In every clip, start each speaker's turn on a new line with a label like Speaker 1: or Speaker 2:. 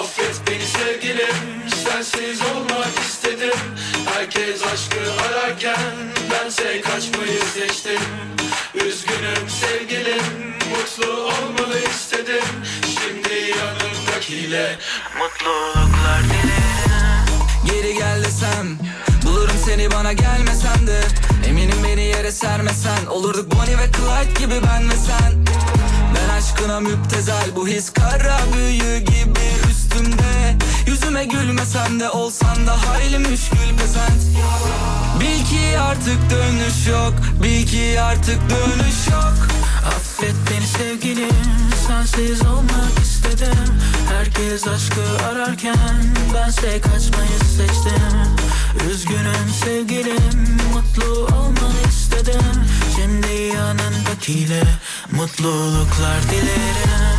Speaker 1: Affet beni sevgilim Sensiz olmak istedim Herkes aşkı ararken Bense kaçmayı seçtim Üzgünüm sevgilim Mutlu olmanı istedim Şimdi yanımdakiyle Mutluluklar
Speaker 2: Geri gel desem Bulurum seni bana gelmesen de Eminim beni yere sermesen Olurduk Bonnie ve Clyde gibi ben ve sen Ben aşkına müptezel Bu his kara büyü gibi üstümde Yüzüme gülmesen de olsan da Hayli müşkül pesent Bil ki artık dönüş yok Bil ki artık dönüş yok
Speaker 3: Affet beni sevgilim Sensiz olmak istedim Herkes aşkı ararken Bense kaçmayı seçtim Üzgünüm sevgilim Mutlu olmanı istedim Şimdi yanındakiyle Mutluluklar dilerim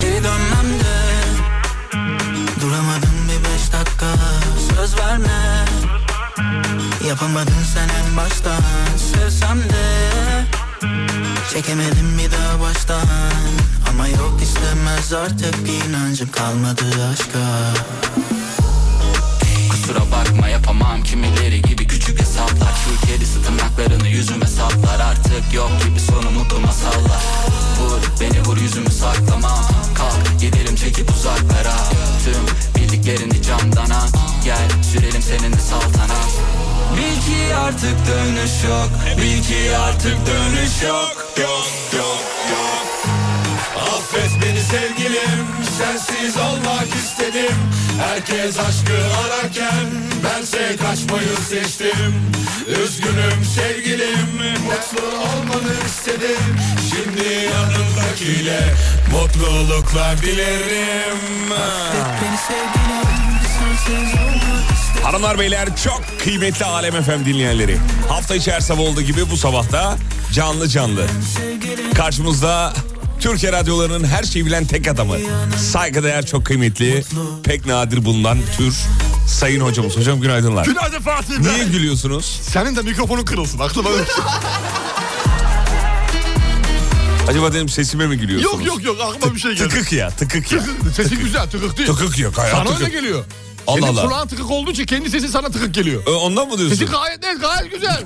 Speaker 2: Geri dönmem de
Speaker 3: Duramadın bir beş dakika Söz verme Yapamadın sen en baştan Sevsem de Çekemedim bir daha baştan Ama yok istemez artık inancım kalmadı aşka
Speaker 2: Kusura bakma yapamam kimileri gibi küçük hesaplar Şu kedisi tırnaklarını yüzüme saplar Artık yok gibi sonu mutlu masallar Vur beni vur yüzümü saklama Kalk gidelim çekip uzaklara Tüm bildiklerini camdan at Gel sürelim seninle saltanat Bil ki artık dönüş yok Bil ki artık dönüş yok
Speaker 1: Yok yok yok Affet beni sevgilim Sensiz olmak istedim Herkes aşkı ararken Bense kaçmayı seçtim Üzgünüm sevgilim Mutlu olmanı istedim Şimdi yanımdakiyle Mutluluklar dilerim
Speaker 3: Beni sevgilim sensiz olmak
Speaker 4: Hanımlar beyler çok kıymetli Alem FM dinleyenleri. Hafta içi her sabah olduğu gibi bu sabah da canlı canlı. Karşımızda Türkiye radyolarının her şeyi bilen tek adamı. Saygıdeğer çok kıymetli, pek nadir bulunan tür Sayın hocamız. Hocam günaydınlar.
Speaker 5: Günaydın Fatih Bey.
Speaker 4: Niye gülüyorsunuz?
Speaker 5: Senin de mikrofonun kırılsın aklıma
Speaker 4: şey
Speaker 5: öyle.
Speaker 4: Acaba dedim sesime mi gülüyorsunuz?
Speaker 5: yok yok yok aklıma bir şey geldi.
Speaker 4: Tıkık ya, tıkık ya.
Speaker 5: Tıkık. Sesin güzel tıkık değil.
Speaker 4: Tıkık yok hayat
Speaker 5: Sana öyle
Speaker 4: tıkık.
Speaker 5: geliyor.
Speaker 4: Allah
Speaker 5: Senin
Speaker 4: Allah.
Speaker 5: kulağın tıkık olduğu için kendi sesin sana tıkık geliyor.
Speaker 4: Ee, Ondan mı diyorsun?
Speaker 5: Sesi gayet net gayet güzel.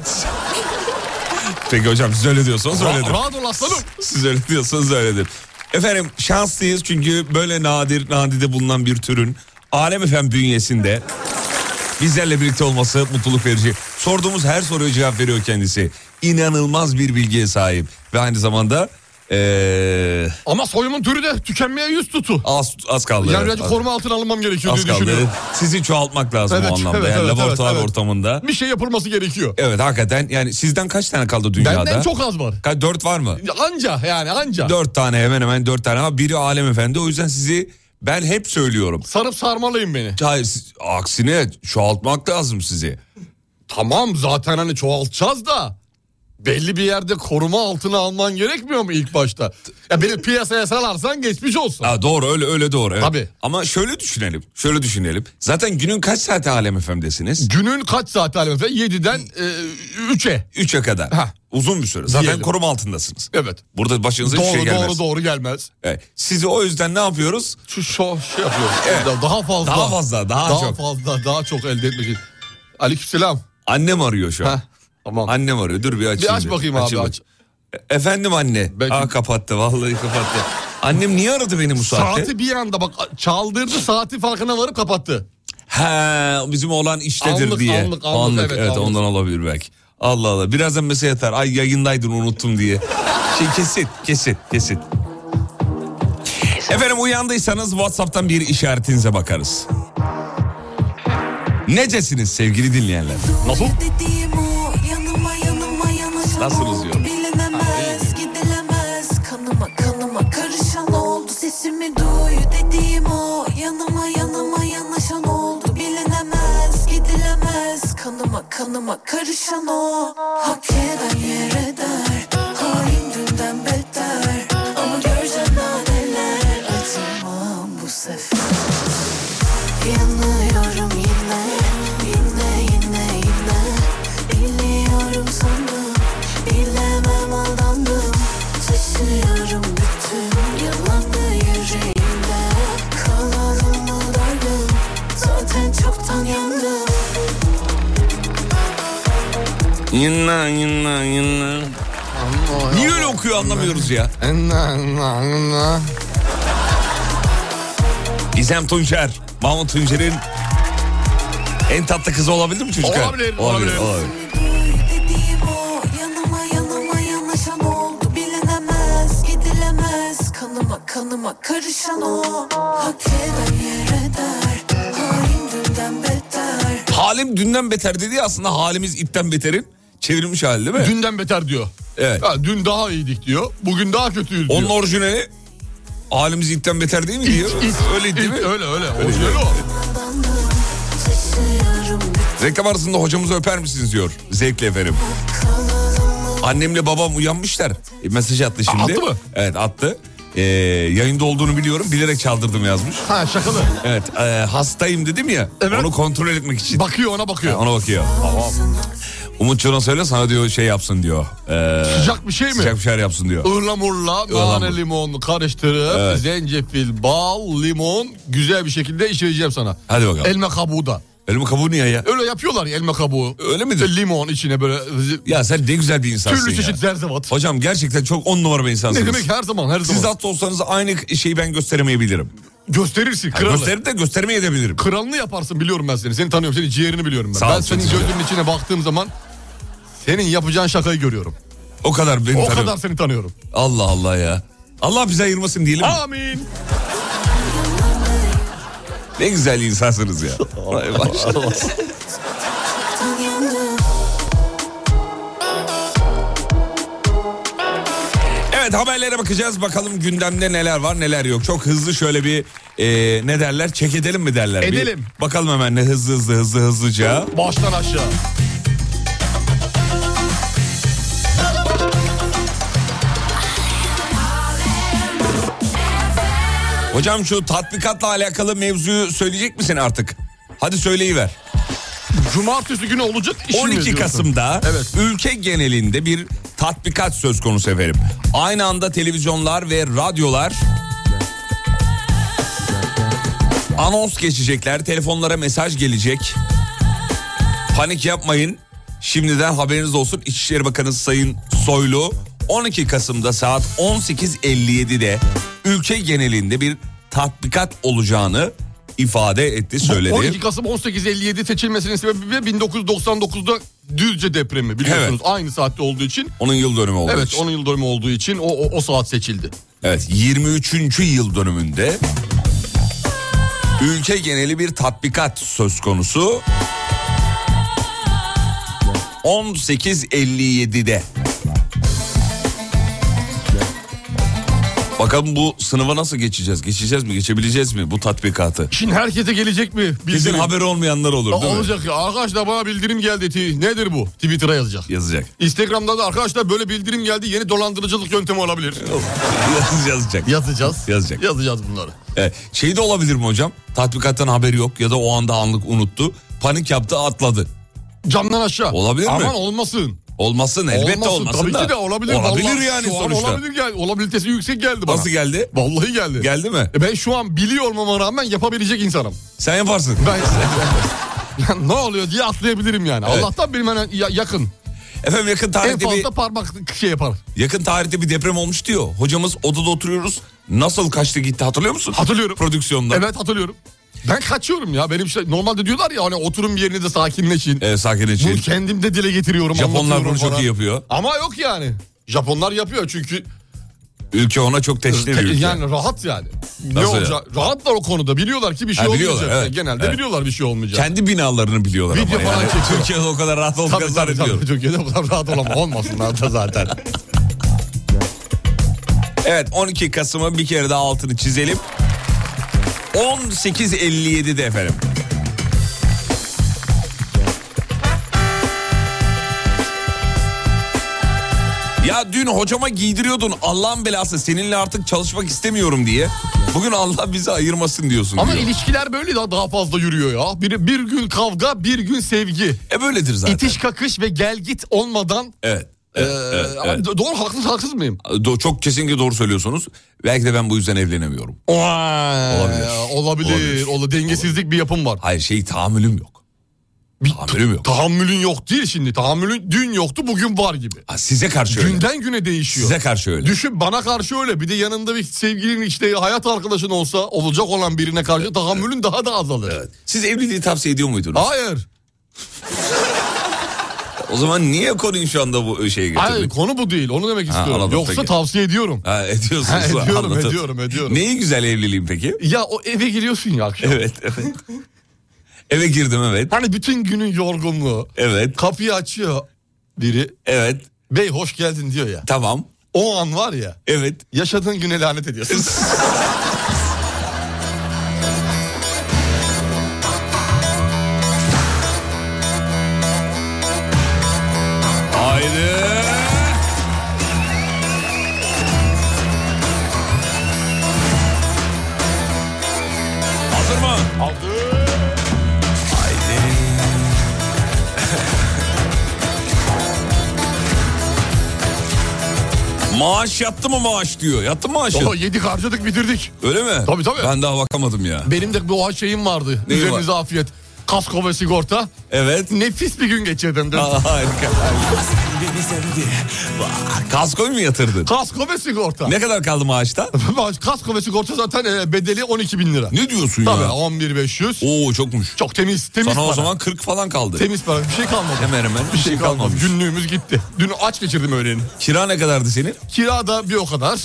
Speaker 4: Peki hocam siz öyle diyorsanız
Speaker 5: Ra-
Speaker 4: öyledir.
Speaker 5: rahat ol aslanım.
Speaker 4: Siz öyle diyorsanız öyledir. Efendim şanslıyız çünkü böyle nadir nadide bulunan bir türün Alem Efem bünyesinde bizlerle birlikte olması mutluluk verici. Sorduğumuz her soruya cevap veriyor kendisi. İnanılmaz bir bilgiye sahip ve aynı zamanda ee,
Speaker 5: Ama soyumun türü de tükenmeye yüz tutu.
Speaker 4: az, az kaldı.
Speaker 5: Yani
Speaker 4: evet,
Speaker 5: birazcık
Speaker 4: az-
Speaker 5: koruma altına alınmam gerekiyor
Speaker 4: az
Speaker 5: diye
Speaker 4: kaldı.
Speaker 5: düşünüyorum.
Speaker 4: Sizi çoğaltmak lazım
Speaker 5: Evet,
Speaker 4: o anlamda.
Speaker 5: evet,
Speaker 4: yani
Speaker 5: evet,
Speaker 4: laboratuvar
Speaker 5: evet, evet.
Speaker 4: ortamında.
Speaker 5: Bir şey yapılması gerekiyor.
Speaker 4: Evet hakikaten yani sizden kaç tane kaldı dünyada?
Speaker 5: Benden çok az var.
Speaker 4: Ka- Dört var mı?
Speaker 5: Anca yani anca.
Speaker 4: Dört tane hemen hemen dört tane ama biri Alem Efendi. O yüzden sizi ben hep söylüyorum.
Speaker 5: Sarıp sarmalayın beni.
Speaker 4: Hayır siz- aksine çoğaltmak lazım sizi.
Speaker 5: Tamam zaten hani çoğaltacağız da belli bir yerde koruma altına alman gerekmiyor mu ilk başta? Ya beni piyasaya salarsan geçmiş olsun.
Speaker 4: Ha, doğru öyle öyle doğru. Evet.
Speaker 5: Tabii.
Speaker 4: Ama şöyle düşünelim. Şöyle düşünelim. Zaten günün kaç saati Alem Efendi'desiniz?
Speaker 5: Günün kaç saati Halim Efe? 7'den 3'e.
Speaker 4: 3'e kadar.
Speaker 5: Ha.
Speaker 4: Uzun bir süre. Zaten
Speaker 5: Diyelim.
Speaker 4: koruma altındasınız.
Speaker 5: Evet.
Speaker 4: Burada başınıza
Speaker 5: doğru
Speaker 4: hiçbir şey gelmez.
Speaker 5: doğru doğru gelmez.
Speaker 4: Evet. Sizi o yüzden ne yapıyoruz?
Speaker 5: Şu şov şey yapıyoruz. Da- Daha fazla.
Speaker 4: Daha fazla, daha çok.
Speaker 5: fazla daha çok elde etmek için. Aleykümselam.
Speaker 4: Annem arıyor şu an.
Speaker 5: Heh, Tamam.
Speaker 4: Annem arıyor. Dur bir açayım.
Speaker 5: Bir aç bakayım abi,
Speaker 4: Hani Açayım.
Speaker 5: aç.
Speaker 4: E- Efendim anne.
Speaker 5: Belki-
Speaker 4: Aa kapattı vallahi kapattı. Annem niye aradı beni bu saatte?
Speaker 5: Saati bir anda bak çaldırdı saati farkına varıp kapattı.
Speaker 4: Ha bizim olan iştedir
Speaker 5: Anlık,
Speaker 4: diye.
Speaker 5: anlık, anlık, evet,
Speaker 4: evet,
Speaker 5: anlık.
Speaker 4: ondan olabilir belki. Allah Allah. Birazdan mesaj atar. Ay yayındaydın unuttum diye. Şey kesin kesin kesin. Efendim uyandıysanız WhatsApp'tan bir işaretinize bakarız. Necesiniz sevgili dinleyenler?
Speaker 5: Nasıl?
Speaker 6: Dediğim o yanıma yanıma yanaşan
Speaker 4: Nasılsınız
Speaker 6: oldu.
Speaker 4: diyorum.
Speaker 6: Bilinemez gidilemez kanıma kanıma karışan oldu Sesimi duy dediğim o yanıma yanıma yanaşan oldu Bilinemez gidilemez
Speaker 2: kanıma kanıma karışan o Hak eden yer eder Hain dünden beter Ama göreceğim daha neler Acımam bu sefer Yanıyorum yine Yine yine yine Biliyorum sandım Bilemem aldandım Taşıyorum bütün Yalanı yüreğimde Kalalım mı dargın Zaten çoktan yandım
Speaker 4: Yınla yınla yınla. Niye öyle okuyor anlamıyoruz ya. İzem Tuncer, Mahmut Tuncer'in en tatlı kızı olabilir mi çocuklar?
Speaker 5: Olabilir, olabilir.
Speaker 2: Dediğim o yanıma yanıma yanaşan oldu bilinemez gidilemez kanıma kanıma karışan o hak eden yer eder hain dünden beter
Speaker 4: Halim dünden beter dedi ya aslında halimiz ipten beterin çevrilmiş hali değil mi?
Speaker 5: Dünden beter diyor.
Speaker 4: Evet.
Speaker 5: Ha, dün daha iyiydik diyor. Bugün daha kötüyüz diyor.
Speaker 4: Onun orijinali halimiz ipten beter değil mi diyor? öyle değil mi?
Speaker 5: İlk- Öyle öyle. Orijinali o.
Speaker 2: Yalandım, taşıyorum bütün
Speaker 4: Reklam arasında hocamızı öper misiniz diyor. Zevkle efendim.
Speaker 2: kalalımı
Speaker 4: Annemle babam uyanmışlar. E, mesaj attı şimdi.
Speaker 5: attı mı?
Speaker 4: Evet attı. Ee, yayında olduğunu biliyorum bilerek çaldırdım yazmış.
Speaker 5: Ha şakalı.
Speaker 4: Evet e, hastayım dedim ya
Speaker 5: Evet.
Speaker 4: onu kontrol etmek için.
Speaker 5: Bakıyor ona bakıyor.
Speaker 4: Ona bakıyor. Tamam. Umutcan'a söyle sana diyor şey yapsın diyor. Ee,
Speaker 5: Sıcak bir şey mi?
Speaker 4: sıcak bir şeyler yapsın diyor.
Speaker 5: Ihlamurla nane
Speaker 4: Ihlamur.
Speaker 5: limon karıştırıp zencefil, bal, limon güzel bir şekilde içireceğim sana.
Speaker 4: Hadi bakalım.
Speaker 5: Elma kabuğu da.
Speaker 4: Öyle mi kabuğu niye ya?
Speaker 5: Öyle yapıyorlar ya elma kabuğu.
Speaker 4: Öyle midir?
Speaker 5: İşte limon içine böyle z-
Speaker 4: Ya sen ne güzel bir insansın
Speaker 5: türlü
Speaker 4: ya.
Speaker 5: çeşit zerzevat.
Speaker 4: Hocam gerçekten çok on numara bir
Speaker 5: Ne
Speaker 4: insansınız.
Speaker 5: demek her zaman her zaman.
Speaker 4: Siz hasta olsanız aynı şeyi ben gösteremeyebilirim.
Speaker 5: Gösterirsin kralı.
Speaker 4: Gösterip de gösteremeyebilirim.
Speaker 5: Kralını yaparsın biliyorum ben seni. Seni tanıyorum. Senin ciğerini biliyorum ben.
Speaker 4: Sağ ol,
Speaker 5: ben senin
Speaker 4: çok teşekkür
Speaker 5: gözünün içine baktığım zaman senin yapacağın şakayı görüyorum.
Speaker 4: O kadar beni
Speaker 5: O
Speaker 4: tanıyorum.
Speaker 5: kadar seni tanıyorum.
Speaker 4: Allah Allah ya. Allah bize ayırmasın diyelim. mi?
Speaker 5: Amin.
Speaker 4: Ne güzel insansınız ya. Vay maşallah.
Speaker 2: tan yandım
Speaker 4: evet haberlere bakacağız. Bakalım gündemde neler var neler yok. Çok hızlı şöyle bir e, ne derler çek edelim mi derler. Bir
Speaker 5: Edelim.
Speaker 4: bakalım hemen ne hızlı hızlı hızlı hızlıca.
Speaker 5: Baştan aşağı.
Speaker 4: Hocam şu tatbikatla alakalı mevzuyu söyleyecek misin artık? Hadi söyleyiver.
Speaker 5: Cumartesi günü olacak işin mi
Speaker 4: 12
Speaker 5: diyorsun?
Speaker 4: Kasım'da
Speaker 5: Evet.
Speaker 4: ülke genelinde bir tatbikat söz konusu efendim. Aynı anda televizyonlar ve radyolar anons geçecekler, telefonlara mesaj gelecek. Panik yapmayın. Şimdiden haberiniz olsun. İçişleri Bakanı Sayın Soylu 12 Kasım'da saat 18.57'de ülke genelinde bir tatbikat olacağını ifade etti, söyledi.
Speaker 5: 12 Kasım 1857 seçilmesinin sebebi de 1999'da Düzce depremi biliyorsunuz. Aynı saatte olduğu için.
Speaker 4: Onun yıl dönümü oldu.
Speaker 5: Evet onun yıl dönümü olduğu için o, o, o saat seçildi.
Speaker 4: Evet 23. yıl dönümünde ülke geneli bir tatbikat söz konusu. 18.57'de. Bakalım bu sınıfa nasıl geçeceğiz? Geçeceğiz mi? Geçebileceğiz mi bu tatbikatı?
Speaker 5: Şimdi herkese gelecek mi? Bildirim.
Speaker 4: Kesin haberi olmayanlar olur
Speaker 5: Aa,
Speaker 4: değil mi?
Speaker 5: olacak ya. Arkadaşlar bana bildirim geldi. Ti- Nedir bu? Twitter'a yazacak.
Speaker 4: Yazacak.
Speaker 5: Instagram'da da arkadaşlar böyle bildirim geldi. Yeni dolandırıcılık yöntemi olabilir.
Speaker 4: Yaz- Yazacak.
Speaker 5: Yazacağız.
Speaker 4: Yazacak.
Speaker 5: Yazacağız bunları.
Speaker 4: Evet. Şey de olabilir mi hocam? Tatbikattan haberi yok ya da o anda anlık unuttu. Panik yaptı atladı.
Speaker 5: Camdan aşağı.
Speaker 4: Olabilir mi?
Speaker 5: Aman olmasın.
Speaker 4: Olmasın elbette olmasın,
Speaker 5: olmasın. Tabii
Speaker 4: da.
Speaker 5: ki de olabilir.
Speaker 4: Olabilir
Speaker 5: Vallahi
Speaker 4: yani
Speaker 5: şu an
Speaker 4: sonuçta.
Speaker 5: Olabilir gel. Olabilitesi yüksek geldi bana.
Speaker 4: Nasıl geldi?
Speaker 5: Vallahi geldi.
Speaker 4: Geldi mi?
Speaker 5: E Ben şu an biliyor olmama rağmen yapabilecek insanım.
Speaker 4: Sen yaparsın.
Speaker 5: Ben ne oluyor diye atlayabilirim yani.
Speaker 4: Evet.
Speaker 5: Allah'tan benim en- ya- yakın.
Speaker 4: Efendim yakın
Speaker 5: En
Speaker 4: tarihte
Speaker 5: fazla
Speaker 4: bir
Speaker 5: parmak şey yapar.
Speaker 4: yakın tarihte bir deprem olmuş diyor. Hocamız odada oturuyoruz. Nasıl kaçtı gitti hatırlıyor musun?
Speaker 5: Hatırlıyorum.
Speaker 4: Prodüksiyonda.
Speaker 5: Evet hatırlıyorum. Ben kaçıyorum ya. Benim şey normalde diyorlar ya hani oturun bir yerinizde sakinleşin.
Speaker 4: Ee, sakin için.
Speaker 5: Bunu kendim de dile getiriyorum.
Speaker 4: Japonlar
Speaker 5: anlatıyorum
Speaker 4: bunu çok
Speaker 5: falan.
Speaker 4: iyi yapıyor.
Speaker 5: Ama yok yani. Japonlar yapıyor çünkü
Speaker 4: Ülke ona çok teşne bir
Speaker 5: Te-
Speaker 4: ülke.
Speaker 5: yani rahat yani. ne
Speaker 4: Nasıl ya?
Speaker 5: olacak? Rahatlar o konuda. Biliyorlar ki bir şey
Speaker 4: Ha, biliyorlar,
Speaker 5: olmayacak.
Speaker 4: evet.
Speaker 5: Genelde
Speaker 4: Evet.
Speaker 5: biliyorlar bir şey olmayacak.
Speaker 4: Kendi binalarını biliyorlar
Speaker 5: Video
Speaker 4: ama
Speaker 5: falan
Speaker 4: yani.
Speaker 5: çekiyor.
Speaker 4: Türkiye'de o kadar rahat
Speaker 5: Tabii
Speaker 4: olduklarını
Speaker 5: tabii
Speaker 4: zannediyorum.
Speaker 5: tabii. Türkiye'de bu kadar rahat olamaz. Olmasınlar da zaten.
Speaker 4: Evet 12 Kasım'ı bir kere daha altını çizelim. 18.57'de efendim. Ya dün hocama giydiriyordun Allah'ın belası seninle artık çalışmak istemiyorum diye. Bugün Allah bizi ayırmasın diyorsun.
Speaker 5: Ama
Speaker 4: diyor.
Speaker 5: ilişkiler böyle daha, daha fazla yürüyor ya. Bir, bir gün kavga, bir gün sevgi.
Speaker 4: E böyledir zaten.
Speaker 5: İtiş kakış ve gel git olmadan...
Speaker 4: Evet. evet,
Speaker 5: Ee,
Speaker 4: evet,
Speaker 5: ama
Speaker 4: evet.
Speaker 5: do- Doğru haksız haksız mıyım?
Speaker 4: Do- Çok kesinlikle doğru söylüyorsunuz. Belki de ben bu yüzden evlenemiyorum.
Speaker 5: Olabilir. Olabilir.
Speaker 4: Olabilir.
Speaker 5: Ola- dengesizlik bir yapım var.
Speaker 4: Hayır şey tahammülüm yok.
Speaker 5: Bir
Speaker 4: Tahammülüm yok.
Speaker 5: Tahammülün yok değil şimdi. Tahammülün dün yoktu bugün var gibi.
Speaker 4: Ha, size karşı öyle.
Speaker 5: Günden güne değişiyor.
Speaker 4: Size karşı öyle.
Speaker 5: Düşün bana karşı öyle. Bir de yanında bir sevgilin işte hayat arkadaşın olsa olacak olan birine karşı tahammülün daha da azalır.
Speaker 4: Siz evliliği tavsiye ediyor muydunuz?
Speaker 5: Hayır.
Speaker 4: O zaman niye konuyu şu anda bu ıı, şeye getirdik?
Speaker 5: Hayır konu bu değil. Onu demek
Speaker 4: Ha,
Speaker 5: istiyorum.
Speaker 4: anladım,
Speaker 5: Yoksa
Speaker 4: peki.
Speaker 5: tavsiye ediyorum.
Speaker 4: Ha, ediyorsunuz.
Speaker 5: Ha, ediyorum,
Speaker 4: anlatın.
Speaker 5: ediyorum, ediyorum.
Speaker 4: Neyi güzel evliliğin peki?
Speaker 5: Ya o eve giriyorsun ya akşam.
Speaker 4: Evet, evet. Eve girdim evet.
Speaker 5: Hani bütün günün yorgunluğu.
Speaker 4: Evet,
Speaker 5: Kapıyı açıyor biri.
Speaker 4: evet.
Speaker 5: Bey hoş geldin diyor ya.
Speaker 4: Tamam.
Speaker 5: O an var ya.
Speaker 4: Evet.
Speaker 5: Yaşadığın güne lanet ediyorsun.
Speaker 4: Haydi. Hazır mı? Haydi. Maaş yattı mı maaş diyor. Yattı mı maaşı?
Speaker 5: Baba yedik harcadık bitirdik.
Speaker 4: Öyle mi?
Speaker 5: Tabii, tabii.
Speaker 4: Ben daha bakamadım ya.
Speaker 5: Benim de bu şeyim vardı.
Speaker 4: Neyi
Speaker 5: Üzerinize afiyet. Kasko ve sigorta.
Speaker 4: Evet.
Speaker 5: Nefis bir gün geçirdim. dün.
Speaker 4: Aa, harika. Kaskoyu mu yatırdın?
Speaker 5: Kasko ve sigorta.
Speaker 4: Ne kadar kaldı maaşta?
Speaker 5: Kasko ve sigorta zaten e, bedeli 12 bin lira.
Speaker 4: Ne diyorsun
Speaker 5: Tabii
Speaker 4: ya?
Speaker 5: 11500.
Speaker 4: Oo çokmuş.
Speaker 5: Çok temiz. Temiz
Speaker 4: Sana
Speaker 5: para.
Speaker 4: o zaman 40 falan kaldı.
Speaker 5: Temiz para. Bir şey kalmadı.
Speaker 4: Hemen hemen bir şey kalmamış.
Speaker 5: Günlüğümüz gitti. Dün aç geçirdim öğleni.
Speaker 4: Kira ne kadardı senin?
Speaker 5: Kira da bir o kadar.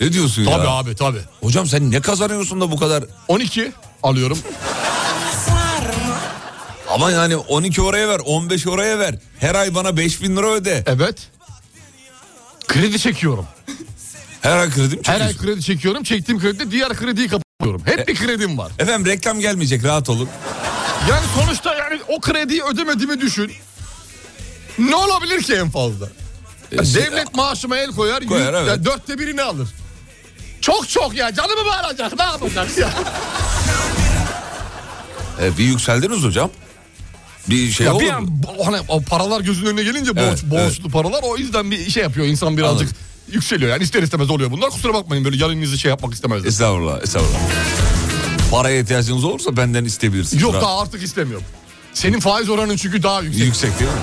Speaker 4: Ne diyorsun
Speaker 5: Tabii
Speaker 4: ya?
Speaker 5: abi tabii.
Speaker 4: Hocam sen ne kazanıyorsun da bu kadar?
Speaker 5: 12 alıyorum.
Speaker 4: Ama yani 12 oraya ver, 15 oraya ver. Her ay bana 5000 lira öde.
Speaker 5: Evet. Kredi çekiyorum.
Speaker 4: Her ay kredim
Speaker 5: Her ay
Speaker 4: çekiyorsun. E-
Speaker 5: kredi çekiyorum. Çektiğim kredide diğer krediyi kapatıyorum. Hep bir kredim var.
Speaker 4: Efendim reklam gelmeyecek rahat olun.
Speaker 5: Yani sonuçta yani o krediyi ödemediğimi düşün. Ne olabilir ki en fazla? Ya
Speaker 4: işte-
Speaker 5: Devlet maaşıma el koyar,
Speaker 4: E, Koyar,
Speaker 5: yüz-
Speaker 4: evet.
Speaker 5: ya dörtte birini alır. Çok çok ya canımı bağıracak ne yapacak ya.
Speaker 4: E, bir yükseldiniz hocam. Bir şey
Speaker 5: ya
Speaker 4: oldu
Speaker 5: bir
Speaker 4: mu?
Speaker 5: an bu- hani o paralar gözünün önüne gelince borç,
Speaker 4: Evet,
Speaker 5: borçlu paralar o yüzden bir şey yapıyor insan birazcık
Speaker 4: Anladım.
Speaker 5: yükseliyor. Yani ister istemez oluyor bunlar kusura bakmayın böyle yanınızı şey yapmak
Speaker 4: E,
Speaker 5: istemezler.
Speaker 4: Estağfurullah, estağfurullah. Paraya ihtiyacınız olursa benden isteyebilirsiniz.
Speaker 5: Yok
Speaker 4: Rahat-
Speaker 5: daha artık istemiyorum. Senin faiz oranın çünkü daha yüksek.
Speaker 4: Yüksek değil mi?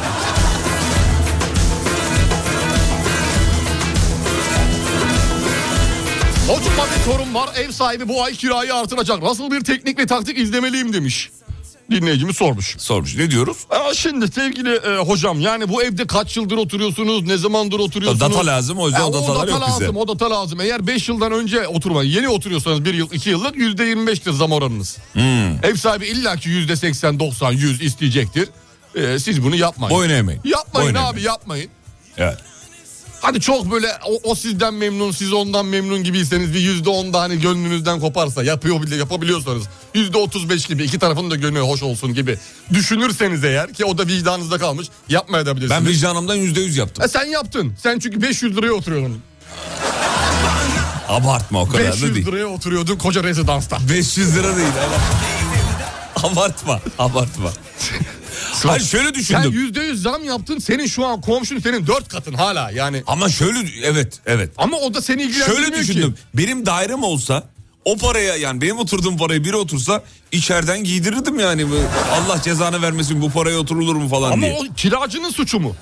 Speaker 5: Hocama bir sorun var. Ev sahibi bu ay kirayı artıracak. Nasıl bir teknik ve taktik izlemeliyim demiş. Dinleyicimiz sormuş.
Speaker 4: Sormuş. Ne diyoruz?
Speaker 5: Aa, şimdi sevgili e, hocam yani bu evde kaç yıldır oturuyorsunuz? Ne zamandır oturuyorsunuz?
Speaker 4: Data lazım, o yüzden
Speaker 5: Ya
Speaker 4: o datalar yok
Speaker 5: lazım,
Speaker 4: bize.
Speaker 5: O data lazım. Eğer 5 yıldan önce oturma yeni oturuyorsanız 1 yıl 2 yıllık %25'tir zam oranınız.
Speaker 4: Hmm.
Speaker 5: Ev sahibi illaki %80, 90, 100 isteyecektir. E, siz bunu yapmayın.
Speaker 4: Boyun eğmeyin.
Speaker 5: Yapmayın
Speaker 4: Boyun
Speaker 5: abi
Speaker 4: eğmeyin.
Speaker 5: yapmayın.
Speaker 4: Evet.
Speaker 5: Hadi çok böyle o, o sizden memnun, siz ondan memnun gibiyseniz bir yüzde onda hani gönlünüzden koparsa yapıyor bile yapabiliyorsanız yüzde otuz beş gibi iki tarafın da gönlü hoş olsun gibi düşünürseniz eğer ki o da vicdanınızda kalmış yapmaya da bilirsiniz.
Speaker 4: Ben vicdanımdan yüzde yüz yaptım.
Speaker 5: E sen yaptın. Sen çünkü 500 liraya oturuyordun.
Speaker 4: Abartma o kadar da
Speaker 5: 500
Speaker 4: değil.
Speaker 5: liraya oturuyordun koca rezidansta.
Speaker 4: 500 lira değil. ama- abartma, abartma. Hayır şöyle
Speaker 5: Sen
Speaker 4: düşündüm.
Speaker 5: yüzde yüz zam yaptın. Senin şu an komşun senin dört katın hala yani.
Speaker 4: Ama şöyle evet, evet.
Speaker 5: Ama o da seni ilgilendirmiyor
Speaker 4: Şöyle
Speaker 5: ki.
Speaker 4: düşündüm. Benim dairem olsa o paraya yani benim oturduğum paraya biri otursa içeriden giydirirdim yani. Bu- Allah cezanı vermesin bu paraya oturulur mu falan
Speaker 5: Ama
Speaker 4: diye.
Speaker 5: o kiracının suçu mu?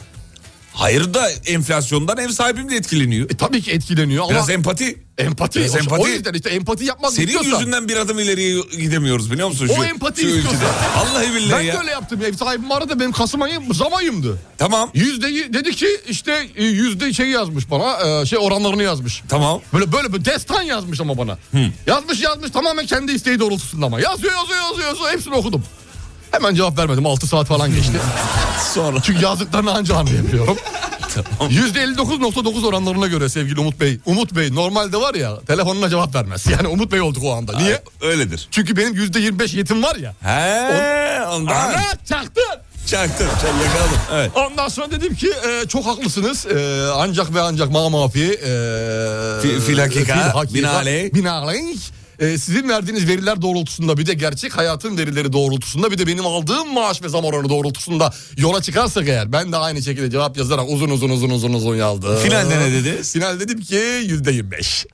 Speaker 4: Hayır da enflasyondan ev sibim de etkileniyor.
Speaker 5: E tabii ki etkileniyor ama
Speaker 4: Biraz empati.
Speaker 5: empati.
Speaker 4: biraz
Speaker 5: O-
Speaker 4: empati.
Speaker 5: O yüzden işte empati yapmak
Speaker 4: Senin
Speaker 5: istiyorsan-
Speaker 4: yüzünden bir adım ileriye gidemiyoruz biliyor musun?
Speaker 5: O empati istiyorsun.
Speaker 4: ülkede. Vallahi billahi
Speaker 5: Ben
Speaker 4: ya.
Speaker 5: de öyle yaptım. Ev sahibim aradı benim Kasım ayı zam ayımdı.
Speaker 4: Tamam.
Speaker 5: Yüzdeyi dedi ki işte e, yüzde şey yazmış bana e, şey oranlarını yazmış.
Speaker 4: Tamam.
Speaker 5: Böyle böyle bir destan yazmış ama bana. Yazmış yazmış tamamen kendi isteği doğrultusunda ama. Yazıyor yazıyor yazıyor yazıyor hepsini okudum. Hemen cevap vermedim 6 saat falan geçti.
Speaker 4: Sonra.
Speaker 5: Çünkü yazdıklarını anca anlayabiliyorum. %59.9 oranlarına göre sevgili Umut Bey. Umut Bey normalde var ya telefonuna cevap vermez. Yani Umut Bey olduk o anda. Niye?
Speaker 4: Öyledir.
Speaker 5: Çünkü benim %25 yetim var ya.
Speaker 4: He ondan.
Speaker 5: Ana çaktı.
Speaker 4: Çaktım. Çak, yakaladım. Evet.
Speaker 5: Ondan sonra dedim ki e, çok haklısınız. E, ancak ve ancak ma mafi. E,
Speaker 4: Fi- fil hakika, binaenaleyh.
Speaker 5: binaenaleyh, e, sizin verdiğiniz veriler doğrultusunda bir de gerçek hayatın verileri doğrultusunda bir de benim aldığım maaş ve zam oranı doğrultusunda yola çıkarsak eğer ben de aynı şekilde cevap yazarak uzun uzun uzun uzun uzun yazdım.
Speaker 4: Finalde ne dediniz?
Speaker 5: Final dedim ki yüzde yirmi beş.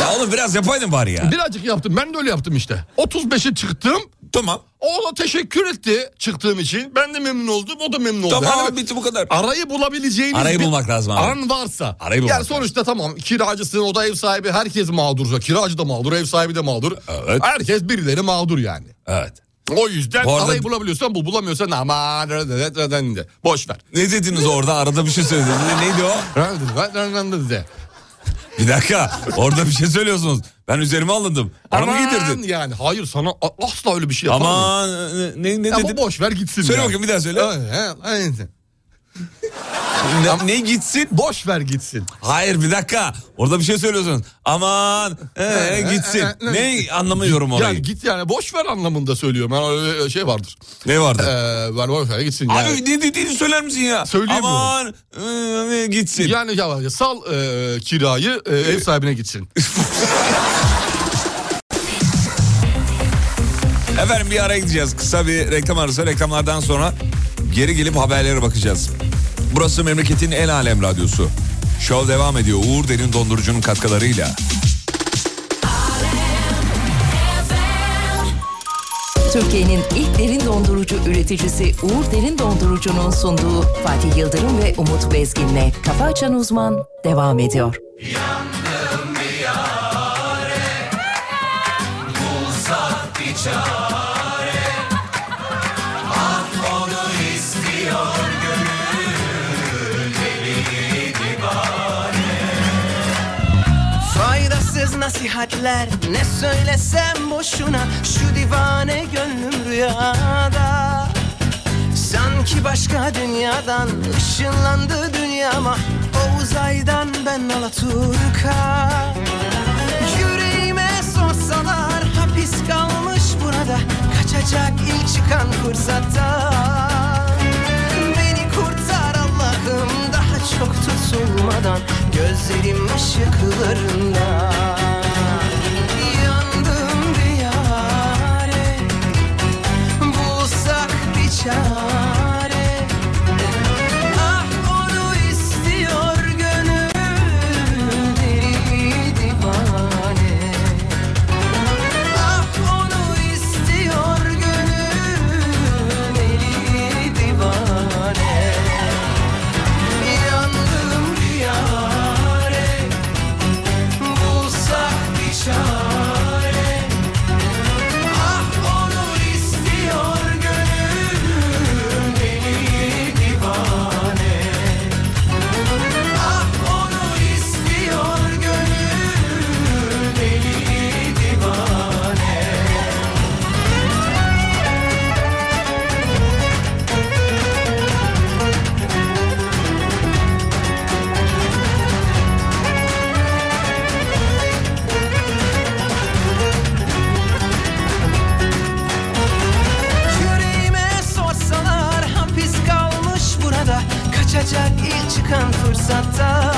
Speaker 4: Ya oğlum biraz yapaydın bari ya.
Speaker 5: Birazcık yaptım ben de öyle yaptım işte. 35'e çıktım
Speaker 4: Tamam.
Speaker 5: o da teşekkür etti çıktığım için. Ben de memnun oldum o da memnun oldu.
Speaker 4: Tamam
Speaker 5: Yani
Speaker 4: bitti bu kadar.
Speaker 5: arayı bulabileceğiniz
Speaker 4: Arayı
Speaker 5: bir
Speaker 4: bulmak lazım abi.
Speaker 5: an varsa.
Speaker 4: Arayı bulmak
Speaker 5: yani sonuçta tamam kiracısın o da ev sahibi herkes mağdur. Kiracı da mağdur ev sahibi de mağdur.
Speaker 4: Evet.
Speaker 5: Herkes birileri mağdur yani.
Speaker 4: Evet.
Speaker 5: O yüzden
Speaker 4: Bu arada-
Speaker 5: arayı bulabiliyorsan bul bulamıyorsan aman de. boş ver.
Speaker 4: Ne dediniz orada? Arada bir şey söylediniz. Ne- Neydi o?
Speaker 5: de.
Speaker 4: Bir dakika. Orada bir şey söylüyorsunuz. Ben üzerime alındım. Bana mı getirdin?
Speaker 5: yani hayır sana a- asla öyle bir şey yapamam.
Speaker 4: Aman ne, ne
Speaker 5: Ya bu
Speaker 4: dedin?
Speaker 5: boş ver gitsin.
Speaker 4: Söyle
Speaker 5: yani.
Speaker 4: bakayım bir daha söyle.
Speaker 5: He, he, he.
Speaker 4: Ne, ne gitsin?
Speaker 5: Boş ver gitsin.
Speaker 4: Hayır bir dakika. Orada bir şey söylüyorsunuz. Aman ee, gitsin.
Speaker 5: ee,
Speaker 4: ne anlamıyorum orayı.
Speaker 5: Yani git yani boş ver anlamında söylüyorum. Yani öyle şey vardır.
Speaker 4: ne
Speaker 5: Ee,
Speaker 4: vardı?
Speaker 5: ver boş ver gitsin. yani.
Speaker 4: Abi ne dediğini söyler misin ya?
Speaker 5: Söyleyemiyorum.
Speaker 4: Aman ee, gitsin.
Speaker 5: Yani ya, ya sal e, kirayı e, ev sahibine gitsin.
Speaker 4: Efendim bir araya gideceğiz. Kısa bir reklam arası. Reklamlardan sonra geri gelip haberlere bakacağız. Burası memleketin el alem radyosu. Şov devam ediyor. Uğur Derin Dondurucu'nun katkılarıyla.
Speaker 7: Türkiye'nin ilk derin dondurucu üreticisi Uğur Derin Dondurucu'nun sunduğu Fatih Yıldırım ve Umut Bezgin'le Kafa Açan Uzman devam ediyor.
Speaker 8: Faydasız nasihatler ne söylesem boşuna Şu divane gönlüm rüyada Sanki başka dünyadan ışınlandı dünyama O uzaydan ben Alaturka Yüreğime sorsalar hapis kalmış burada Kaçacak ilk çıkan fırsatta Beni kurtar Allah'ım daha çok tutulmadan Gözlerim ışıklarında Yandım diyare Bulsak bir çare Ah onu istiyor gönül deli divane Ah onu istiyor gönül deli divane Yandım bir yâre Bulsak bir çare Ah onu istiyor gönül deli divane Ah onu istiyor gönül deli divane Yüreğime sorsalar hapis kalmış burada Kaçacak ilk çıkan fırsatta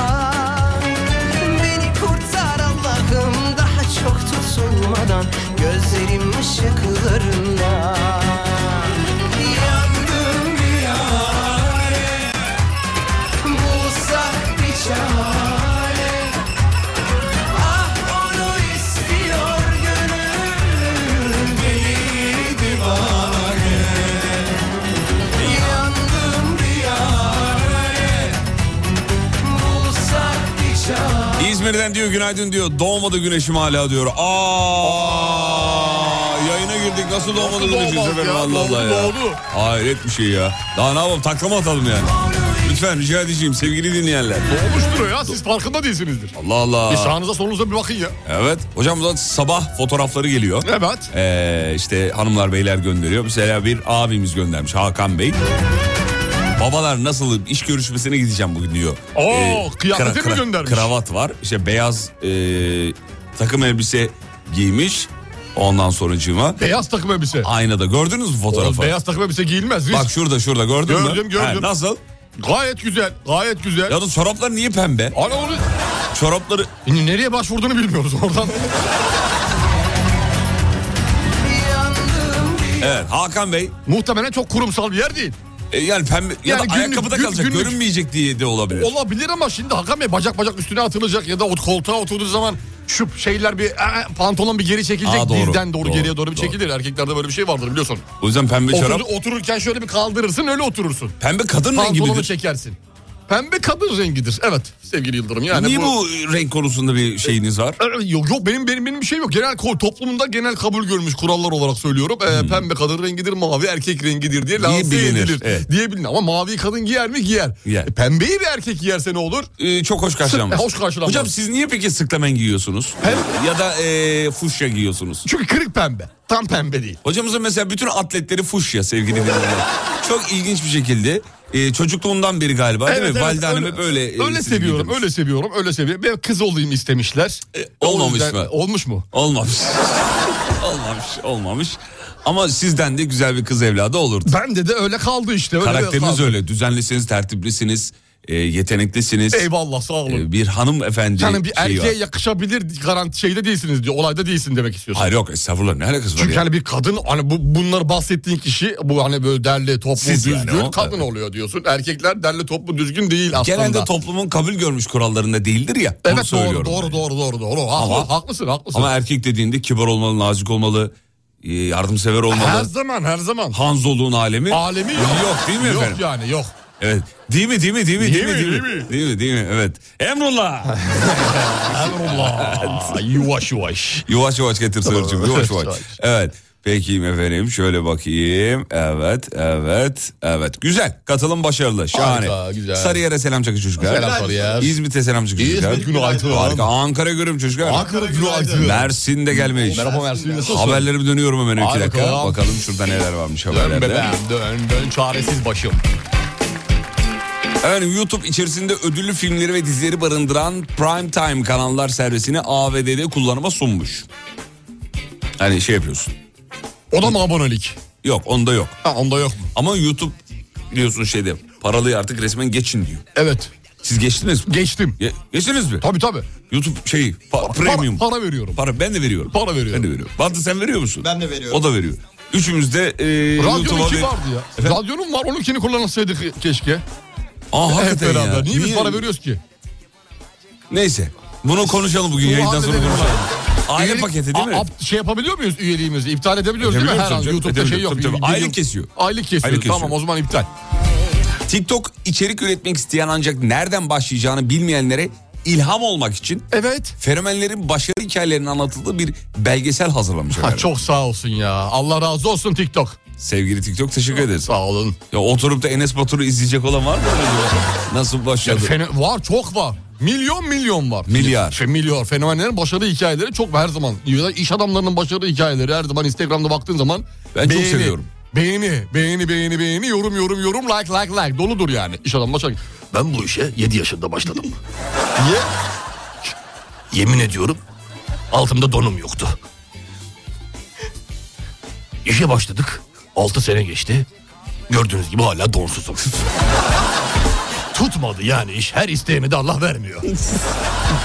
Speaker 8: Beni kurtar Allah'ım daha çok tutulmadan Gözlerim ışıklarında Yandım bir yâre Bulsak bir çare Ah onu istiyor gönül deli divane Yandım diyare Bulsak bir çare
Speaker 4: İzmir'den diyor günaydın diyor. Doğmadı güneşim hala diyor. Aa! Yayına girdik. Nasıl doğmadı
Speaker 5: Nasıl
Speaker 4: güneşim
Speaker 5: doğmaz
Speaker 4: efendim?
Speaker 5: ya?
Speaker 4: Allah Allah
Speaker 5: Doğdu,
Speaker 4: ya.
Speaker 5: doğdu.
Speaker 4: Hayret bir şey ya. Daha ne yapalım? Taklama atalım yani. Lütfen rica edeceğim sevgili dinleyenler.
Speaker 5: Doğmuştur o ya siz farkında değilsinizdir.
Speaker 4: Allah Allah.
Speaker 5: Bir sağınıza solunuza bir bakın ya.
Speaker 4: Evet. Hocam da sabah fotoğrafları geliyor.
Speaker 5: Evet.
Speaker 4: Ee, işte hanımlar beyler gönderiyor. Mesela bir abimiz göndermiş Hakan Bey. Babalar nasıl iş görüşmesine gideceğim bugün diyor. Ee,
Speaker 5: Oo, kıyafeti mi göndermiş?
Speaker 4: Kravat var. İşte beyaz e, takım elbise giymiş. Ondan sonracığıma.
Speaker 5: Beyaz takım elbise.
Speaker 4: Aynada gördünüz mü fotoğrafı?
Speaker 5: Oğlum Beyaz takım elbise giyilmez.
Speaker 4: Bak şurada şurada gördün mü?
Speaker 5: Gördüm, gördüm.
Speaker 4: Ha, nasıl?
Speaker 5: Gayet güzel. Gayet güzel.
Speaker 4: Ya da çoraplar niye pembe?
Speaker 5: Ana onu
Speaker 4: Çorapları
Speaker 5: Şimdi nereye başvurduğunu bilmiyoruz oradan.
Speaker 4: evet Hakan Bey
Speaker 5: Muhtemelen çok kurumsal bir yer değil.
Speaker 4: e, yani pembe ya da
Speaker 5: Yani günlük,
Speaker 4: ayakkabıda
Speaker 5: gün-
Speaker 4: kalacak
Speaker 5: günlük.
Speaker 4: görünmeyecek diye de olabilir.
Speaker 5: Olabilir ama şimdi Hakan Bey bacak bacak üstüne atılacak ya da o koltuğa oturduğu zaman şu şeyler bir aa, pantolon bir geri çekilecek
Speaker 4: Aa, doğru,
Speaker 5: dizden doğru,
Speaker 4: doğru,
Speaker 5: geriye doğru bir
Speaker 4: doğru.
Speaker 5: çekilir. Erkeklerde böyle bir şey vardır biliyorsun.
Speaker 4: o yüzden pembe çorap
Speaker 5: Otur- otururken şöyle bir kaldırırsın öyle oturursun.
Speaker 4: pembe kadın rengi
Speaker 5: Pantolonu
Speaker 4: midir?
Speaker 5: çekersin. Pembe kadın rengidir. Evet sevgili Yıldırım yani
Speaker 4: niye bu... renk konusunda bir şeyiniz var?
Speaker 5: Yok yok benim benim benim bir şey yok. Genel ko- toplumunda genel kabul görmüş kurallar olarak söylüyorum. Ee, Pembe kadın rengidir, mavi erkek rengidir diye lanse
Speaker 4: Hmm. bilinir,
Speaker 5: edilir.
Speaker 4: evet.
Speaker 5: Diye bilinir. Ama mavi kadın giyer mi? Giyer.
Speaker 4: Giyer.
Speaker 5: E, Pembeyi bir erkek giyerse ne olur?
Speaker 4: Ee, çok hoş karşılanmaz.
Speaker 5: Sık- hoş karşılanmaz.
Speaker 4: Hocam siz niye peki sıklamen giyiyorsunuz?
Speaker 5: Pembe.
Speaker 4: Ya da e, fuşya giyiyorsunuz?
Speaker 5: Çünkü kırık pembe. Tam pembe değil.
Speaker 4: Hocamızın mesela bütün atletleri fuşya sevgili dinleyenler. Çok ilginç bir şekilde e, çocukluğundan beri galiba değil mi? Valide hanım hep öyle. e,
Speaker 5: öyle
Speaker 4: sizi
Speaker 5: seviyorum,
Speaker 4: giydirmiş.
Speaker 5: öyle seviyorum, öyle seviyorum. Ben kız olayım istemişler. O
Speaker 4: E, olmamış mı?
Speaker 5: Olmuş mu?
Speaker 4: Olmamış. olmamış, olmamış. Ama sizden de güzel bir kız evladı olurdu.
Speaker 5: Bende de öyle kaldı işte. Öyle
Speaker 4: Karakteriniz
Speaker 5: kaldı.
Speaker 4: öyle. Düzenlisiniz, tertiplisiniz, e, yeteneklisiniz.
Speaker 5: Eyvallah sağ olun.
Speaker 4: E, bir hanımefendi
Speaker 5: yani bir
Speaker 4: şeyi şey var.
Speaker 5: erkeğe yakışabilir garanti şeyde değilsiniz diyor. Olayda değilsin demek istiyorsun.
Speaker 4: Hayır yok estağfurullah ne alakası var
Speaker 5: Çünkü
Speaker 4: ya?
Speaker 5: hani bir kadın hani bu bunları bahsettiğin kişi bu hani böyle derli toplu
Speaker 4: Siz yani
Speaker 5: düzgün
Speaker 4: o,
Speaker 5: kadın
Speaker 4: evet.
Speaker 5: oluyor diyorsun. Erkekler derli toplu düzgün değil aslında.
Speaker 4: Genelde toplumun kabul görmüş kurallarında değildir ya. onu
Speaker 5: Evet doğru
Speaker 4: söylüyorum
Speaker 5: doğru,
Speaker 4: yani.
Speaker 5: doğru doğru doğru Haklı-
Speaker 4: Ama-
Speaker 5: haklısın haklısın.
Speaker 4: Ama erkek dediğinde kibar olmalı, nazik olmalı, e, yardımsever
Speaker 5: her
Speaker 4: olmalı.
Speaker 5: zaman her zaman.
Speaker 4: Hanzoluğun alemi.
Speaker 5: Alemi yok.
Speaker 4: Yok değil mi
Speaker 5: Yok
Speaker 4: efendim?
Speaker 5: yani yok.
Speaker 4: Evet. Değil mi değil mi değil mi değil, mi, değil mi
Speaker 5: değil mi?
Speaker 4: Değil mi, değil mi? evet. Emrullah.
Speaker 5: Allah yuvaş yuvaş.
Speaker 4: yavaş yavaş getir sığırcığım yavaş yavaş.
Speaker 5: Yavaş.
Speaker 4: Evet. Peki efendim şöyle bakayım. Evet evet evet. Güzel. Katılım başarılı. Şahane.
Speaker 5: Harika, güzel.
Speaker 4: Sarıyer'e selam çakı çocuklar.
Speaker 5: Selam Sarıyer.
Speaker 4: İzmit'e selam çakı çocuklar.
Speaker 5: İzmit günaydın.
Speaker 4: Harika. Ankara görüm çocuklar.
Speaker 5: Ankara günaydın.
Speaker 4: Mersin de gelmiş.
Speaker 5: Merhaba Mersin nasılsın?
Speaker 4: Haberlerimi dönüyorum hemen iki
Speaker 5: Harika.
Speaker 4: dakika. Bakalım şurada neler varmış
Speaker 5: Dön
Speaker 4: haberlerde.
Speaker 5: bebeğim dön dön çaresiz başım.
Speaker 4: Efendim YouTube içerisinde ödüllü filmleri ve dizileri barındıran Prime Time kanallar servisini AVD'de kullanıma sunmuş. Hani şey yapıyorsun.
Speaker 5: O da mı abonelik?
Speaker 4: Yok onda yok.
Speaker 5: Ha onda yok mu?
Speaker 4: Ama YouTube biliyorsun şeyde paralı artık resmen geçin diyor.
Speaker 5: Evet
Speaker 4: Siz geçtiniz mi?
Speaker 5: geçtim.
Speaker 4: Ge- geçtiniz mi?
Speaker 5: Tabii tabii.
Speaker 4: YouTube şeyi pa- premium.
Speaker 5: Para, para veriyorum.
Speaker 4: Para ben de veriyorum.
Speaker 5: Para veriyorum.
Speaker 4: Ben de veriyorum. Batu sen veriyor musun?
Speaker 9: Ben de veriyorum.
Speaker 4: O da veriyor. Üçümüz de e,
Speaker 5: Radyonun
Speaker 4: YouTube'a
Speaker 5: iki
Speaker 4: ver-
Speaker 5: vardı ya.
Speaker 4: Efendim?
Speaker 5: Radyonun var onunkini kullansaydık keşke.
Speaker 4: Aa,
Speaker 5: Hep
Speaker 4: hakikaten
Speaker 5: beraber.
Speaker 4: ya.
Speaker 5: Niye, biz para veriyoruz ki?
Speaker 4: Neyse. Bunu konuşalım bugün
Speaker 5: Bunu
Speaker 4: yayından sonra
Speaker 5: halledelim
Speaker 4: konuşalım. Aile
Speaker 5: Üyelik-
Speaker 4: paketi değil mi?
Speaker 5: A- ap- şey yapabiliyor muyuz üyeliğimizi? İptal edebiliyoruz değil mi?
Speaker 4: Edebiliyoruz
Speaker 5: Her an
Speaker 4: tabii canım,
Speaker 5: YouTube'da şey yok.
Speaker 4: edebiliyoruz tabii, tabii.
Speaker 5: Bir- bir-
Speaker 4: Aylık kesiyor.
Speaker 5: Aylık kesiyor.
Speaker 4: Aylık kesiyor.
Speaker 5: Tamam o zaman iptal.
Speaker 4: TikTok içerik üretmek isteyen ancak nereden başlayacağını bilmeyenlere ilham olmak için
Speaker 5: Evet.
Speaker 4: fenomenlerin başarı hikayelerinin anlatıldığı bir belgesel hazırlamış
Speaker 5: Ha,
Speaker 4: efendim.
Speaker 5: çok sağ olsun ya. Allah razı olsun TikTok.
Speaker 4: Sevgili TikTok teşekkür ederiz.
Speaker 5: Sağ olun.
Speaker 4: Ya oturup da Enes Batur'u izleyecek olan var mı? öyle bir- Nasıl
Speaker 5: Ya
Speaker 4: başladı?
Speaker 5: fene- var çok var. Milyon milyon var.
Speaker 4: Milyar.
Speaker 5: Şey, milyar. Fenomenlerin başarı hikayeleri çok her zaman. İş adamlarının başarı hikayeleri her zaman Instagram'da baktığın zaman.
Speaker 4: Ben çok seviyorum.
Speaker 5: Beğeni, beğeni, beğeni, beğeni, yorum, yorum, yorum, like, like, like. Doludur yani. İş adamı başarı. Ben bu işe 7 yaşında başladım. Niye? Yemin ediyorum altımda donum yoktu. İşe başladık. 6 sene geçti. Gördüğünüz gibi hala donsuzum. Tutmadı yani iş. Her isteğimi de Allah vermiyor.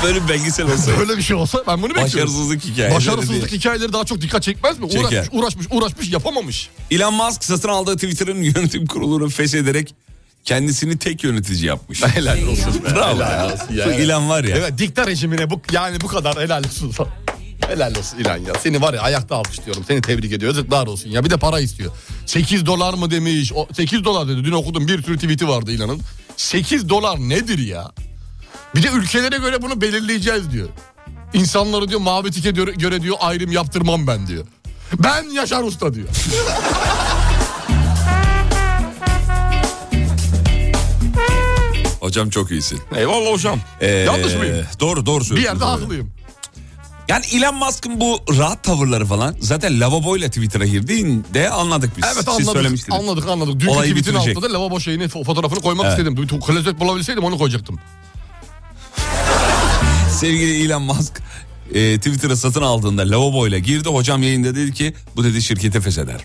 Speaker 4: Böyle bir belgesel olsa.
Speaker 5: Böyle bir şey olsa ben bunu bekliyorum.
Speaker 4: Başarısızlık hikayeleri
Speaker 5: Başarısızlık
Speaker 4: diye.
Speaker 5: hikayeleri daha çok dikkat çekmez mi?
Speaker 4: Çeker.
Speaker 5: Uğraşmış, uğraşmış, uğraşmış yapamamış.
Speaker 4: Elon Musk satın aldığı Twitter'ın yönetim kurulunu feshederek kendisini tek yönetici yapmış.
Speaker 5: Helal olsun. be.
Speaker 4: Bravo
Speaker 5: Helal
Speaker 4: ya.
Speaker 5: olsun
Speaker 4: Bu İlan var ya.
Speaker 5: Evet dikta rejimine bu yani bu kadar helal olsun. Helal olsun İlan ya. Seni var ya ayakta alkışlıyorum. Seni tebrik ediyorum. Yazıklar olsun ya. Bir de para istiyor. 8 dolar mı demiş. O, 8 dolar dedi. Dün okudum bir sürü tweet'i vardı İlan'ın. 8 dolar nedir ya? Bir de ülkelere göre bunu belirleyeceğz diyor. İnsanları diyor mavi tike göre, göre diyor ayrım yaptırmam ben diyor. Ben Yaşar Usta diyor.
Speaker 4: Hocam çok iyisin.
Speaker 5: Eyvallah hocam.
Speaker 4: Ee,
Speaker 5: Yanlış mıyım?
Speaker 4: Doğru doğru
Speaker 5: Bir
Speaker 4: söylüyorsun.
Speaker 5: yerde haklıyım.
Speaker 4: Yani Elon Musk'ın bu rahat tavırları falan zaten lavaboyla Twitter'a girdiğinde anladık biz.
Speaker 5: Evet
Speaker 4: Siz
Speaker 5: anladık.
Speaker 4: söylemiştiniz.
Speaker 5: Anladık anladık. Dünkü
Speaker 4: Olayı
Speaker 5: tweetin
Speaker 4: bitirecek.
Speaker 5: altında da lavabo şeyini fo- fotoğrafını koymak
Speaker 4: Evet.
Speaker 5: istedim. Bir tu- klozet bulabilseydim onu koyacaktım.
Speaker 4: Sevgili Elon Musk e, Twitter'ı satın aldığında lavaboyla girdi. Hocam yayında dedi ki bu dedi şirkete fesheder.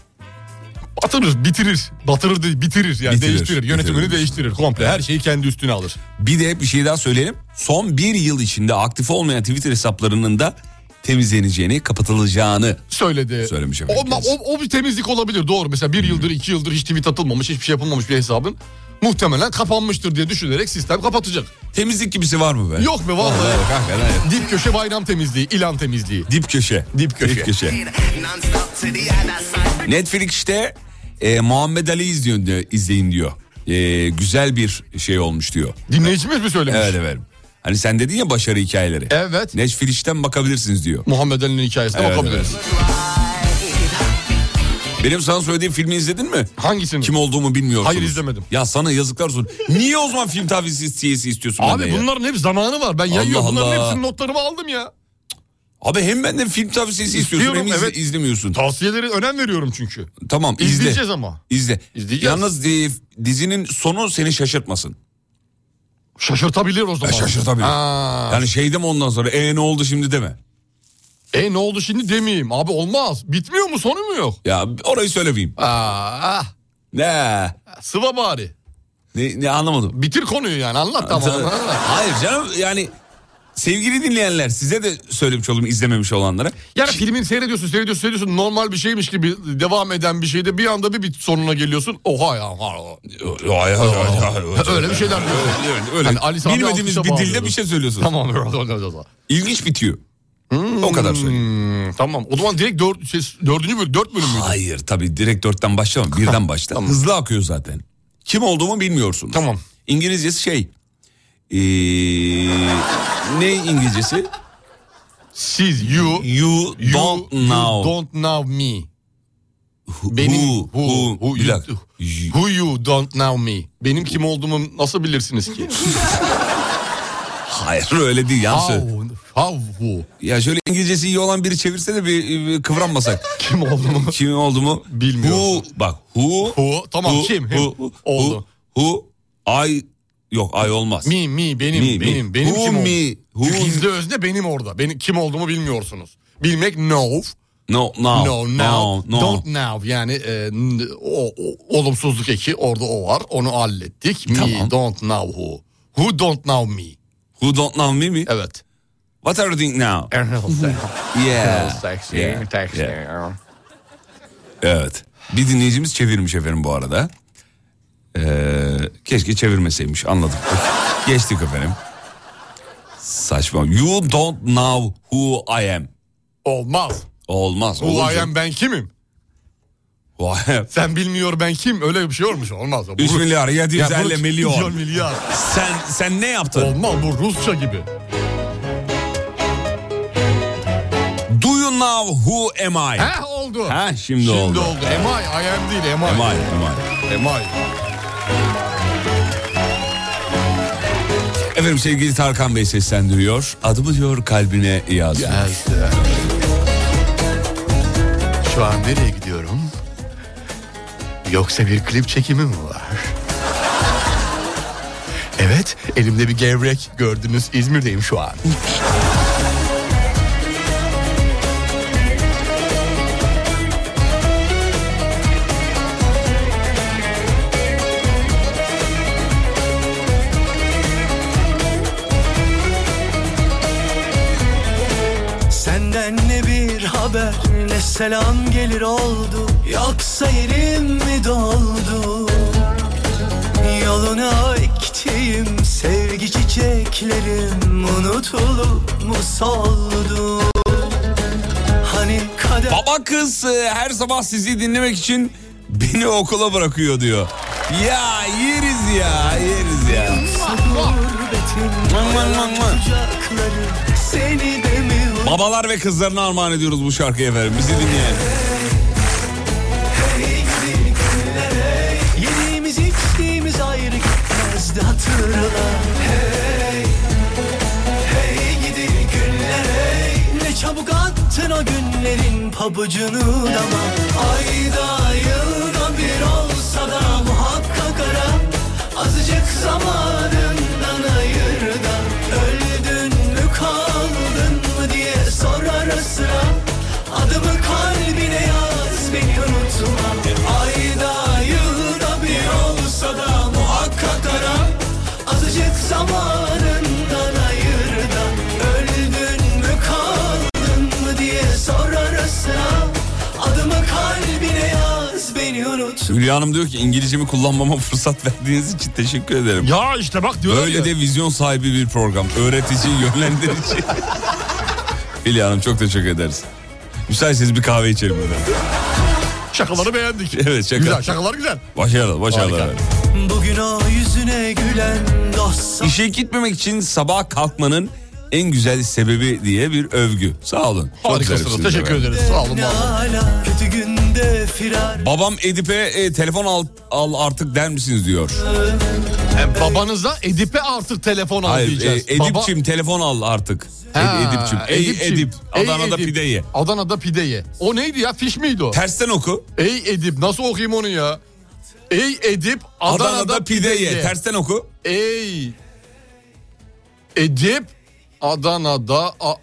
Speaker 5: Batırır, bitirir. Batırır değil, bitirir. Yani
Speaker 4: Bitirir,
Speaker 5: değiştirir. Yönetimini
Speaker 4: bitirir.
Speaker 5: değiştirir komple. Her şeyi kendi üstüne alır.
Speaker 4: Bir de bir şey daha söyleyelim. Son bir yıl içinde aktif olmayan Twitter hesaplarının da temizleneceğini, kapatılacağını
Speaker 5: Söyledi.
Speaker 4: söylemiş
Speaker 5: O,
Speaker 4: efendim.
Speaker 5: o, o bir temizlik olabilir doğru. Mesela bir yıldır, iki yıldır hiç tweet atılmamış, hiçbir şey yapılmamış bir hesabın muhtemelen kapanmıştır diye düşünerek sistem kapatacak.
Speaker 4: Temizlik gibisi var mı be?
Speaker 5: Yok be vallahi.
Speaker 4: Yok, hakikaten yok.
Speaker 5: Dip köşe bayram temizliği, ilan temizliği.
Speaker 4: Dip köşe.
Speaker 5: Dip köşe.
Speaker 4: Netflix'te e, Muhammed Ali izliyor, diyor- izleyin diyor. E, güzel bir şey olmuş diyor.
Speaker 5: Dinleyicimiz mi söylemiş?
Speaker 4: Evet efendim. Hani sen dedin ya başarı hikayeleri.
Speaker 5: Evet.
Speaker 4: Netflix'ten bakabilirsiniz diyor.
Speaker 5: Muhammed Ali'nin hikayesine
Speaker 4: Evet,
Speaker 5: bakabiliriz.
Speaker 4: Benim sana söylediğim filmi izledin mi?
Speaker 5: Hangisini?
Speaker 4: Kim olduğumu bilmiyorsunuz.
Speaker 5: Hayır, izlemedim.
Speaker 4: Ya sana yazıklar olsun. Niye o zaman film tavsiyesi istiyorsun
Speaker 5: Abi
Speaker 4: benden ya?
Speaker 5: bunların hep zamanı var. Ben yayıyor.
Speaker 4: Allah
Speaker 5: Bunların
Speaker 4: Allah.
Speaker 5: hepsinin notlarımı aldım ya.
Speaker 4: Abi hem benden film tavsiyesi istiyorsun hem
Speaker 5: İstiyorum,
Speaker 4: izle-
Speaker 5: evet.
Speaker 4: izlemiyorsun.
Speaker 5: Tavsiyeleri önem veriyorum çünkü.
Speaker 4: tamam izle.
Speaker 5: İzleyeceğiz ama.
Speaker 4: İzle.
Speaker 5: İzleyeceğiz.
Speaker 4: Yalnız e, dizinin sonu seni şaşırtmasın.
Speaker 5: Şaşırtabilir o zaman.
Speaker 4: E, şaşırtabilir.
Speaker 5: Ha.
Speaker 4: Yani şey deme ondan sonra e ne oldu şimdi deme.
Speaker 5: E ne oldu şimdi demeyeyim. Abi olmaz. Bitmiyor mu sonu mu yok?
Speaker 4: Ya orayı söylemeyeyim.
Speaker 5: Aa,
Speaker 4: Ne?
Speaker 5: sıva bari.
Speaker 4: Ne, ne anlamadım.
Speaker 5: Bitir konuyu yani anlat tamam.
Speaker 4: Tabii.
Speaker 5: anlat.
Speaker 4: Hayır canım yani sevgili dinleyenler size de söylemiş olayım izlememiş olanlara.
Speaker 5: Yani filmin seyrediyorsun, seyrediyorsun, seyrediyorsun. Normal bir şeymiş gibi devam eden bir şeyde bir anda bir bit sonuna geliyorsun. Oha ya. ha. Öyle bir şey şeyler diyorsun.
Speaker 4: Öyle.
Speaker 5: Hani Ali Sami
Speaker 4: Bilmediğimiz
Speaker 5: Alkış'a
Speaker 4: bir dilde
Speaker 5: bağlıyoruz.
Speaker 4: bir şey söylüyorsun.
Speaker 5: Tamam. öyle, öyle, öyle.
Speaker 4: İlginç bitiyor. O kadar söyleyeyim.
Speaker 5: Hmm, tamam. O zaman direkt dört, şey, dördüncü bölüm, dört bölüm müydü?
Speaker 4: Hayır tabii direkt dörtten başlama birden başla. Hızlı akıyor zaten. Kim olduğumu bilmiyorsunuz.
Speaker 5: Tamam.
Speaker 4: İngilizcesi şey. ee, ne İngilizcesi?
Speaker 5: Siz, you,
Speaker 4: You,
Speaker 5: you
Speaker 4: don't
Speaker 5: you
Speaker 4: know.
Speaker 5: don't know me.
Speaker 4: who,
Speaker 5: Benim,
Speaker 4: who, who,
Speaker 5: you-
Speaker 4: bir dakika.
Speaker 5: who you don't know me. Benim kim olduğumu nasıl bilirsiniz ki?
Speaker 4: Hayır öyle değil yanlış.
Speaker 5: How,
Speaker 4: söylüyorum.
Speaker 5: how who?
Speaker 4: Ya şöyle İngilizcesi iyi olan biri çevirse de bir, bir kıvranmasak.
Speaker 5: Kim olduğumu
Speaker 4: Kim olduğumu
Speaker 5: Bilmiyorsun.
Speaker 4: Who, bak who.
Speaker 5: Who, tamam,
Speaker 4: who,
Speaker 5: kim,
Speaker 4: Who,
Speaker 5: him,
Speaker 4: who,
Speaker 5: oldu.
Speaker 4: who, I, yok I olmaz.
Speaker 5: Mi mi benim
Speaker 4: Mi, mi.
Speaker 5: benim benim
Speaker 4: Who
Speaker 5: kim
Speaker 4: me?
Speaker 5: olduğum.
Speaker 4: Who-
Speaker 5: Çünkü izle özne benim orada. Benim kim olduğumu bilmiyorsunuz. Bilmek know,
Speaker 4: No, no,
Speaker 5: no, now,
Speaker 4: no.
Speaker 5: don't now yani e, n- o, o- olumsuzluk eki orada o var. Onu hallettik. Me
Speaker 4: Tamam.
Speaker 5: don't know who. Who don't know me.
Speaker 4: Who don't know me mi?
Speaker 5: Evet.
Speaker 4: What are you doing now? Yeah. yeah, yeah. Evet. Bir dinleyicimiz çevirmiş efendim bu arada. Ee, keşke çevirmeseymiş anladım. Geçtik efendim. Saçma. You don't know who I am.
Speaker 5: Olmaz.
Speaker 4: Olmaz.
Speaker 5: Who
Speaker 4: olur
Speaker 5: I
Speaker 4: mu?
Speaker 5: am ben kimim?
Speaker 4: Who I am.
Speaker 5: Sen bilmiyor ben kim? Öyle bir şey olmuş. Olmaz. Bu
Speaker 4: 3
Speaker 5: Rus-
Speaker 4: milyar
Speaker 5: Ya bu
Speaker 4: 750
Speaker 5: Rus-
Speaker 4: milyon.
Speaker 5: milyar.
Speaker 4: Sen sen ne yaptın?
Speaker 5: Olmaz bu Rusça gibi.
Speaker 4: Do you know who am I?
Speaker 5: Heh oldu.
Speaker 4: Ha, şimdi
Speaker 5: Şimdi
Speaker 4: oldu.
Speaker 5: oldu. Am I? I am değil. Am I?
Speaker 4: Am I? Am I?
Speaker 5: Am I?
Speaker 4: Efendim sevgili Tarkan Bey seslendiriyor. Adımı diyor kalbine yaz.
Speaker 5: Yazdı. Şu an nereye gidiyorum? Yoksa bir klip çekimi mi var? Evet, elimde bir gevrek gördünüz. İzmir'deyim şu an.
Speaker 2: Senden ne bir haber ne selam gelir oldu Yoksa yerim mi doldu Yoluna ektiğim sevgi çiçeklerim Unutulup mu soldu Hani kader
Speaker 4: Baba kız e, her sabah sizi dinlemek için beni okula bırakıyor diyor. Ya yeriz ya yeriz ya.
Speaker 2: gurbetin
Speaker 4: Mua, mua, mua, mua.
Speaker 2: Kucakları seni de mi
Speaker 4: Babalar ve kızlarına armağan ediyoruz bu şarkıyı efendim. Bizi dinleyen.
Speaker 2: Yediğimiz içtiğimiz ayrı gitmezdi hatırla Hey Hey gidi günler hey Ne çabuk attın o günlerin pabucunu dama Ayda yılda bir olsa da muhakkak ara Azıcık zamanından ayır da Öldün mü kaldın mı diye
Speaker 4: Hülya Hanım diyor ki İngilizcemi kullanmama fırsat verdiğiniz için teşekkür ederim.
Speaker 5: Ya işte bak diyorlar
Speaker 4: Böyle
Speaker 5: ya.
Speaker 4: de vizyon sahibi bir program. Öğretici, yönlendirici. Hülya Hanım çok teşekkür ederiz. Müsaitseniz bir kahve içelim efendim.
Speaker 5: Şakaları beğendik.
Speaker 4: Evet şaka.
Speaker 5: Güzel şakalar güzel.
Speaker 4: Başarılı, başarılı.
Speaker 5: Harika.
Speaker 8: Bugün o yüzüne gülen dost
Speaker 4: İşe gitmemek için sabah kalkmanın en güzel sebebi diye bir övgü. Sağ olun. Çok
Speaker 5: Harikasınız.
Speaker 4: güzelsiniz
Speaker 5: Teşekkür
Speaker 4: efendim.
Speaker 5: ederiz. Sağ olun.
Speaker 8: ne
Speaker 5: var olun.
Speaker 8: ala kötü günde firar
Speaker 4: Babam Edip'e e, telefon al, al artık der misiniz diyor.
Speaker 5: E, babanıza Edip'e artık telefon al
Speaker 4: Hayır e,
Speaker 5: diyeceğiz. Baba-
Speaker 4: Edip'çim telefon al artık. E,
Speaker 5: Ha,
Speaker 4: Edip'çim. Ey
Speaker 5: Edipçim.
Speaker 4: Edip.
Speaker 5: Ey
Speaker 4: Adana'da
Speaker 5: Edip.
Speaker 4: pide ye.
Speaker 5: Adana'da pide ye. O neydi ya? Fiş miydi o?
Speaker 4: Tersten oku.
Speaker 5: Ey Edip. Nasıl okuyayım onu ya? Ey Edip Adana'da,
Speaker 4: Adana'da, pide ye. Tersten oku.
Speaker 5: Ey Edip Adana'da a-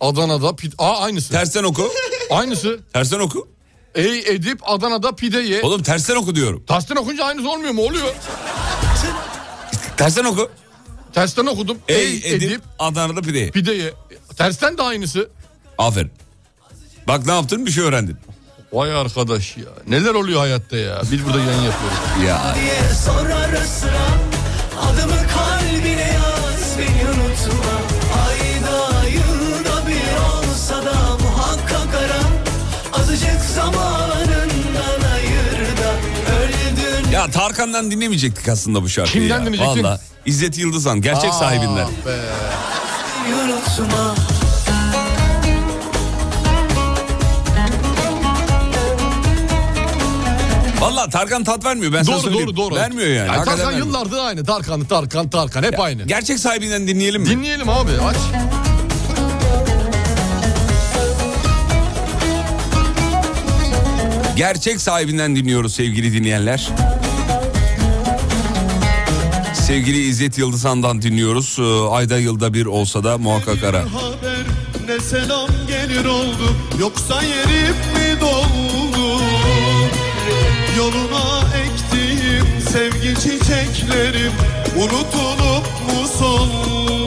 Speaker 5: Adana'da pide. Aa aynısı.
Speaker 4: Tersten oku.
Speaker 5: Aynısı.
Speaker 4: tersten oku.
Speaker 5: Ey Edip Adana'da pide ye.
Speaker 4: Oğlum tersten oku diyorum.
Speaker 5: Tersten okunca aynısı olmuyor mu? Oluyor.
Speaker 4: Tersten oku.
Speaker 5: Tersten okudum.
Speaker 4: Ey Edip, Adana'da pide ye.
Speaker 5: pide ye. Tersten de aynısı.
Speaker 4: Aferin. Bak ne yaptın bir şey öğrendin.
Speaker 5: Vay arkadaş ya. Neler oluyor hayatta ya? Biz burada yayın yapıyoruz.
Speaker 4: Ya
Speaker 8: diye sor ara sıra Adımı kalbine yaz beni unutma Ayda yılda bir olsa da muhakkak ara Azıcık zamanından ayır da Öldün
Speaker 4: ya Tarkan'dan dinlemeyecektik aslında bu şarkıyı
Speaker 5: Kimden
Speaker 4: ya.
Speaker 5: dinleyecektin?
Speaker 4: Valla İzzet Yıldızhan gerçek
Speaker 5: Aa,
Speaker 4: sahibinden.
Speaker 5: be.
Speaker 8: beni unutma
Speaker 4: Valla Tarkan tat vermiyor ben sana
Speaker 5: Doğru
Speaker 4: söyleyeyim.
Speaker 5: doğru doğru.
Speaker 4: Vermiyor yani.
Speaker 5: Ya
Speaker 4: Hakikaten
Speaker 5: Tarkan
Speaker 4: vermiyor.
Speaker 5: yıllardır aynı. Tarkan, Tarkan, Tarkan hep aynı.
Speaker 4: Gerçek sahibinden dinleyelim mi?
Speaker 5: Dinleyelim abi aç.
Speaker 4: Gerçek sahibinden dinliyoruz sevgili dinleyenler. Sevgili İzzet Yıldızhan'dan dinliyoruz. Ee, Ayda yılda bir olsa da muhakkak ara.
Speaker 9: haber ne selam gelir oldu Yoksa yerim mi doldu Yoluna ektiğim sevgi çiçeklerim Unutulup mu soldu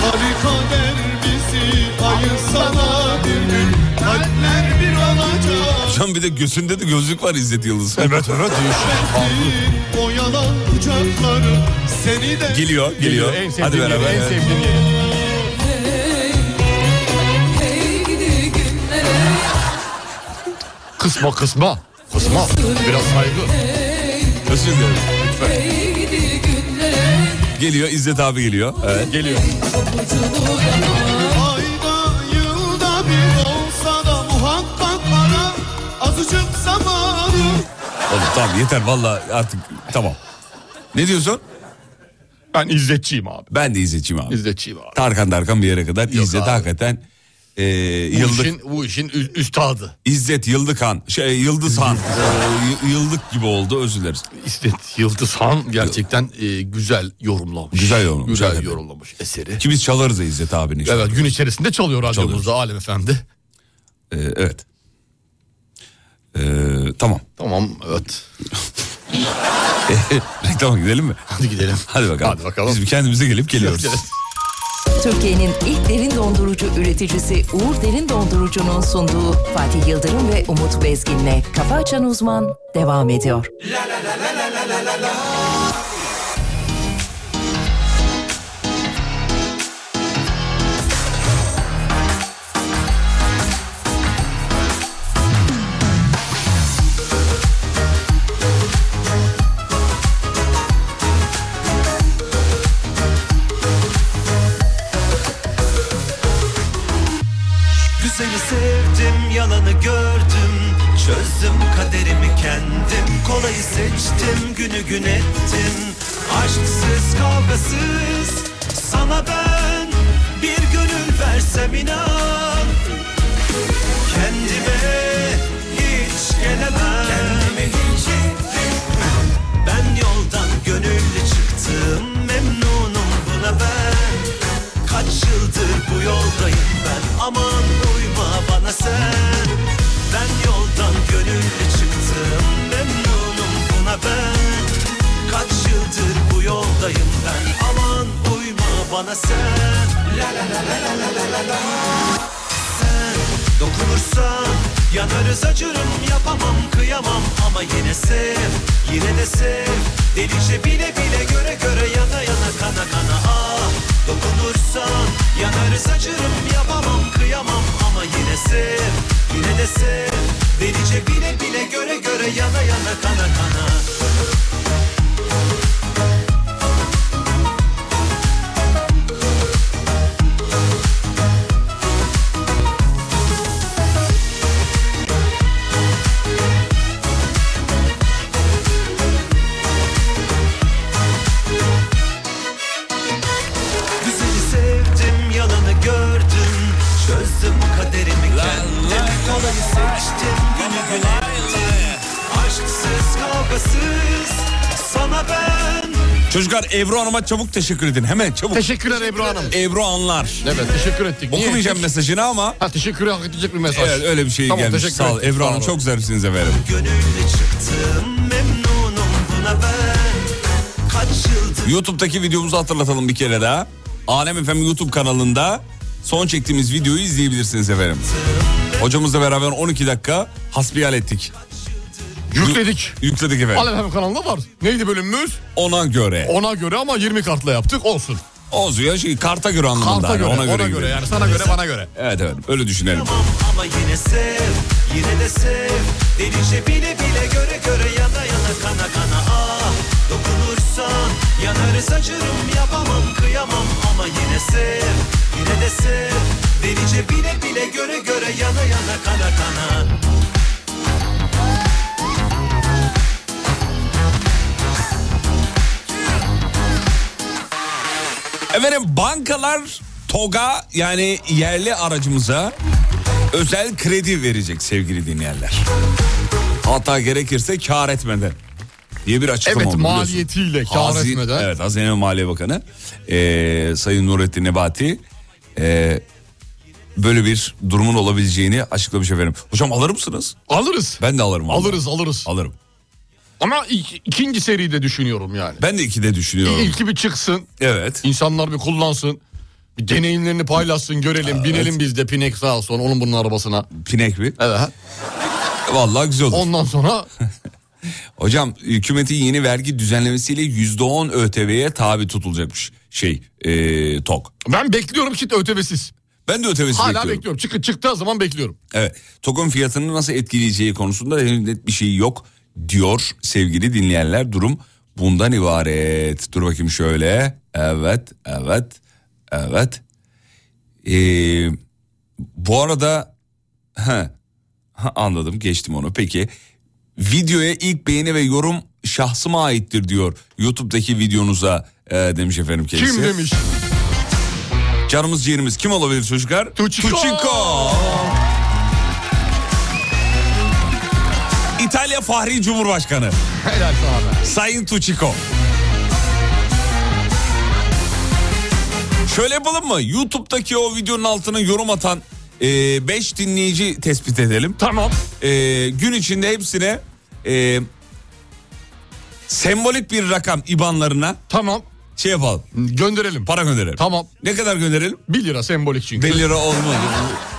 Speaker 9: Hani kader bizi ayırsana bir gün Kalpler bir olacak
Speaker 4: Hocam bir de gözünde de gözlük var İzzet Yıldız. Evet evet.
Speaker 9: Belki o yalan kucakları Seni de
Speaker 4: Geliyor geliyor.
Speaker 5: En sevdiğim
Speaker 4: Hadi
Speaker 5: yeri,
Speaker 4: beraber.
Speaker 5: En
Speaker 4: evet.
Speaker 5: sevdiğim yeri. Kısma kısma. Kısma. Biraz saygı.
Speaker 4: Özür dilerim. Lütfen. Geliyor İzzet abi geliyor. Evet.
Speaker 5: Geliyor.
Speaker 9: Ayda yılda bir olsa da muhakkak bana azıcık zamanı
Speaker 4: Oğlum tamam yeter valla artık tamam. Ne diyorsun?
Speaker 5: Ben izletçiyim abi.
Speaker 4: Ben de İzzet'ciyim abi.
Speaker 5: İzletçiyim abi.
Speaker 4: Tarkan Tarkan bir yere kadar İzzet
Speaker 5: abi.
Speaker 4: hakikaten e,
Speaker 5: Bu
Speaker 4: yıllık
Speaker 5: işin, bu işin ü- üstadı.
Speaker 4: İzzet Yıldıkhan, şey Yıldızhan, Ee, y- Yıldık gibi oldu özür dileriz.
Speaker 5: İzzet Yıldız Han gerçekten e, güzel yorumlamış.
Speaker 4: Güzel yorumlamış,
Speaker 5: Güzel
Speaker 4: hakikaten.
Speaker 5: yorumlamış eseri.
Speaker 4: Ki biz çalarız da İzzet abinin. işte.
Speaker 5: Evet gün içerisinde çalıyor
Speaker 4: Çalıyoruz.
Speaker 5: radyomuzda Alem Efendi.
Speaker 4: Ee, evet. Ee, tamam.
Speaker 5: Tamam evet.
Speaker 4: Reklama gidelim mi?
Speaker 5: Hadi gidelim.
Speaker 4: Hadi bakalım.
Speaker 5: Hadi bakalım.
Speaker 4: Biz bir kendimize gelip geliyoruz.
Speaker 7: Türkiye'nin ilk derin dondurucu üreticisi Uğur Derin Dondurucu'nun sunduğu Fatih Yıldırım ve Umut Bezgin'le Kafa Açan Uzman devam ediyor.
Speaker 9: Güzeli sevdim yalanı gördüm Çözdüm kaderimi kendim Kolayı seçtim günü gün ettim Aşksız kavgasız Sana ben bir gönül versem inan Kendime hiç gelemem Kendime hiç Ben yoldan gönüllü çıktım Memnunum buna ben Kaç yıldır bu yoldayım ben Aman uyma bana sen Ben yoldan gönüllü çıktım Memnunum buna ben Kaç yıldır bu yoldayım ben Aman uyma bana sen La la la la la la la la la Sen dokunursan
Speaker 8: Yanarız acırım yapamam kıyamam ama yine sev yine de sev Dedikçe bile bile göre göre yana yana kana kana ah dokunursan Yanarız acırım yapamam kıyamam ama yine sev yine de sev Dedikçe bile bile göre göre yana yana kana kana Güzeli sevdim yalanı gördüm Çözdüm kaderimi kendim Kolayı seçtim günü gülettim Aşksız kavgasız sana ben
Speaker 4: Çocuklar Ebru Hanım'a çabuk teşekkür edin. Hemen çabuk.
Speaker 5: Teşekkürler Ebru Hanım.
Speaker 4: Ebru anlar.
Speaker 5: Evet teşekkür ettik. Niye
Speaker 4: Okumayacağım
Speaker 5: ettik?
Speaker 4: mesajını ama
Speaker 5: Ha teşekkür hak edecek bir mesaj.
Speaker 4: evet, öyle bir şey
Speaker 5: Tamam,
Speaker 4: gelmiş.
Speaker 5: teşekkür
Speaker 4: Sağ ol.
Speaker 5: ettik,
Speaker 4: Ebru
Speaker 5: sağ
Speaker 4: Hanım
Speaker 5: olun.
Speaker 4: çok güzelsiniz efendim.
Speaker 10: Gönüllü çıktım memnunum buna ben Kaç yıldır
Speaker 4: YouTube'daki videomuzu hatırlatalım bir kere daha. Alem Efem YouTube kanalında son çektiğimiz videoyu izleyebilirsiniz efendim. Hocamızla beraber 12 dakika hasbihal ettik.
Speaker 5: Yükledik.
Speaker 4: Yükledik efendim.
Speaker 5: Alev Efem kanalında var. Neydi bölümümüz?
Speaker 4: Ona göre.
Speaker 5: Ona göre ama 20 kartla yaptık olsun.
Speaker 4: Ozu ya şey karta göre anlamında.
Speaker 5: Karta
Speaker 4: hani,
Speaker 5: göre,
Speaker 4: ona göre.
Speaker 5: ona
Speaker 4: gibi.
Speaker 5: göre yani sana göre bana göre.
Speaker 4: Evet evet öyle düşünelim.
Speaker 10: ama yine sev Yine de sev Dedikçe bile bile göre göre yana yana kana kana ah Dokunursan yanarız acırım yapamam kıyamam ama yine sev Yine de sev Dedikçe bile bile göre göre yana yana kana kana
Speaker 4: Efendim bankalar TOG'a yani yerli aracımıza özel kredi verecek sevgili dinleyenler. Hatta gerekirse kar etmeden diye bir açıklama
Speaker 5: Evet
Speaker 4: oldu biliyorsun.
Speaker 5: maliyetiyle kar
Speaker 4: Hazi-
Speaker 5: etmeden.
Speaker 4: Evet Hazine ve Maliye Bakanı eee, Sayın Nurettin Nebati eee, böyle bir durumun olabileceğini açıklamış efendim. Hocam alır mısınız?
Speaker 5: Alırız.
Speaker 4: Ben de alırım. vallahi.
Speaker 5: Alırız alırız.
Speaker 4: Alırım.
Speaker 5: Ama ik- ikinci seriyi de düşünüyorum yani.
Speaker 4: Ben de ikide düşünüyorum.
Speaker 5: İlki bir çıksın.
Speaker 4: Evet.
Speaker 5: insanlar bir kullansın. Bir deneyimlerini paylaşsın görelim. Binelim biz de Pinek sağa sonra onun bunun arabasına.
Speaker 4: Pinek bir.
Speaker 5: Evet.
Speaker 4: Vallahi güzel olur.
Speaker 5: Ondan sonra
Speaker 4: Hocam hükümetin yeni vergi düzenlemesiyle %10 ÖTV'ye tabi tutulacakmış şey eee TOK.
Speaker 5: ben bekliyorum ki ötebesiz.
Speaker 4: Ben de ÖTV'si
Speaker 5: Hala
Speaker 4: bekliyorum.
Speaker 5: bekliyorum. Çıkı, çıktığı zaman bekliyorum.
Speaker 4: Evet. TOK'un fiyatını nasıl etkileyeceği konusunda henüz net bir şey yok diyor sevgili dinleyenler. Durum bundan ibaret. Dur bakayım şöyle. Evet, evet, evet. Ee, bu arada he, ha, anladım geçtim onu. Peki videoya ilk beğeni ve yorum şahsıma aittir diyor. YouTube'daki videonuza e, demiş efendim kendisi.
Speaker 5: Kim demiş?
Speaker 4: Canımız ciğerimiz kim olabilir çocuklar?
Speaker 5: Tuçiko.
Speaker 4: Tuçiko. İtalya Fahri Cumhurbaşkanı
Speaker 5: Helal sana be.
Speaker 4: Sayın Tuçiko. Şöyle yapalım mı? YouTube'daki o videonun altına yorum atan 5 dinleyici tespit edelim.
Speaker 5: Tamam.
Speaker 4: E, gün içinde hepsine e, sembolik bir rakam IBAN'larına
Speaker 5: Tamam.
Speaker 4: şey yapalım.
Speaker 5: Gönderelim.
Speaker 4: Para gönderelim.
Speaker 5: Tamam.
Speaker 4: Ne kadar gönderelim?
Speaker 5: 1 lira sembolik çünkü.
Speaker 4: 1 lira olmadı.